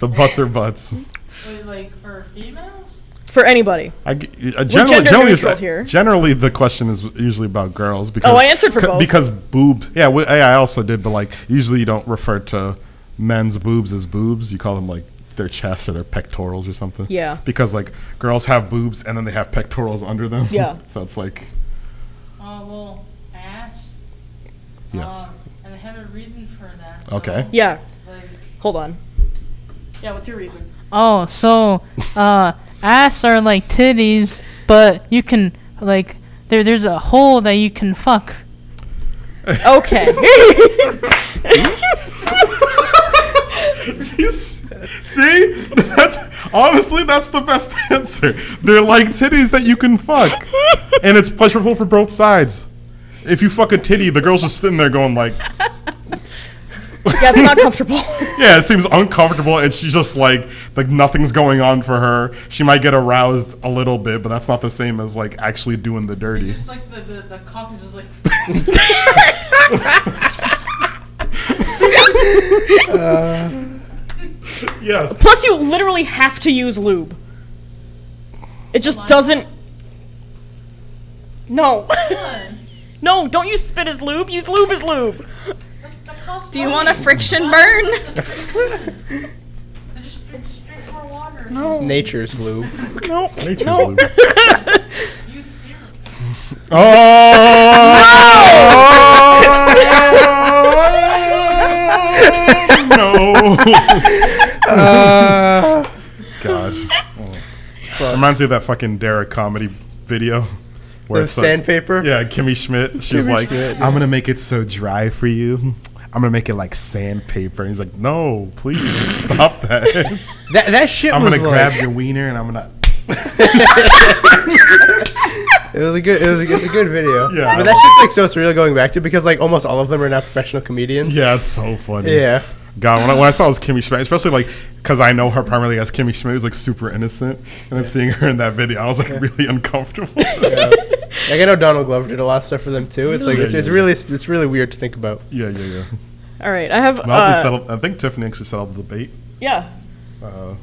Speaker 3: the butts are butts.
Speaker 5: Wait, like for females?
Speaker 2: For anybody.
Speaker 3: I, g- uh, generally,
Speaker 2: gender
Speaker 3: generally, it's-
Speaker 2: neutral here. Oh,
Speaker 3: generally, the question is usually about girls because
Speaker 2: I answered for
Speaker 3: c-
Speaker 2: both.
Speaker 3: because boobs. Yeah, we, I I also did, but like usually you don't refer to men's boobs as boobs. You call them like their chest or their pectorals or something.
Speaker 2: Yeah.
Speaker 3: because like girls have boobs and then they have pectorals under them.
Speaker 2: Yeah.
Speaker 3: *laughs* so it's like
Speaker 5: Uh, well, ass.
Speaker 3: yes,
Speaker 5: Uh, and I have a reason for that.
Speaker 3: Okay.
Speaker 2: Yeah.
Speaker 5: So, like,
Speaker 2: Hold on.
Speaker 5: yeah, what's your reason?
Speaker 7: Oh, so uh, ass are like titties, but you can like there. There's a hole that you can fuck.
Speaker 3: *laughs*
Speaker 2: Okay.
Speaker 3: See? see, that's, honestly, that's the best *laughs* answer. They're like titties that you can fuck, and it's pleasurable for both sides. If you fuck a titty, the girl's just sitting there going like.
Speaker 2: yeah, it's not comfortable. *laughs*
Speaker 3: Yeah, it seems uncomfortable, and she's just like like nothing's going on for her. She might get aroused a little bit, but that's not the same as like actually doing the dirty.
Speaker 5: Just like the, the, the cock is just like. *laughs*
Speaker 3: Yes, *laughs*
Speaker 2: Plus, you literally have to use lube. It just doesn't. No. *laughs* no, don't use spit as lube. Use lube as
Speaker 3: *laughs*
Speaker 2: lube.
Speaker 5: That's the cost
Speaker 4: Do you want a friction burn? *laughs*
Speaker 5: Just drink, just drink more water.
Speaker 1: It's nature's lube.
Speaker 2: No.
Speaker 3: nature's
Speaker 2: no.
Speaker 3: lube.
Speaker 5: Use serum.
Speaker 1: Oh.
Speaker 3: *laughs*
Speaker 1: *laughs*
Speaker 3: Oh no! God, Reminds me of that fucking Derek comedy video. Where
Speaker 1: The
Speaker 3: it's like-
Speaker 1: sandpaper?
Speaker 3: yeah, Kimmy Schmidt. She's
Speaker 1: Kimmy
Speaker 3: like,
Speaker 1: Schmidt,
Speaker 3: I'm gonna make it so dry for you. I'm gonna make it like sandpaper. And he's like, No, please *laughs*
Speaker 1: *laughs*
Speaker 3: stop that.
Speaker 1: That that shit
Speaker 3: I'm
Speaker 1: was
Speaker 3: gonna
Speaker 1: like,
Speaker 3: grab your wiener and I'm gonna.
Speaker 1: It was a good. It was a, it's a good video.
Speaker 3: *laughs* Yeah.
Speaker 1: but that's just like so it's really going back to because like almost all of them are now professional comedians.
Speaker 3: Yeah, it's so funny.
Speaker 1: Yeah.
Speaker 3: God, when I, when I saw it was Kimmy Schmidt, especially like because I know her primarily as Kimmy Schmidt, was like super innocent, and then seeing her in that video, I was like really uncomfortable. yeah,
Speaker 1: Like I know Donald Glover did a lot of stuff for them too. It's like
Speaker 3: Yeah,
Speaker 1: it's, it's
Speaker 3: yeah.
Speaker 1: really it's really weird to think about.
Speaker 3: *laughs* yeah, yeah.
Speaker 2: All right, I have.
Speaker 3: Well, I, hope
Speaker 2: uh,
Speaker 3: we settled, I think Tiffany actually settled the debate.
Speaker 2: yeah,
Speaker 3: Uh,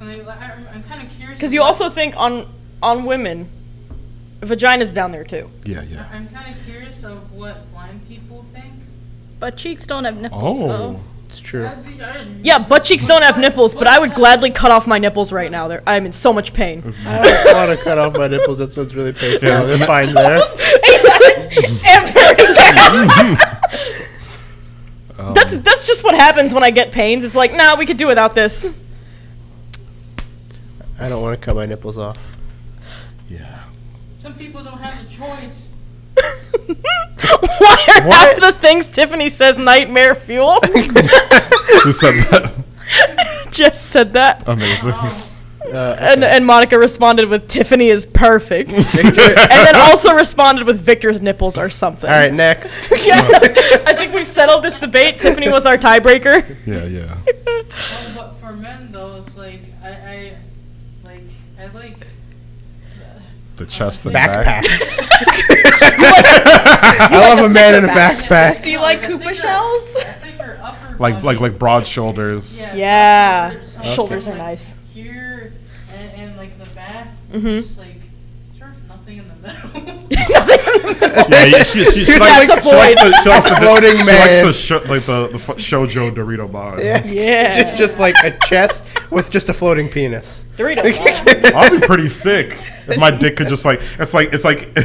Speaker 5: And I, I'm, I'm kind of curious.
Speaker 2: because you
Speaker 5: about-
Speaker 2: also think on on women, vagina's down there too.
Speaker 3: yeah, yeah.
Speaker 5: I'm kind of curious of what blind people think.
Speaker 4: Butt cheeks don't have nipples,
Speaker 3: Oh,
Speaker 4: though.
Speaker 1: It's true.
Speaker 5: Uh, these are-
Speaker 2: Yeah, butt cheeks don't have nipples, but I would gladly cut off my nipples right now. They're, I'm in so much
Speaker 1: *laughs*
Speaker 2: pain.
Speaker 1: I don't want to cut off my nipples. That sounds really painful.
Speaker 3: Yeah.
Speaker 1: They're fine there. *laughs* Mm-hmm.
Speaker 3: Um,
Speaker 2: That's that's just what happens when I get pains. It's like, nah, we could do without this. *laughs*
Speaker 1: I don't want to cut my nipples off.
Speaker 3: yeah.
Speaker 5: Some people don't have a choice.
Speaker 2: Why are half the things Tiffany says
Speaker 1: *laughs*
Speaker 2: nightmare fuel?
Speaker 3: Who said that? *laughs*
Speaker 2: just said that,
Speaker 3: Amazing.
Speaker 2: Oh.
Speaker 1: Uh,
Speaker 2: and and Monica responded with Tiffany
Speaker 1: *laughs*
Speaker 2: is perfect, and
Speaker 1: Victor-
Speaker 2: then also responded with Victor's nipples are something.
Speaker 1: All right, next.
Speaker 2: I think we've settled this debate. Tiffany was our tiebreaker.
Speaker 3: Yeah, yeah.
Speaker 5: Oh, but for men though, it's like I, I like I like
Speaker 3: The chest and back.
Speaker 1: Backpacks. I love a man in a backpack.
Speaker 4: Do you like Koopa
Speaker 3: *laughs*
Speaker 5: thicker-
Speaker 4: shells?
Speaker 5: I think her upper
Speaker 3: Like,
Speaker 5: body-
Speaker 3: like, like broad shoulders.
Speaker 5: Yeah.
Speaker 2: Yeah,
Speaker 5: Okay.
Speaker 2: shoulders are nice.
Speaker 5: here and, and like the back,
Speaker 2: Mm-hmm.
Speaker 5: just like sort of nothing in
Speaker 2: *laughs*
Speaker 5: the middle.
Speaker 3: Yeah, yeah, she, she, she,
Speaker 2: That's
Speaker 3: likes,
Speaker 2: a
Speaker 3: she likes the, she likes the
Speaker 1: Floating
Speaker 3: she
Speaker 1: man.
Speaker 3: likes the sho- like the the fo- shojo Dorito bar.
Speaker 1: Yeah.
Speaker 2: Yeah,
Speaker 1: Just, just like a chest with just a floating penis. *laughs*
Speaker 2: Doritos.
Speaker 3: I'd be pretty sick if my dick could just like it's like it's like *laughs*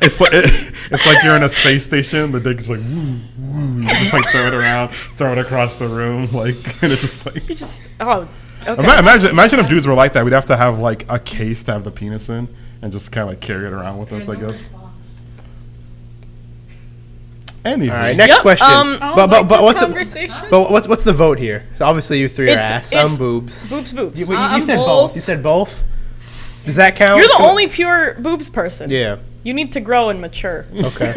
Speaker 3: it's like it's like you're in a space station. The dick is like woo, woo, you just like throw it around, throw it across the room, like *laughs* and it's just like.
Speaker 2: you just oh, okay.
Speaker 3: Ima- Imagine, imagine if dudes were like that. We'd have to have like a case to have the penis in, and just kind of like carry it around with us. I guess. Anything.
Speaker 1: All right, next
Speaker 2: Yep,
Speaker 1: question.
Speaker 2: um,
Speaker 4: I don't
Speaker 1: but but
Speaker 4: like
Speaker 1: but
Speaker 4: this
Speaker 1: what's the,
Speaker 4: conversation?
Speaker 1: but what's what's the vote here? So obviously you three are
Speaker 2: It's-
Speaker 1: ass.
Speaker 2: it's-
Speaker 1: I'm boobs.
Speaker 2: boobs, boobs.
Speaker 1: You, well, you-
Speaker 4: Uh,
Speaker 1: you
Speaker 4: I'm
Speaker 1: said both.
Speaker 4: both.
Speaker 1: You said both. Does that count?
Speaker 2: You're the only pure boobs person.
Speaker 1: Yeah.
Speaker 2: You need to grow
Speaker 1: *laughs*
Speaker 2: and mature.
Speaker 1: Okay.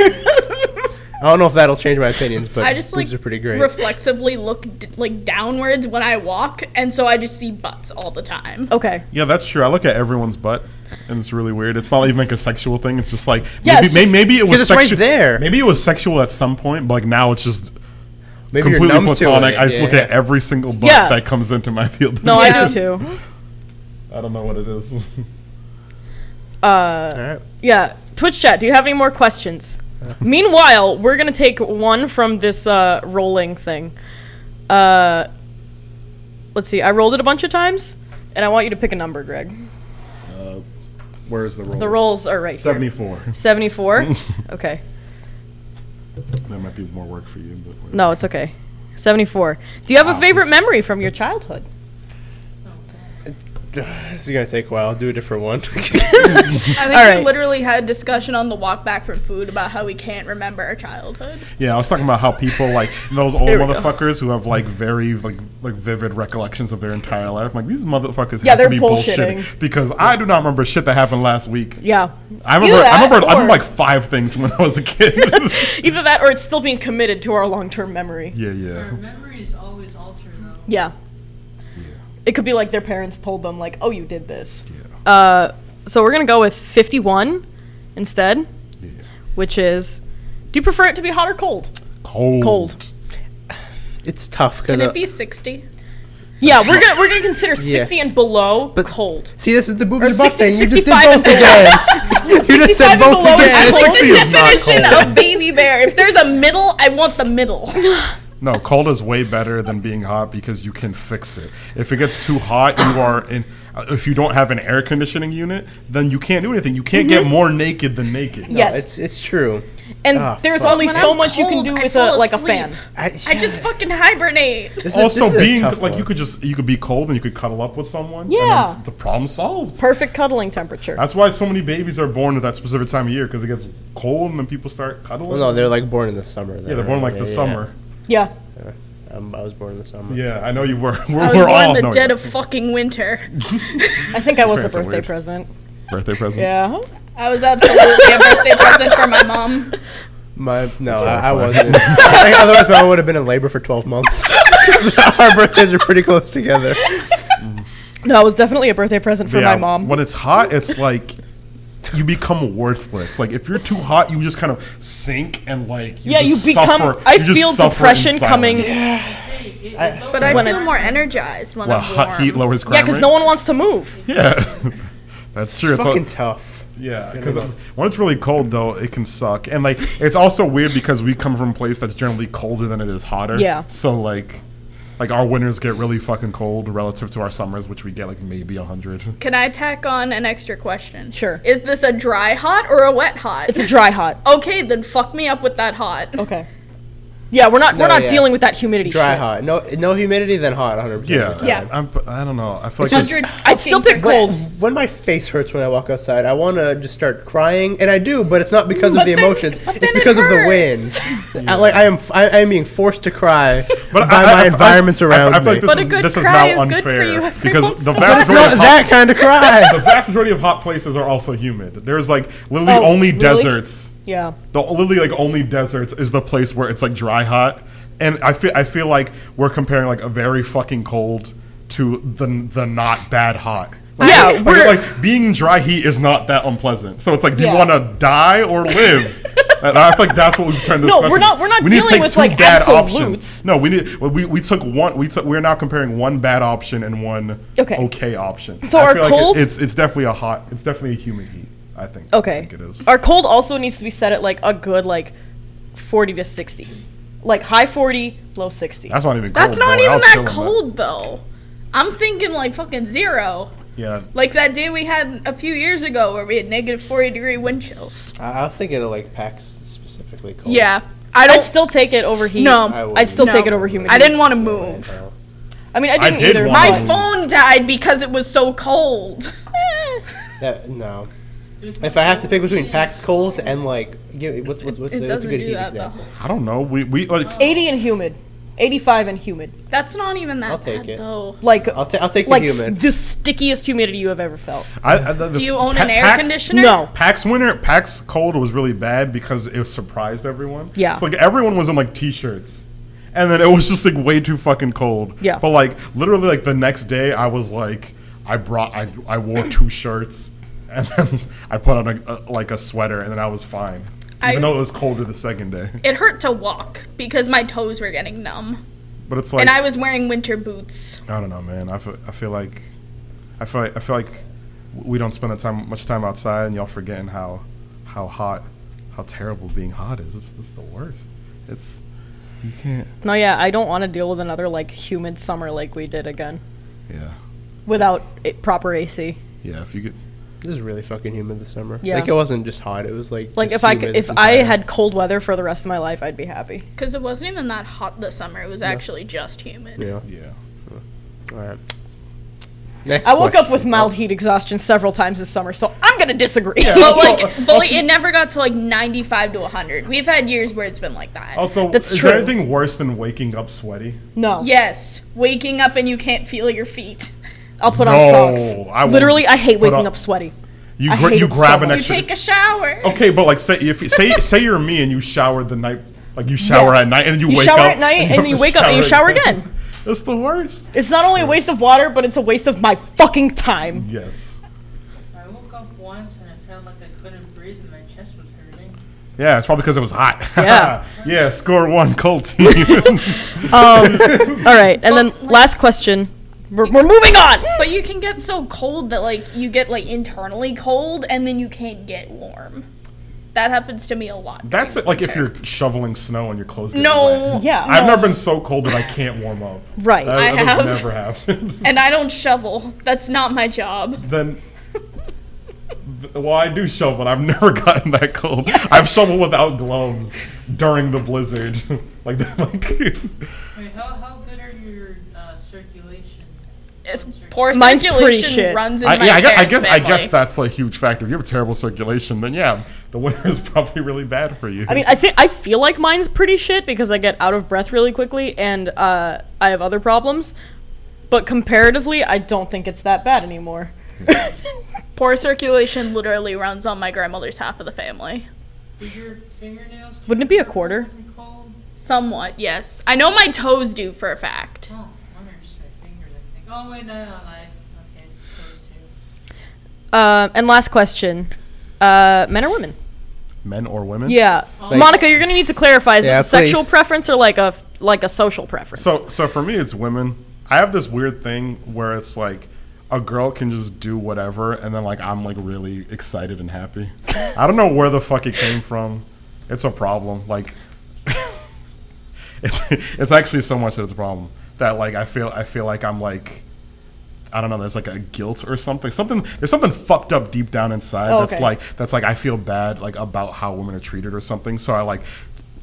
Speaker 1: I don't know if that'll change my opinions, but
Speaker 4: I just
Speaker 1: boobs
Speaker 4: like
Speaker 1: are pretty great.
Speaker 4: reflexively look d- like downwards when I walk, and so I just see butts all the time.
Speaker 2: Okay.
Speaker 3: Yeah, that's true. I look at everyone's butt, and it's really weird. It's not even like a sexual thing. It's just like
Speaker 2: Yeah,
Speaker 3: maybe,
Speaker 2: it's
Speaker 3: may-
Speaker 2: just-
Speaker 3: maybe it was
Speaker 1: 'cause it's right
Speaker 3: sexu-
Speaker 1: there.
Speaker 3: Maybe it was sexual at some point, but like now it's just
Speaker 1: Maybe you're
Speaker 3: completely
Speaker 1: numb to
Speaker 3: platonic.
Speaker 1: it,
Speaker 3: I just look
Speaker 1: yeah.
Speaker 3: at every single butt
Speaker 2: Yeah.
Speaker 3: that comes into my field.
Speaker 2: No, I
Speaker 4: Yeah.
Speaker 3: *laughs*
Speaker 2: do too.
Speaker 3: I don't know what it *laughs* is.
Speaker 2: Uh,
Speaker 1: All right.
Speaker 2: yeah. Twitch chat, do you have any more questions? Meanwhile, we're gonna take one from this uh, rolling thing. Uh, let's see. I rolled it a bunch of times, and I want you to pick a number, Greg.
Speaker 3: Uh, Where is the roll?
Speaker 2: The rolls are right. Here.
Speaker 3: seventy-four.
Speaker 1: *laughs*
Speaker 2: Seventy-four. okay.
Speaker 3: That might be more work for you, but
Speaker 2: No, it's okay. Seventy-four. Do you have a favorite memory from your childhood?
Speaker 1: *laughs* This is gonna take a while. I'll do a different
Speaker 4: I
Speaker 1: one. *laughs*
Speaker 4: think
Speaker 2: All
Speaker 4: we
Speaker 2: right.
Speaker 4: literally had a discussion on the walk back from food about how we can't remember our childhood.
Speaker 3: Yeah, I was talking about how people like those old
Speaker 2: we go.
Speaker 3: motherfuckers who have like very like like vivid recollections of their entire life. I'm like these motherfuckers
Speaker 2: Yeah,
Speaker 3: have
Speaker 2: they're
Speaker 3: to be
Speaker 2: bullshitting.
Speaker 3: bullshitting because I do not remember shit that happened last week.
Speaker 2: Yeah.
Speaker 3: I remember,
Speaker 2: that
Speaker 3: I remember, I
Speaker 2: or-
Speaker 3: remember like five things when I was a kid.
Speaker 1: *laughs*
Speaker 2: Either that, or it's still being committed to our long-term memory.
Speaker 3: yeah,
Speaker 5: Their
Speaker 1: Mm.
Speaker 3: yeah.
Speaker 5: memories always alter though.
Speaker 2: Yeah. It could be like their parents told them, like, "Oh, you did this."
Speaker 3: Yeah.
Speaker 2: Uh, so we're gonna go with fifty-one instead, which is, do you prefer it to be hot or cold?
Speaker 3: Cold.
Speaker 2: Cold.
Speaker 1: it's tough uh, because
Speaker 4: Can it be 60?
Speaker 2: Yeah, we're gonna we're gonna consider sixty and below cold.
Speaker 1: see, this is the boobs and butt
Speaker 2: 60
Speaker 1: thing. You just did
Speaker 2: 65
Speaker 4: *laughs*
Speaker 1: both again. you just
Speaker 2: 65
Speaker 1: said
Speaker 2: and
Speaker 1: both
Speaker 2: below is
Speaker 1: again.
Speaker 2: cold.
Speaker 4: Like
Speaker 3: 60
Speaker 4: the
Speaker 3: is not
Speaker 4: definition
Speaker 3: cold.
Speaker 4: of baby bear. If there's a middle, I want the middle.
Speaker 3: No, cold is way better than being hot because you can fix it. If it gets too hot, you are in. uh, If you don't have an air conditioning unit, then you can't do anything. You can't
Speaker 1: Mm-hmm.
Speaker 3: get more naked than naked.
Speaker 2: yes,
Speaker 1: It's it's true.
Speaker 2: and
Speaker 1: Ah,
Speaker 2: there's
Speaker 1: fuck.
Speaker 2: only
Speaker 4: When
Speaker 2: so
Speaker 4: I'm
Speaker 2: much you can
Speaker 4: cold,
Speaker 2: do
Speaker 4: I
Speaker 2: with a
Speaker 4: fall
Speaker 2: like a
Speaker 4: asleep.
Speaker 2: fan.
Speaker 1: I,
Speaker 4: I just fucking
Speaker 3: *laughs*
Speaker 4: hibernate.
Speaker 1: This is-
Speaker 3: Also,
Speaker 1: this is a
Speaker 3: being
Speaker 1: tough
Speaker 3: like you
Speaker 1: one.
Speaker 3: could just you could be cold and you could cuddle up with someone. and
Speaker 2: Yeah.
Speaker 3: then s- the problem solved.
Speaker 2: Perfect cuddling temperature.
Speaker 3: That's why so many babies are born at that specific time of year because it gets cold and then people start cuddling.
Speaker 1: Well, no, they're like born in the summer.
Speaker 3: yeah, they're born like the summer.
Speaker 2: yeah.
Speaker 1: Um, I was born in the summer.
Speaker 3: Yeah, I know you were. *laughs* We're,
Speaker 4: I was
Speaker 3: we're
Speaker 4: born
Speaker 3: all
Speaker 4: in the
Speaker 3: no,
Speaker 4: dead
Speaker 3: yeah.
Speaker 4: of fucking winter.
Speaker 2: I think I was a
Speaker 3: parents are
Speaker 2: birthday
Speaker 3: weird.
Speaker 2: present.
Speaker 3: birthday
Speaker 2: *laughs*
Speaker 3: present.
Speaker 2: Yeah.
Speaker 4: I was absolutely a birthday present for my mom.
Speaker 1: My no, I, I
Speaker 3: *laughs*
Speaker 1: wasn't. I think otherwise, I would have been in labor for twelve months. *laughs* Our birthdays are pretty close together.
Speaker 2: No, it was definitely a birthday present for
Speaker 3: But yeah,
Speaker 2: my mom.
Speaker 3: When it's hot, it's like you become worthless. Like if you're too hot, you just kind of sink and like you
Speaker 2: yeah, you
Speaker 3: just
Speaker 2: become.
Speaker 3: Suffer,
Speaker 2: I
Speaker 3: you just
Speaker 2: feel
Speaker 3: suffer
Speaker 2: depression
Speaker 3: in silence.
Speaker 2: coming.
Speaker 3: Yeah,
Speaker 2: Yeah,
Speaker 4: But I
Speaker 2: When
Speaker 4: feel
Speaker 2: I-
Speaker 4: more energized when
Speaker 3: well,
Speaker 4: I'm warm.
Speaker 3: hot heat lowers crime
Speaker 2: because no one wants to move.
Speaker 3: *laughs* Yeah, that's true. It's,
Speaker 1: Fucking
Speaker 3: all-
Speaker 1: tough.
Speaker 3: yeah, because when it's really cold though, it can suck. And like it's also weird because we come from a place that's generally colder than it is hotter.
Speaker 2: Yeah.
Speaker 3: So like. Like our winters get really fucking cold relative to our summers, which we get like maybe hundred.
Speaker 4: Can I tack on an extra question?
Speaker 2: Sure.
Speaker 4: Is this a dry hot or a wet hot?
Speaker 2: It's a dry hot.
Speaker 4: okay, then fuck me up with that hot.
Speaker 2: Okay. Yeah, we're not
Speaker 1: No,
Speaker 2: we're not
Speaker 1: yeah.
Speaker 2: dealing with that humidity.
Speaker 1: Dry
Speaker 2: shit.
Speaker 1: hot. No, no humidity, then hot. One hundred percent.
Speaker 3: Yeah,
Speaker 4: Yeah.
Speaker 3: I'm, I don't know. I feel like it's-
Speaker 4: 100
Speaker 2: I'd still pick
Speaker 4: fucking percent.
Speaker 2: cold.
Speaker 1: When my face hurts when I walk outside, I want to just start crying, and I do, but it's not because of
Speaker 4: But
Speaker 1: the
Speaker 4: then-
Speaker 1: emotions.
Speaker 4: but
Speaker 1: It's
Speaker 4: then it
Speaker 1: because of the
Speaker 4: hurts. *laughs*
Speaker 1: wind. I, like I am, I, I am being forced to cry
Speaker 3: *laughs*
Speaker 1: by
Speaker 3: But I- I-
Speaker 1: my
Speaker 3: I-
Speaker 1: environments
Speaker 3: I- I
Speaker 1: around
Speaker 3: feel like
Speaker 1: me.
Speaker 3: this
Speaker 4: But a
Speaker 3: is-
Speaker 4: good
Speaker 3: this is
Speaker 4: cry
Speaker 3: now
Speaker 4: is good for
Speaker 3: unfair,
Speaker 4: you every
Speaker 3: because
Speaker 4: once
Speaker 3: the
Speaker 4: in a
Speaker 3: vast
Speaker 1: That's not
Speaker 3: majority of
Speaker 1: that kind of
Speaker 3: the
Speaker 4: *laughs*
Speaker 1: cry.
Speaker 3: vast majority of hot places are also humid. There's like literally
Speaker 2: Oh,
Speaker 3: only
Speaker 2: really?
Speaker 3: deserts.
Speaker 2: Yeah.
Speaker 3: The literally like only deserts is the place where it's like dry hot, and I feel I feel like we're comparing like a very fucking cold to the the not bad hot. Like,
Speaker 2: Yeah,
Speaker 3: like,
Speaker 2: we're-
Speaker 3: like, being in dry heat is not that unpleasant. So it's like, do
Speaker 2: Yeah.
Speaker 3: you want to die or
Speaker 2: *laughs*
Speaker 3: live? And I feel like that's what we've turned this.
Speaker 2: No, we're
Speaker 3: question-
Speaker 2: not- we're not
Speaker 3: we need to
Speaker 2: dealing
Speaker 3: take
Speaker 2: with,
Speaker 3: two
Speaker 2: like,
Speaker 3: bad
Speaker 2: absolutes.
Speaker 3: Options. No, we need well, we we took one. We took. We're now comparing one bad option and one
Speaker 2: Okay.
Speaker 3: option.
Speaker 2: So
Speaker 3: I
Speaker 2: our
Speaker 3: feel like it-
Speaker 2: cold-
Speaker 3: it's it's definitely a hot. It's definitely a humid heat. I think. I
Speaker 2: Okay.
Speaker 3: think it is.
Speaker 2: Our cold also needs to be set at like a good like 40 to 60. Like high 40, low 60.
Speaker 3: That's not even.
Speaker 4: That's
Speaker 3: cold,
Speaker 4: not
Speaker 3: bro. I'll
Speaker 4: even
Speaker 3: chill
Speaker 4: that
Speaker 3: in
Speaker 4: cold though. I'm thinking like fucking zero.
Speaker 3: Yeah.
Speaker 4: Like that day we had a few years ago where we had negative 40 degree wind chills.
Speaker 1: I I was thinking of like PAX specifically. Cold.
Speaker 4: Yeah. I don't
Speaker 2: I'd still take it over heat.
Speaker 4: No.
Speaker 1: I
Speaker 2: I'd still
Speaker 4: No.
Speaker 2: take it over humidity.
Speaker 4: I didn't want to move.
Speaker 2: I mean, I
Speaker 3: I
Speaker 2: didn't
Speaker 3: did
Speaker 2: either.
Speaker 3: want
Speaker 4: My
Speaker 3: to move.
Speaker 4: phone died because it was so cold. *laughs*
Speaker 1: That, no. If I have to pick between PAX cold and like, give, what's what's what's,
Speaker 4: it
Speaker 1: a- what's a
Speaker 4: doesn't
Speaker 1: good
Speaker 4: do
Speaker 1: heat
Speaker 4: that
Speaker 1: example?
Speaker 4: though.
Speaker 3: I don't know. We we uh, like.
Speaker 2: 80 and humid. 85 and humid.
Speaker 4: That's not even that
Speaker 1: I'll take
Speaker 4: bad
Speaker 1: it.
Speaker 4: though.
Speaker 2: Like uh,
Speaker 1: I'll, ta- I'll take
Speaker 2: like
Speaker 1: the
Speaker 2: s-
Speaker 1: humid.
Speaker 2: the stickiest humidity you have ever felt.
Speaker 3: I, I, the,
Speaker 4: Do you own an air conditioner?
Speaker 2: No.
Speaker 3: PAX winter, PAX cold was really bad because it surprised everyone.
Speaker 2: Yeah.
Speaker 3: So like everyone was in like t-shirts, and then it was just like way too fucking cold.
Speaker 2: Yeah.
Speaker 3: But like literally like the next day, I was like, I brought, I, I wore
Speaker 4: *clears throat*
Speaker 3: two shirts, and then *laughs* I put on a, a like a sweater, and then I was fine, even
Speaker 4: I-
Speaker 3: though it was colder the second day.
Speaker 4: It hurt to walk because my toes were getting numb.
Speaker 3: But it's like
Speaker 4: and I was wearing winter boots.
Speaker 3: I don't know, man. I feel, I feel like I feel like I feel like we don't spend that time much time outside, and y'all forgetting how how hot, how terrible being hot is. It's, it's the worst. It's you can't.
Speaker 2: No, yeah, I don't want to deal with another like humid summer like we did again
Speaker 3: Yeah,
Speaker 2: without it, proper AC.
Speaker 3: yeah. If you get
Speaker 1: It was really fucking humid this summer.
Speaker 2: Yeah.
Speaker 1: Like it wasn't just hot. It was like
Speaker 2: Like
Speaker 1: just
Speaker 2: if I c-
Speaker 1: humid
Speaker 2: if
Speaker 1: this
Speaker 2: I
Speaker 1: entire-
Speaker 2: had cold weather for the rest of my life, I'd be happy.
Speaker 4: Because it wasn't even that hot this summer. It was actually just humid.
Speaker 1: yeah.
Speaker 3: yeah,
Speaker 1: All right. Next
Speaker 2: I woke up
Speaker 1: question.
Speaker 2: with mild
Speaker 3: Oh.
Speaker 2: heat exhaustion several times this summer, so I'm gonna disagree. *laughs*
Speaker 4: But like, but like, it never got to like 95 to 100. We've had years where it's been like that.
Speaker 3: also
Speaker 2: That's
Speaker 3: is
Speaker 2: true.
Speaker 3: there anything worse than waking up sweaty?
Speaker 2: no,
Speaker 4: Yes, waking up and you can't feel your feet. *laughs*
Speaker 2: I'll put
Speaker 3: No,
Speaker 2: on socks.
Speaker 3: I won't
Speaker 2: Literally, I hate
Speaker 3: put
Speaker 2: waking
Speaker 3: on-
Speaker 2: up sweaty.
Speaker 3: You
Speaker 2: I
Speaker 3: gra-
Speaker 2: hate
Speaker 3: you
Speaker 2: it so
Speaker 3: grab an
Speaker 2: much.
Speaker 4: You
Speaker 3: extra.
Speaker 4: take a shower.
Speaker 3: okay, but like say if say say you're me and you shower the night like you shower
Speaker 2: Yes.
Speaker 3: at night and *laughs* you,
Speaker 2: You
Speaker 3: wake
Speaker 2: shower
Speaker 3: up
Speaker 2: at night and
Speaker 3: have
Speaker 2: you
Speaker 3: to
Speaker 2: wake up and you shower again.
Speaker 3: It's the worst.
Speaker 2: It's not only a waste of water, but it's a waste of my fucking time.
Speaker 3: Yes.
Speaker 5: I woke up once and I felt like I couldn't breathe and my chest was hurting.
Speaker 3: Yeah, it's probably because it was hot.
Speaker 2: Yeah.
Speaker 3: *laughs* yeah, score one,
Speaker 2: *laughs*
Speaker 3: Colt team.
Speaker 2: All right, and then last question. We're, we're moving on.
Speaker 4: But you can get so cold that like you get like internally cold and then you can't get warm. That happens to me a lot.
Speaker 3: That's it.
Speaker 4: during
Speaker 3: Like if
Speaker 4: winter.
Speaker 3: you're shoveling snow and your clothes get
Speaker 4: No.
Speaker 3: wet.
Speaker 2: Yeah.
Speaker 3: I've never been so cold that I can't warm up.
Speaker 2: Right.
Speaker 1: Uh,
Speaker 3: That,
Speaker 4: I
Speaker 3: that
Speaker 4: have.
Speaker 3: has never happened.
Speaker 4: *laughs* And I don't shovel. That's not my job.
Speaker 3: then, th- well, I do shovel. I've *laughs* never gotten that cold. I've shoveled without gloves during the blizzard. *laughs* like that. Like,
Speaker 5: Wait, how, how good are your uh, circulation?
Speaker 4: It's poor
Speaker 2: Mine's pretty
Speaker 4: circulation
Speaker 2: shit.
Speaker 4: runs in
Speaker 3: I,
Speaker 4: my
Speaker 3: yeah, I guess, I
Speaker 4: parents'
Speaker 3: guess I guess
Speaker 4: family.
Speaker 3: that's a huge factor. If you have terrible circulation, then yeah, the winter is *laughs* probably really bad for you.
Speaker 2: I mean, I think I feel like mine's pretty shit because I get out of breath really quickly and uh, I have other problems. But comparatively, I don't think it's that bad anymore.
Speaker 4: Poor circulation literally runs on my grandmother's half of the family.
Speaker 5: Did your fingernails?
Speaker 2: Wouldn't it be a quarter?
Speaker 5: Cold?
Speaker 4: Somewhat, yes. I know my toes do for a fact.
Speaker 5: Oh, wonders my fingers. I think. Oh wait, no, no, no. I, okay, so too.
Speaker 2: Uh, and last question: uh, men or women?
Speaker 3: Men or women?
Speaker 2: Yeah, Monica, you're gonna need to clarify: is
Speaker 1: Yeah,
Speaker 2: this a sexual
Speaker 1: please.
Speaker 2: preference or like a like a social preference?
Speaker 3: So so for me, it's women. I have this weird thing where it's like a girl can just do whatever, and then like I'm like really excited
Speaker 2: *laughs*
Speaker 3: and happy. I don't know where the fuck it came from. It's a problem. Like *laughs* it's it's actually so much that it's a problem that like I feel I feel like I'm like. I don't know. There's like a guilt or something. Something there's something fucked up deep down inside
Speaker 2: Oh,
Speaker 3: that's
Speaker 2: okay.
Speaker 3: like that's like I feel bad like about how women are treated or something. So I like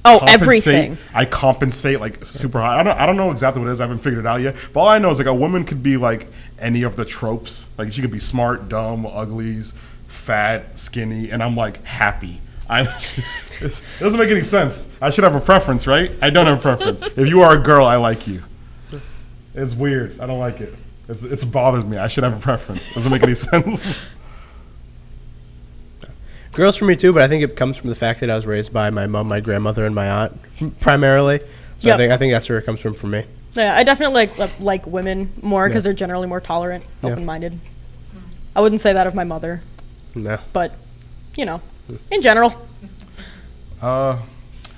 Speaker 2: Oh,
Speaker 3: compensate-
Speaker 2: everything.
Speaker 3: I compensate like super high. I don't, I don't know exactly what it is. I haven't figured it out yet. But all I know is like a woman could be like any of the tropes. Like she could be smart, dumb, ugly, fat, skinny, and I'm like happy. I, *laughs* it doesn't make any sense. I should have a preference, right? I don't have a preference. if you are a girl, I like you. It's weird. I don't like it. It's, it's bothered me. I should have a preference. Doesn't make any *laughs* sense.
Speaker 1: Girls for me too, but I think it comes from the fact that I was raised by my mom, my grandmother, and my aunt primarily. So
Speaker 2: Yep.
Speaker 1: I think I think that's where it comes from for me.
Speaker 2: yeah, I definitely like like, like women more because
Speaker 1: Yeah.
Speaker 2: they're generally more tolerant,
Speaker 1: Yeah.
Speaker 2: open-minded. I wouldn't say that of my mother,
Speaker 1: No.
Speaker 2: but you know, in general.
Speaker 3: Uh,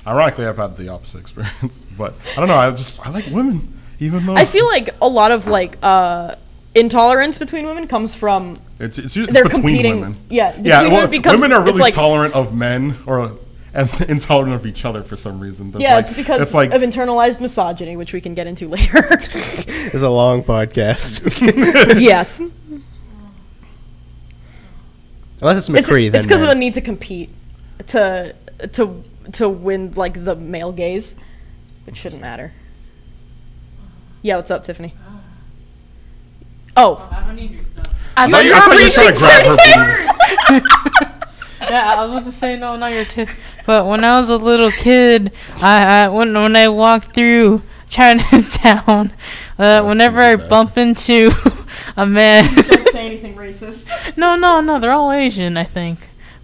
Speaker 3: ironically, I've had the opposite experience, *laughs* but I don't know. I just I like women, even though
Speaker 2: I feel like a lot of like uh, intolerance between women comes from
Speaker 3: it's it's usually
Speaker 2: they're
Speaker 3: between
Speaker 2: competing-
Speaker 3: women.
Speaker 2: yeah,
Speaker 3: yeah.
Speaker 2: between
Speaker 3: well,
Speaker 2: women becomes-
Speaker 3: women are
Speaker 2: it's
Speaker 3: really
Speaker 2: like-
Speaker 3: tolerant of men, or and *laughs* intolerant of each other for some reason. That's
Speaker 2: yeah,
Speaker 3: like,
Speaker 2: it's because
Speaker 3: that's like
Speaker 2: of internalized misogyny, which we can get into *laughs*
Speaker 3: *laughs*
Speaker 2: later.
Speaker 1: It's a long podcast. *laughs*
Speaker 2: yes,
Speaker 1: Unless it's
Speaker 2: it's
Speaker 1: McCree, then.
Speaker 2: because of
Speaker 1: no.
Speaker 2: the need to compete to to to win like the male gaze, which shouldn't matter. Yeah, what's up, Tiffany? Oh,
Speaker 5: I don't need your. No.
Speaker 7: I
Speaker 3: thought you- I thought you were trying to grab her boobs.
Speaker 7: Yeah, I was just saying no, not your tits. But when I was a little kid, I, I when when I walked through Chinatown, uh, whenever I
Speaker 3: really bad.
Speaker 7: bump into a man,
Speaker 2: don't say anything racist.
Speaker 7: no, no, no, they're all Asian, I think.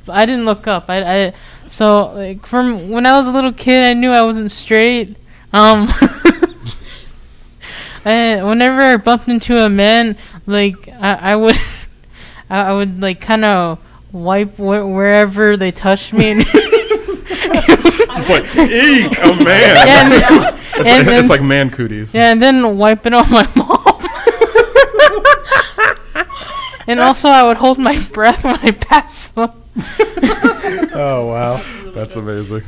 Speaker 7: But I didn't look up. I, I so like from when I was a little kid, I knew I wasn't straight. Um, *laughs* and whenever I bumped into a man, like I, I would, *laughs* I, I would like kind of wipe wh- wherever they touched me. And
Speaker 3: just like eek a *laughs* man.
Speaker 7: and, *laughs*
Speaker 3: it's,
Speaker 7: and
Speaker 3: like,
Speaker 7: then,
Speaker 3: it's like man cooties.
Speaker 7: yeah, and then wipe it on my mom. *laughs* and also, I would hold my breath when I passed them.
Speaker 1: Oh, wow.
Speaker 3: That's amazing.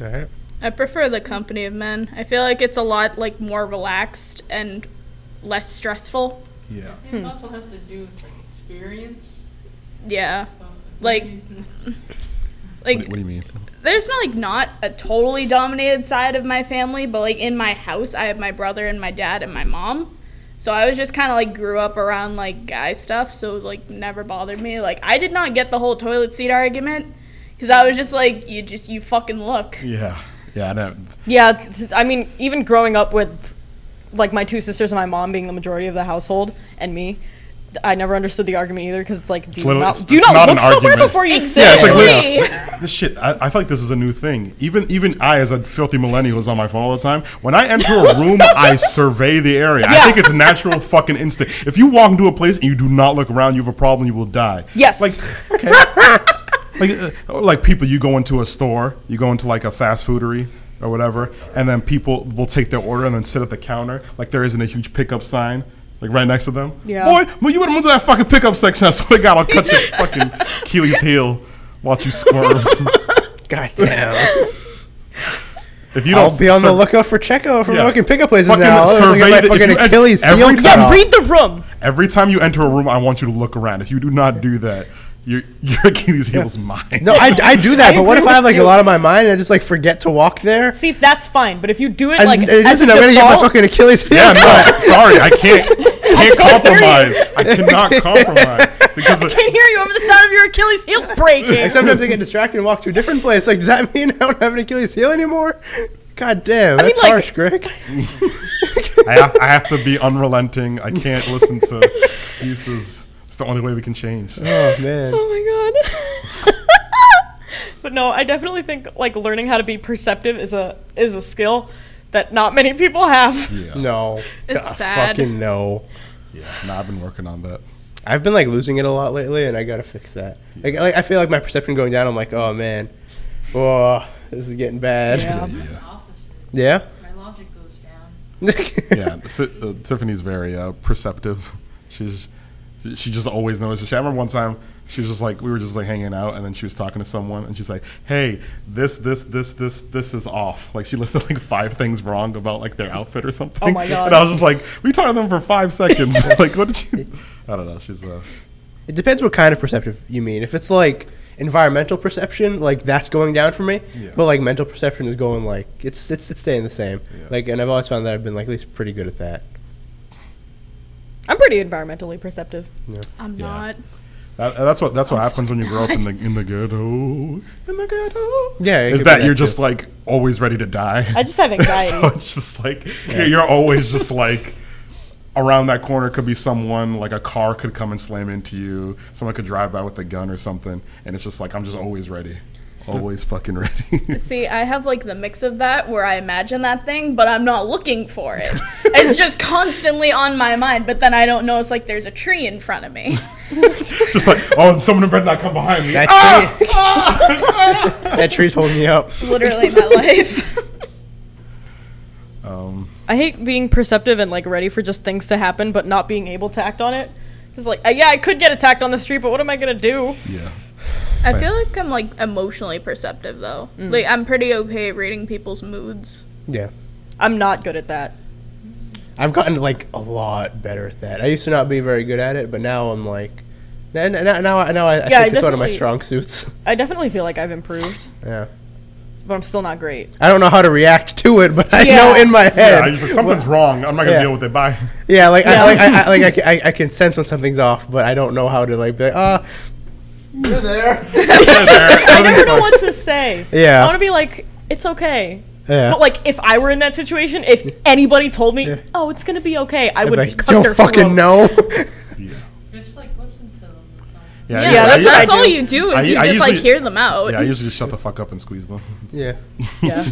Speaker 1: All right.
Speaker 4: I prefer the company of men. I feel like it's a lot like more relaxed and less stressful.
Speaker 3: Yeah.
Speaker 5: It also has to do with like experience.
Speaker 4: Yeah.
Speaker 5: So if
Speaker 4: Like-
Speaker 5: you-
Speaker 4: Like
Speaker 3: What, do- what do you mean?
Speaker 4: there's not like not a totally dominated side of my family, but like in my house, I have my brother and my dad and my mom. So I was just kind of like grew up around like guy stuff, so like never bothered me. Like I did not get the whole toilet seat argument because I was just like, you just you fucking look.
Speaker 3: Yeah. Yeah. I don't.
Speaker 2: Yeah, t- I mean, even growing up with like my two sisters and my mom being the majority of the household, and me, th- I never understood the argument either because it's like, do you
Speaker 3: literally-
Speaker 2: not,
Speaker 3: it's-
Speaker 2: do you
Speaker 3: it's
Speaker 2: not
Speaker 3: not
Speaker 2: look
Speaker 3: an
Speaker 2: somewhere
Speaker 3: argument.
Speaker 2: before you
Speaker 3: Yeah,
Speaker 2: say
Speaker 3: it's
Speaker 2: it?
Speaker 3: like
Speaker 4: Exactly.
Speaker 3: literally- this shit. I, I feel like this is a new thing. Even even I, as a filthy millennial, is on my phone all the time. When I enter a
Speaker 2: *laughs*
Speaker 3: room, I survey the area. I
Speaker 2: Yeah.
Speaker 3: think it's a natural fucking instinct. If you walk into a place and you do not look around, you have a problem. You will die.
Speaker 2: Yes.
Speaker 3: Like okay. like uh, or like people, you go into a store, you go into like a fast foodery. Or whatever, and then people will take their order and then sit at the counter. Like there isn't a huge pickup sign. like right next to them.
Speaker 2: Yeah.
Speaker 3: Boy, well, you would have moved to that fucking pickup section. I swear to God, I'll
Speaker 2: *laughs*
Speaker 3: cut your fucking Keely's heel. Watch you squirm.
Speaker 1: God damn.
Speaker 3: if you
Speaker 1: *laughs*
Speaker 3: don't
Speaker 1: I'll be on the
Speaker 3: sur-
Speaker 1: lookout for Checo for
Speaker 3: Yeah.
Speaker 1: fucking pickup places
Speaker 3: Fucking
Speaker 1: now. Otherwise I'll get
Speaker 3: survey
Speaker 1: my
Speaker 3: the- if
Speaker 1: fucking
Speaker 3: you-
Speaker 1: Achilles
Speaker 3: every
Speaker 1: heel
Speaker 3: time-
Speaker 1: cut
Speaker 2: Yeah,
Speaker 1: off.
Speaker 2: read the room.
Speaker 3: Every time you enter a room, I want you to look around. If you do not do that, your your *laughs* Achilles heel is mine.
Speaker 1: No, I, I do that,
Speaker 2: *laughs* I
Speaker 1: but what
Speaker 2: agree
Speaker 1: if I have
Speaker 2: with
Speaker 1: like a
Speaker 2: you.
Speaker 1: lot on my mind and I just like forget to walk there?
Speaker 2: See, that's fine, but if you do it
Speaker 1: And
Speaker 2: like
Speaker 1: it
Speaker 2: as
Speaker 1: isn't.
Speaker 2: a
Speaker 1: I'm gonna get my
Speaker 2: default-
Speaker 1: fucking Achilles heel
Speaker 3: Yeah,
Speaker 1: cut. *laughs*
Speaker 3: no, sorry, I can't can't compromise. I cannot compromise
Speaker 1: *laughs*
Speaker 2: *laughs*
Speaker 3: because
Speaker 2: I can hear you over the sound of your Achilles heel breaking.
Speaker 1: Like sometimes I get distracted and walk to a different place. Like, does that mean I don't have an Achilles heel anymore? God damn,
Speaker 2: mean,
Speaker 1: that's
Speaker 2: like-
Speaker 1: harsh, Greg.
Speaker 3: I have I have to be unrelenting. I can't
Speaker 1: *laughs*
Speaker 3: listen to excuses. It's the only way we can change.
Speaker 1: Oh man.
Speaker 2: Oh my god. *laughs* but no, I definitely think like learning how to be perceptive is a is a skill that not many people have.
Speaker 3: Yeah,
Speaker 1: No.
Speaker 4: It's
Speaker 1: God,
Speaker 4: sad.
Speaker 1: Fucking no.
Speaker 3: yeah. No, I've been working on that.
Speaker 1: I've been like losing it a lot lately, and I gotta fix that. Like, like I feel like my perception going down. I'm like, oh man, oh this is getting bad.
Speaker 2: Yeah.
Speaker 3: Yeah,
Speaker 5: Opposite.
Speaker 1: *laughs* Yeah.
Speaker 5: My logic goes down.
Speaker 3: yeah. Si- uh, Tiffany's very uh, perceptive. She's she- she just always notices. I remember one time she was just like we were just like hanging out, and then she was talking to someone, and she's like, "Hey, this this this this this is off." Like she listed like five things wrong about like their outfit or something.
Speaker 2: Oh my God.
Speaker 3: And I was just like, "We talked to them for
Speaker 1: *laughs*
Speaker 3: five seconds. like what did you?" I don't know. She's uh,
Speaker 1: *laughs* It depends what kind of perceptive you mean. If it's like environmental perception, like that's going down for me.
Speaker 3: Yeah.
Speaker 1: But like mental perception is going like it's it's it's staying the same.
Speaker 3: Yeah.
Speaker 1: Like, and I've always found that I've been like at least pretty good at that.
Speaker 2: I'm pretty environmentally perceptive.
Speaker 4: I'm
Speaker 3: Yeah.
Speaker 4: not.
Speaker 3: that, that's what that's what happens when you grow up in the in the ghetto in the ghetto.
Speaker 1: Yeah, it
Speaker 3: is
Speaker 1: could be
Speaker 3: that,
Speaker 1: that
Speaker 3: you're
Speaker 1: too.
Speaker 3: just like always ready to die?
Speaker 2: I just have
Speaker 3: *laughs* so
Speaker 2: anxiety.
Speaker 3: it's just like you're- you're always just like around that corner could be someone like a car could come and slam into you someone could drive by with a gun or something and it's just like i'm just always ready always fucking ready *laughs*
Speaker 4: See, I have like the mix of that where I imagine that thing, but I'm not looking for
Speaker 3: *laughs*
Speaker 4: it. it's just constantly on my mind, but then I don't know it's like there's a tree in front of
Speaker 3: *laughs*
Speaker 4: me.
Speaker 3: just like oh someone better not come behind me
Speaker 1: That, tree, that tree's holding me up.
Speaker 4: Literally my
Speaker 3: *laughs*
Speaker 4: life.
Speaker 3: um,
Speaker 2: I hate being perceptive and like ready for just things to happen but not being able to act on it. Cuz like uh, yeah, I could get attacked on the street, but what am I going to do?
Speaker 3: yeah
Speaker 4: I feel like I'm like emotionally perceptive though. Like I'm pretty okay at reading people's moods.
Speaker 1: Yeah.
Speaker 2: I'm not good at that.
Speaker 1: I've gotten like a lot better at that. I used to not be very good at it, but now I'm like, now now, now, I- now I, I
Speaker 2: Yeah, I
Speaker 1: think it's one of my
Speaker 2: definitely-
Speaker 1: strong suits.
Speaker 2: I definitely feel like I've improved,
Speaker 1: Yeah,
Speaker 2: but I'm still not great.
Speaker 1: I don't know how to react to it, but I
Speaker 2: Yeah.
Speaker 1: know in my
Speaker 3: yeah
Speaker 1: head.
Speaker 3: I just like something's wrong i'm not gonna
Speaker 1: Yeah.
Speaker 3: deal with it bye *laughs*
Speaker 1: Yeah, like
Speaker 2: Yeah.
Speaker 1: I, like I, I like I, ca- I, I can sense when something's off, but I don't know how to like be like ah. You're there.
Speaker 2: I never know
Speaker 1: *laughs*
Speaker 2: what to say.
Speaker 1: Yeah.
Speaker 2: I want to be like it's okay.
Speaker 1: Yeah.
Speaker 2: But like, if I were in that situation, if anybody told me,
Speaker 1: Yeah.
Speaker 2: "Oh, it's gonna be okay," I
Speaker 1: I'd
Speaker 2: would
Speaker 1: be like,
Speaker 2: cut
Speaker 1: don't
Speaker 2: their
Speaker 1: fucking
Speaker 2: throat.
Speaker 1: know.
Speaker 3: *laughs*
Speaker 5: Just like listen to them.
Speaker 3: yeah, I
Speaker 4: Yeah,
Speaker 3: usually-
Speaker 4: that's,
Speaker 3: I-
Speaker 4: that's all you do is
Speaker 3: I-
Speaker 4: you
Speaker 3: I
Speaker 4: just like
Speaker 3: usually-
Speaker 4: hear them out.
Speaker 3: yeah i usually just shut the fuck up and squeeze them *laughs*
Speaker 1: yeah.
Speaker 2: Yeah.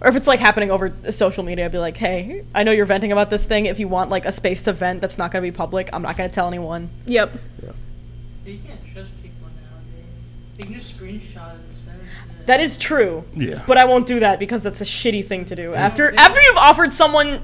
Speaker 2: or if it's like happening over social media, I'd be like, "Hey, I know you're venting about this thing. If you want like a space to vent that's not gonna be public, I'm not gonna tell anyone."
Speaker 4: Yep.
Speaker 5: You can't trust people nowadays. They can just screenshot it and send it to
Speaker 2: That is true,
Speaker 3: yeah
Speaker 2: but I won't do that because that's a shitty thing to do. After after you've offered someone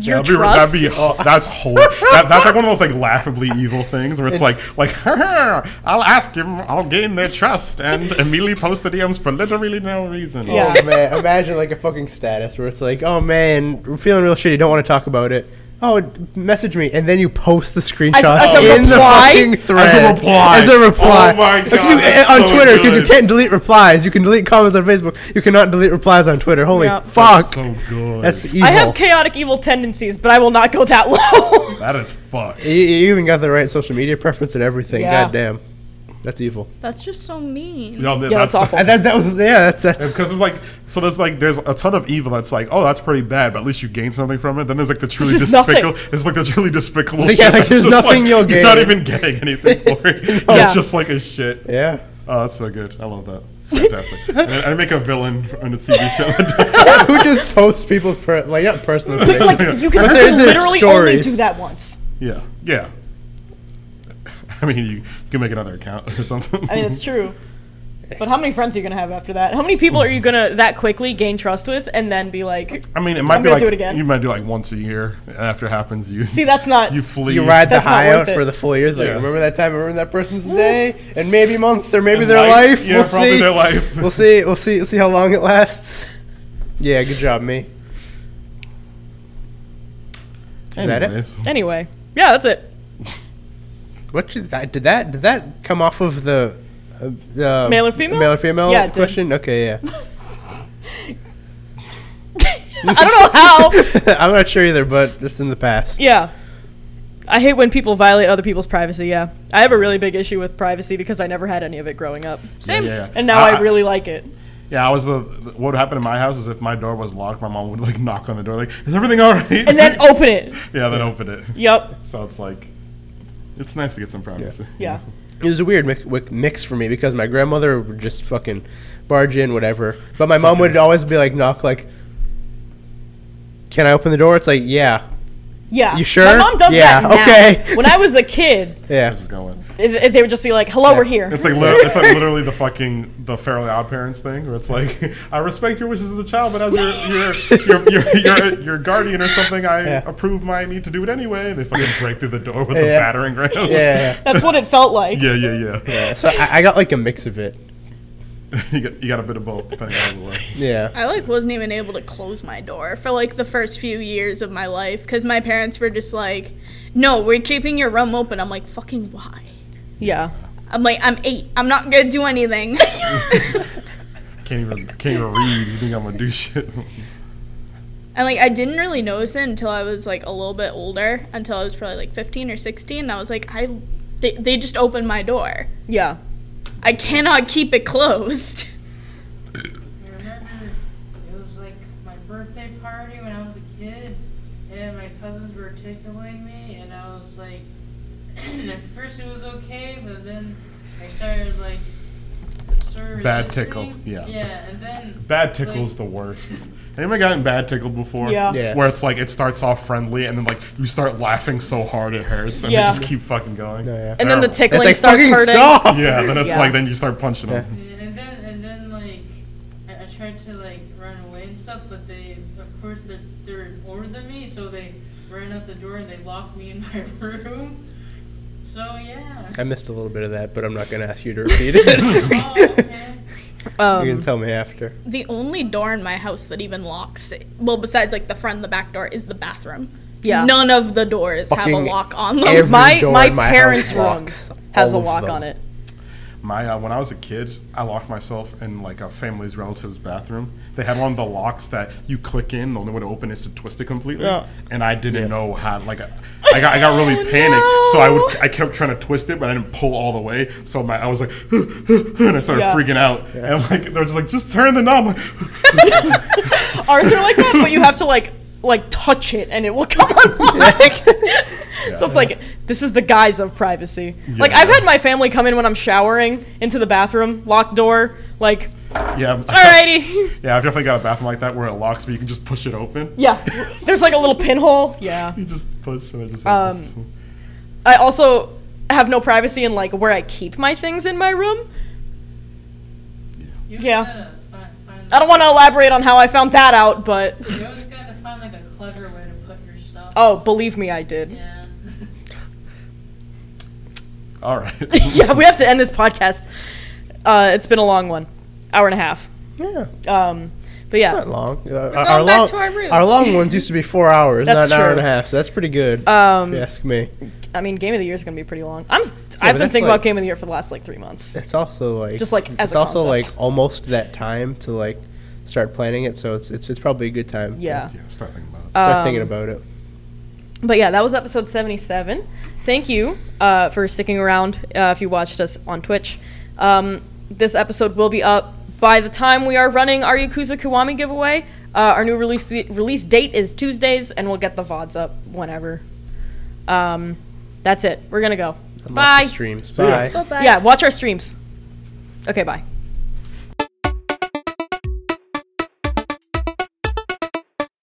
Speaker 2: your
Speaker 3: that'd be,
Speaker 2: trust,
Speaker 3: That'd be, oh, that's whole. that, that's like one of those like laughably evil things where it's like like *laughs* I'll ask him, I'll gain their trust, and immediately post the DMs for literally no reason.
Speaker 2: Yeah.
Speaker 1: Oh man, imagine like a fucking status where it's like, oh man, we're feeling real shitty, don't want to talk about it. Oh, message me, and then you post the screenshot
Speaker 2: as a
Speaker 1: in
Speaker 2: reply?
Speaker 1: the fucking thread
Speaker 3: reply.
Speaker 1: As a reply.
Speaker 3: Oh my
Speaker 1: Like,
Speaker 3: God,
Speaker 1: you-
Speaker 3: that's
Speaker 1: on
Speaker 3: so
Speaker 1: Twitter because you
Speaker 3: good.
Speaker 1: can't delete replies. You can delete comments on Facebook. You cannot delete replies on Twitter. Holy
Speaker 2: Yeah.
Speaker 1: fuck,
Speaker 3: That's so good.
Speaker 1: that's
Speaker 3: That's
Speaker 1: evil.
Speaker 2: I have chaotic evil tendencies, but I will not go that *laughs* low.
Speaker 3: that is fuck.
Speaker 1: You, you even got the right social media preference and everything.
Speaker 2: Yeah.
Speaker 1: God damn. That's evil.
Speaker 4: That's just so mean.
Speaker 3: Yo,
Speaker 2: yeah, that's
Speaker 3: *laughs*
Speaker 2: awful.
Speaker 1: And that, that was yeah. That's that's
Speaker 3: Because it's like so there's like there's a ton of evil that's like oh that's pretty bad but at least you gain something from it. Then there's like the truly
Speaker 2: This is nothing.
Speaker 3: despicable. It's like the truly despicable.
Speaker 1: Yeah,
Speaker 3: shit
Speaker 1: like,
Speaker 3: that's
Speaker 1: there's
Speaker 3: just,
Speaker 1: nothing you'll
Speaker 3: You're not
Speaker 1: gain.
Speaker 3: even getting anything for it.
Speaker 2: Yeah.
Speaker 3: It's just like a shit.
Speaker 1: yeah. *laughs*
Speaker 3: Oh, that's so good. I love that. It's fantastic. *laughs* and I I make a villain on a TV show that
Speaker 2: *laughs*
Speaker 3: does that.
Speaker 1: Who just posts people's per- like yeah personal
Speaker 2: But,
Speaker 1: information?
Speaker 2: like you can
Speaker 1: But they're the
Speaker 2: literally only
Speaker 1: stories.
Speaker 2: do that once.
Speaker 3: Yeah. Yeah. *laughs* I mean, you, you can make another account or something.
Speaker 2: I mean, it's true. But how many friends are you gonna have after that? How many people are you gonna that quickly gain trust with and then be like,
Speaker 3: *laughs* I mean, it might be
Speaker 2: gonna
Speaker 3: like
Speaker 2: do it again.
Speaker 3: you might do like once a year. and After it happens, you
Speaker 2: see, that's not.
Speaker 3: you flee.
Speaker 1: You ride the
Speaker 2: That's not
Speaker 1: high out
Speaker 2: worth it.
Speaker 1: for the full years. Like,
Speaker 3: Yeah.
Speaker 1: remember that time? Remember that person's day, and maybe month, or maybe their life.
Speaker 3: Life- yeah,
Speaker 1: we'll
Speaker 3: probably
Speaker 1: see.
Speaker 3: their
Speaker 1: *laughs*
Speaker 3: life.
Speaker 1: we'll see. We'll see. We'll see how long it lasts. Yeah, good job, me. Is that it?
Speaker 3: Anyways.
Speaker 2: Anyway, yeah, that's it.
Speaker 1: What did that? Did that? Did that come off of the uh, the
Speaker 2: Male or female?
Speaker 1: Male or female?
Speaker 2: Yeah, it did.
Speaker 1: question. Okay, yeah. *laughs*
Speaker 2: I don't know how.
Speaker 3: *laughs*
Speaker 1: I'm not sure either, but it's in the past.
Speaker 2: Yeah. I hate when people violate other people's privacy. Yeah. I have a really big issue with privacy because I never had any of it growing up.
Speaker 3: Same. Yeah, yeah.
Speaker 2: And now
Speaker 3: I-
Speaker 2: I really like it.
Speaker 3: Yeah, I was the. What would happen in my house is if my door was locked, my mom would like knock on the door, like, "Is everything all right?"
Speaker 1: *laughs*
Speaker 2: And
Speaker 3: *laughs*
Speaker 2: then open it.
Speaker 3: yeah, then open it.
Speaker 2: Yep.
Speaker 3: So it's like, it's nice to get some privacy.
Speaker 2: Yeah.
Speaker 1: It was a weird mix, mix for me because my grandmother would just fucking barge in, whatever. But my mom would always be like, knock, like, can I open the door? It's like, yeah,
Speaker 2: Yeah.
Speaker 1: You sure?
Speaker 2: My mom does
Speaker 1: Yeah,
Speaker 2: that now.
Speaker 1: okay.
Speaker 2: When I was a kid,
Speaker 1: yeah.
Speaker 3: It's *laughs* just going.
Speaker 2: it, it- they would just be like, hello, we're here.
Speaker 3: It's like lit it's like literally the fucking the Fairly Odd Parents thing, where it's like, I respect your wishes as a child, but as your your your, your, your, your guardian or something, I
Speaker 1: Yeah.
Speaker 3: approve my need to do it anyway. And they fucking break through the door with a
Speaker 1: Yeah.
Speaker 3: battering ram.
Speaker 1: Yeah, yeah,
Speaker 2: That's what it felt like.
Speaker 3: yeah, yeah, yeah.
Speaker 1: yeah. So I, I got like a mix of it.
Speaker 3: *laughs* you got you got a bit of both, depending on the list.
Speaker 1: Yeah.
Speaker 4: I like wasn't even able to close my door for like the first few years of my life because my parents were just like, "No, we're keeping your room open." I'm like, "Fucking why?"
Speaker 2: Yeah.
Speaker 4: I'm like, "I'm eight. I'm not gonna do
Speaker 1: *laughs*
Speaker 4: anything." *laughs*
Speaker 3: Can't even can't even read. You think I'm gonna do shit?
Speaker 4: And like I didn't really notice it until I was like a little bit older, until I was probably like 15 or 16. And I was like, I they, they just opened my door.
Speaker 2: Yeah.
Speaker 4: I cannot keep it closed. *laughs*
Speaker 5: I remember it was like my birthday party when I was a kid, and my cousins were tickling me, and I was like, *clears throat* at first it was okay, but then I started like. Sort of
Speaker 3: Bad
Speaker 5: resisting.
Speaker 3: tickle, yeah.
Speaker 5: Yeah, and then
Speaker 3: Bad tickle's the worst. Anyone gotten bad tickled before?
Speaker 2: Yeah.
Speaker 1: Yeah.
Speaker 3: Where it's like it starts off friendly and then like you start laughing so hard it hurts and
Speaker 2: Yeah.
Speaker 3: they just keep fucking going.
Speaker 1: No, yeah.
Speaker 2: And then the
Speaker 3: Terrible.
Speaker 2: tickling
Speaker 1: it's like,
Speaker 2: starts
Speaker 1: fucking
Speaker 2: hurting.
Speaker 1: stop!
Speaker 3: Yeah, then it's
Speaker 2: Yeah.
Speaker 3: like then you start punching them.
Speaker 5: And then, and then like, I, I tried to like run away and stuff, but they, of course, they're, they're older than me, so they ran out the door and they locked me in my *laughs* room. So yeah.
Speaker 1: I missed a little bit of that, but I'm not going to ask you to repeat
Speaker 3: *laughs*
Speaker 1: it.
Speaker 5: oh, okay.
Speaker 1: you
Speaker 2: Um,
Speaker 1: can tell me after.
Speaker 4: The only door in my house that even locks, well, besides like the front and the back door, is the bathroom.
Speaker 2: Yeah.
Speaker 4: None of the doors have
Speaker 1: Fucking
Speaker 4: a lock on them.
Speaker 1: every
Speaker 2: my
Speaker 1: door
Speaker 2: my
Speaker 1: in my
Speaker 2: parents'
Speaker 1: house
Speaker 2: room
Speaker 1: locks
Speaker 2: has a
Speaker 1: all of
Speaker 2: lock
Speaker 1: them.
Speaker 2: on it.
Speaker 3: My uh, when I was a kid, I locked myself in like a family's relative's bathroom. They had one of the locks that you click in. The only way to open is to twist it completely.
Speaker 1: Yeah.
Speaker 3: And I didn't know how. Like I got I
Speaker 2: *laughs*
Speaker 3: got really
Speaker 2: Oh,
Speaker 3: panicked. So I would I kept trying to twist it, but I didn't pull all the way. So my I was like, *laughs* and I started
Speaker 2: Yeah.
Speaker 3: freaking out. And like they're just like, just turn the knob. *laughs* I'm like,
Speaker 2: Ours are like that, but you have to like like touch it and it will
Speaker 1: *laughs*
Speaker 2: come unlocked. *laughs* so it's like this is the guise of privacy. Like
Speaker 3: Yeah.
Speaker 2: I've had my family come in when I'm showering into the bathroom, locked door, like
Speaker 3: yeah.
Speaker 2: *laughs* alrighty.
Speaker 3: *laughs* Yeah, I've definitely got a bathroom like that where it locks, but you can just push it open.
Speaker 2: Yeah. There's like a little pinhole. Yeah.
Speaker 3: You just push and it just
Speaker 2: Um,
Speaker 3: opens.
Speaker 2: I also have no privacy in like where I keep my things in my room.
Speaker 5: You
Speaker 2: Yeah.
Speaker 5: Gotta find, find,
Speaker 2: I don't want to elaborate on how I found that out, but
Speaker 5: You always gotta find like a clever way to put your stuff.
Speaker 2: oh, believe me, I did.
Speaker 5: Yeah. *laughs*
Speaker 3: All right. *laughs*
Speaker 2: yeah, we have to end this podcast. Uh, it's been a long one, hour and a half.
Speaker 1: Yeah.
Speaker 2: Um, but
Speaker 1: It's not
Speaker 2: yeah,
Speaker 1: long. Uh, our,
Speaker 4: going back
Speaker 1: long
Speaker 4: to our roots.
Speaker 1: long ones used to be four hours,
Speaker 2: That's
Speaker 1: not an hour and a
Speaker 2: true.
Speaker 1: half. So that's pretty good.
Speaker 2: Um,
Speaker 1: if you ask me.
Speaker 2: I mean, game of the year is going to be pretty long. I'm s I've
Speaker 1: but
Speaker 2: been
Speaker 1: that's
Speaker 2: thinking
Speaker 1: like-
Speaker 2: about game of the year for the last like three months.
Speaker 1: It's also like
Speaker 2: Just, like, as
Speaker 1: it's
Speaker 2: a
Speaker 1: also
Speaker 2: concept.
Speaker 1: like almost that time to like start planning it. So it's it's, it's probably a good time.
Speaker 2: Yeah, Um,
Speaker 3: yeah, start thinking about it.
Speaker 1: Start thinking about it.
Speaker 2: but yeah, that was episode seventy-seven. Thank you uh, for sticking around. Uh, if you watched us on Twitch, um, this episode will be up by the time we are running our Yakuza Kiwami giveaway. Uh, our new release release date is Tuesdays, and we'll get the vods up whenever. Um, that's it. We're gonna go.
Speaker 1: I'm off the
Speaker 2: Bye.
Speaker 1: Streams.
Speaker 3: ya.
Speaker 1: Bye.
Speaker 4: Bye-bye.
Speaker 2: Yeah, watch our streams. Okay, bye.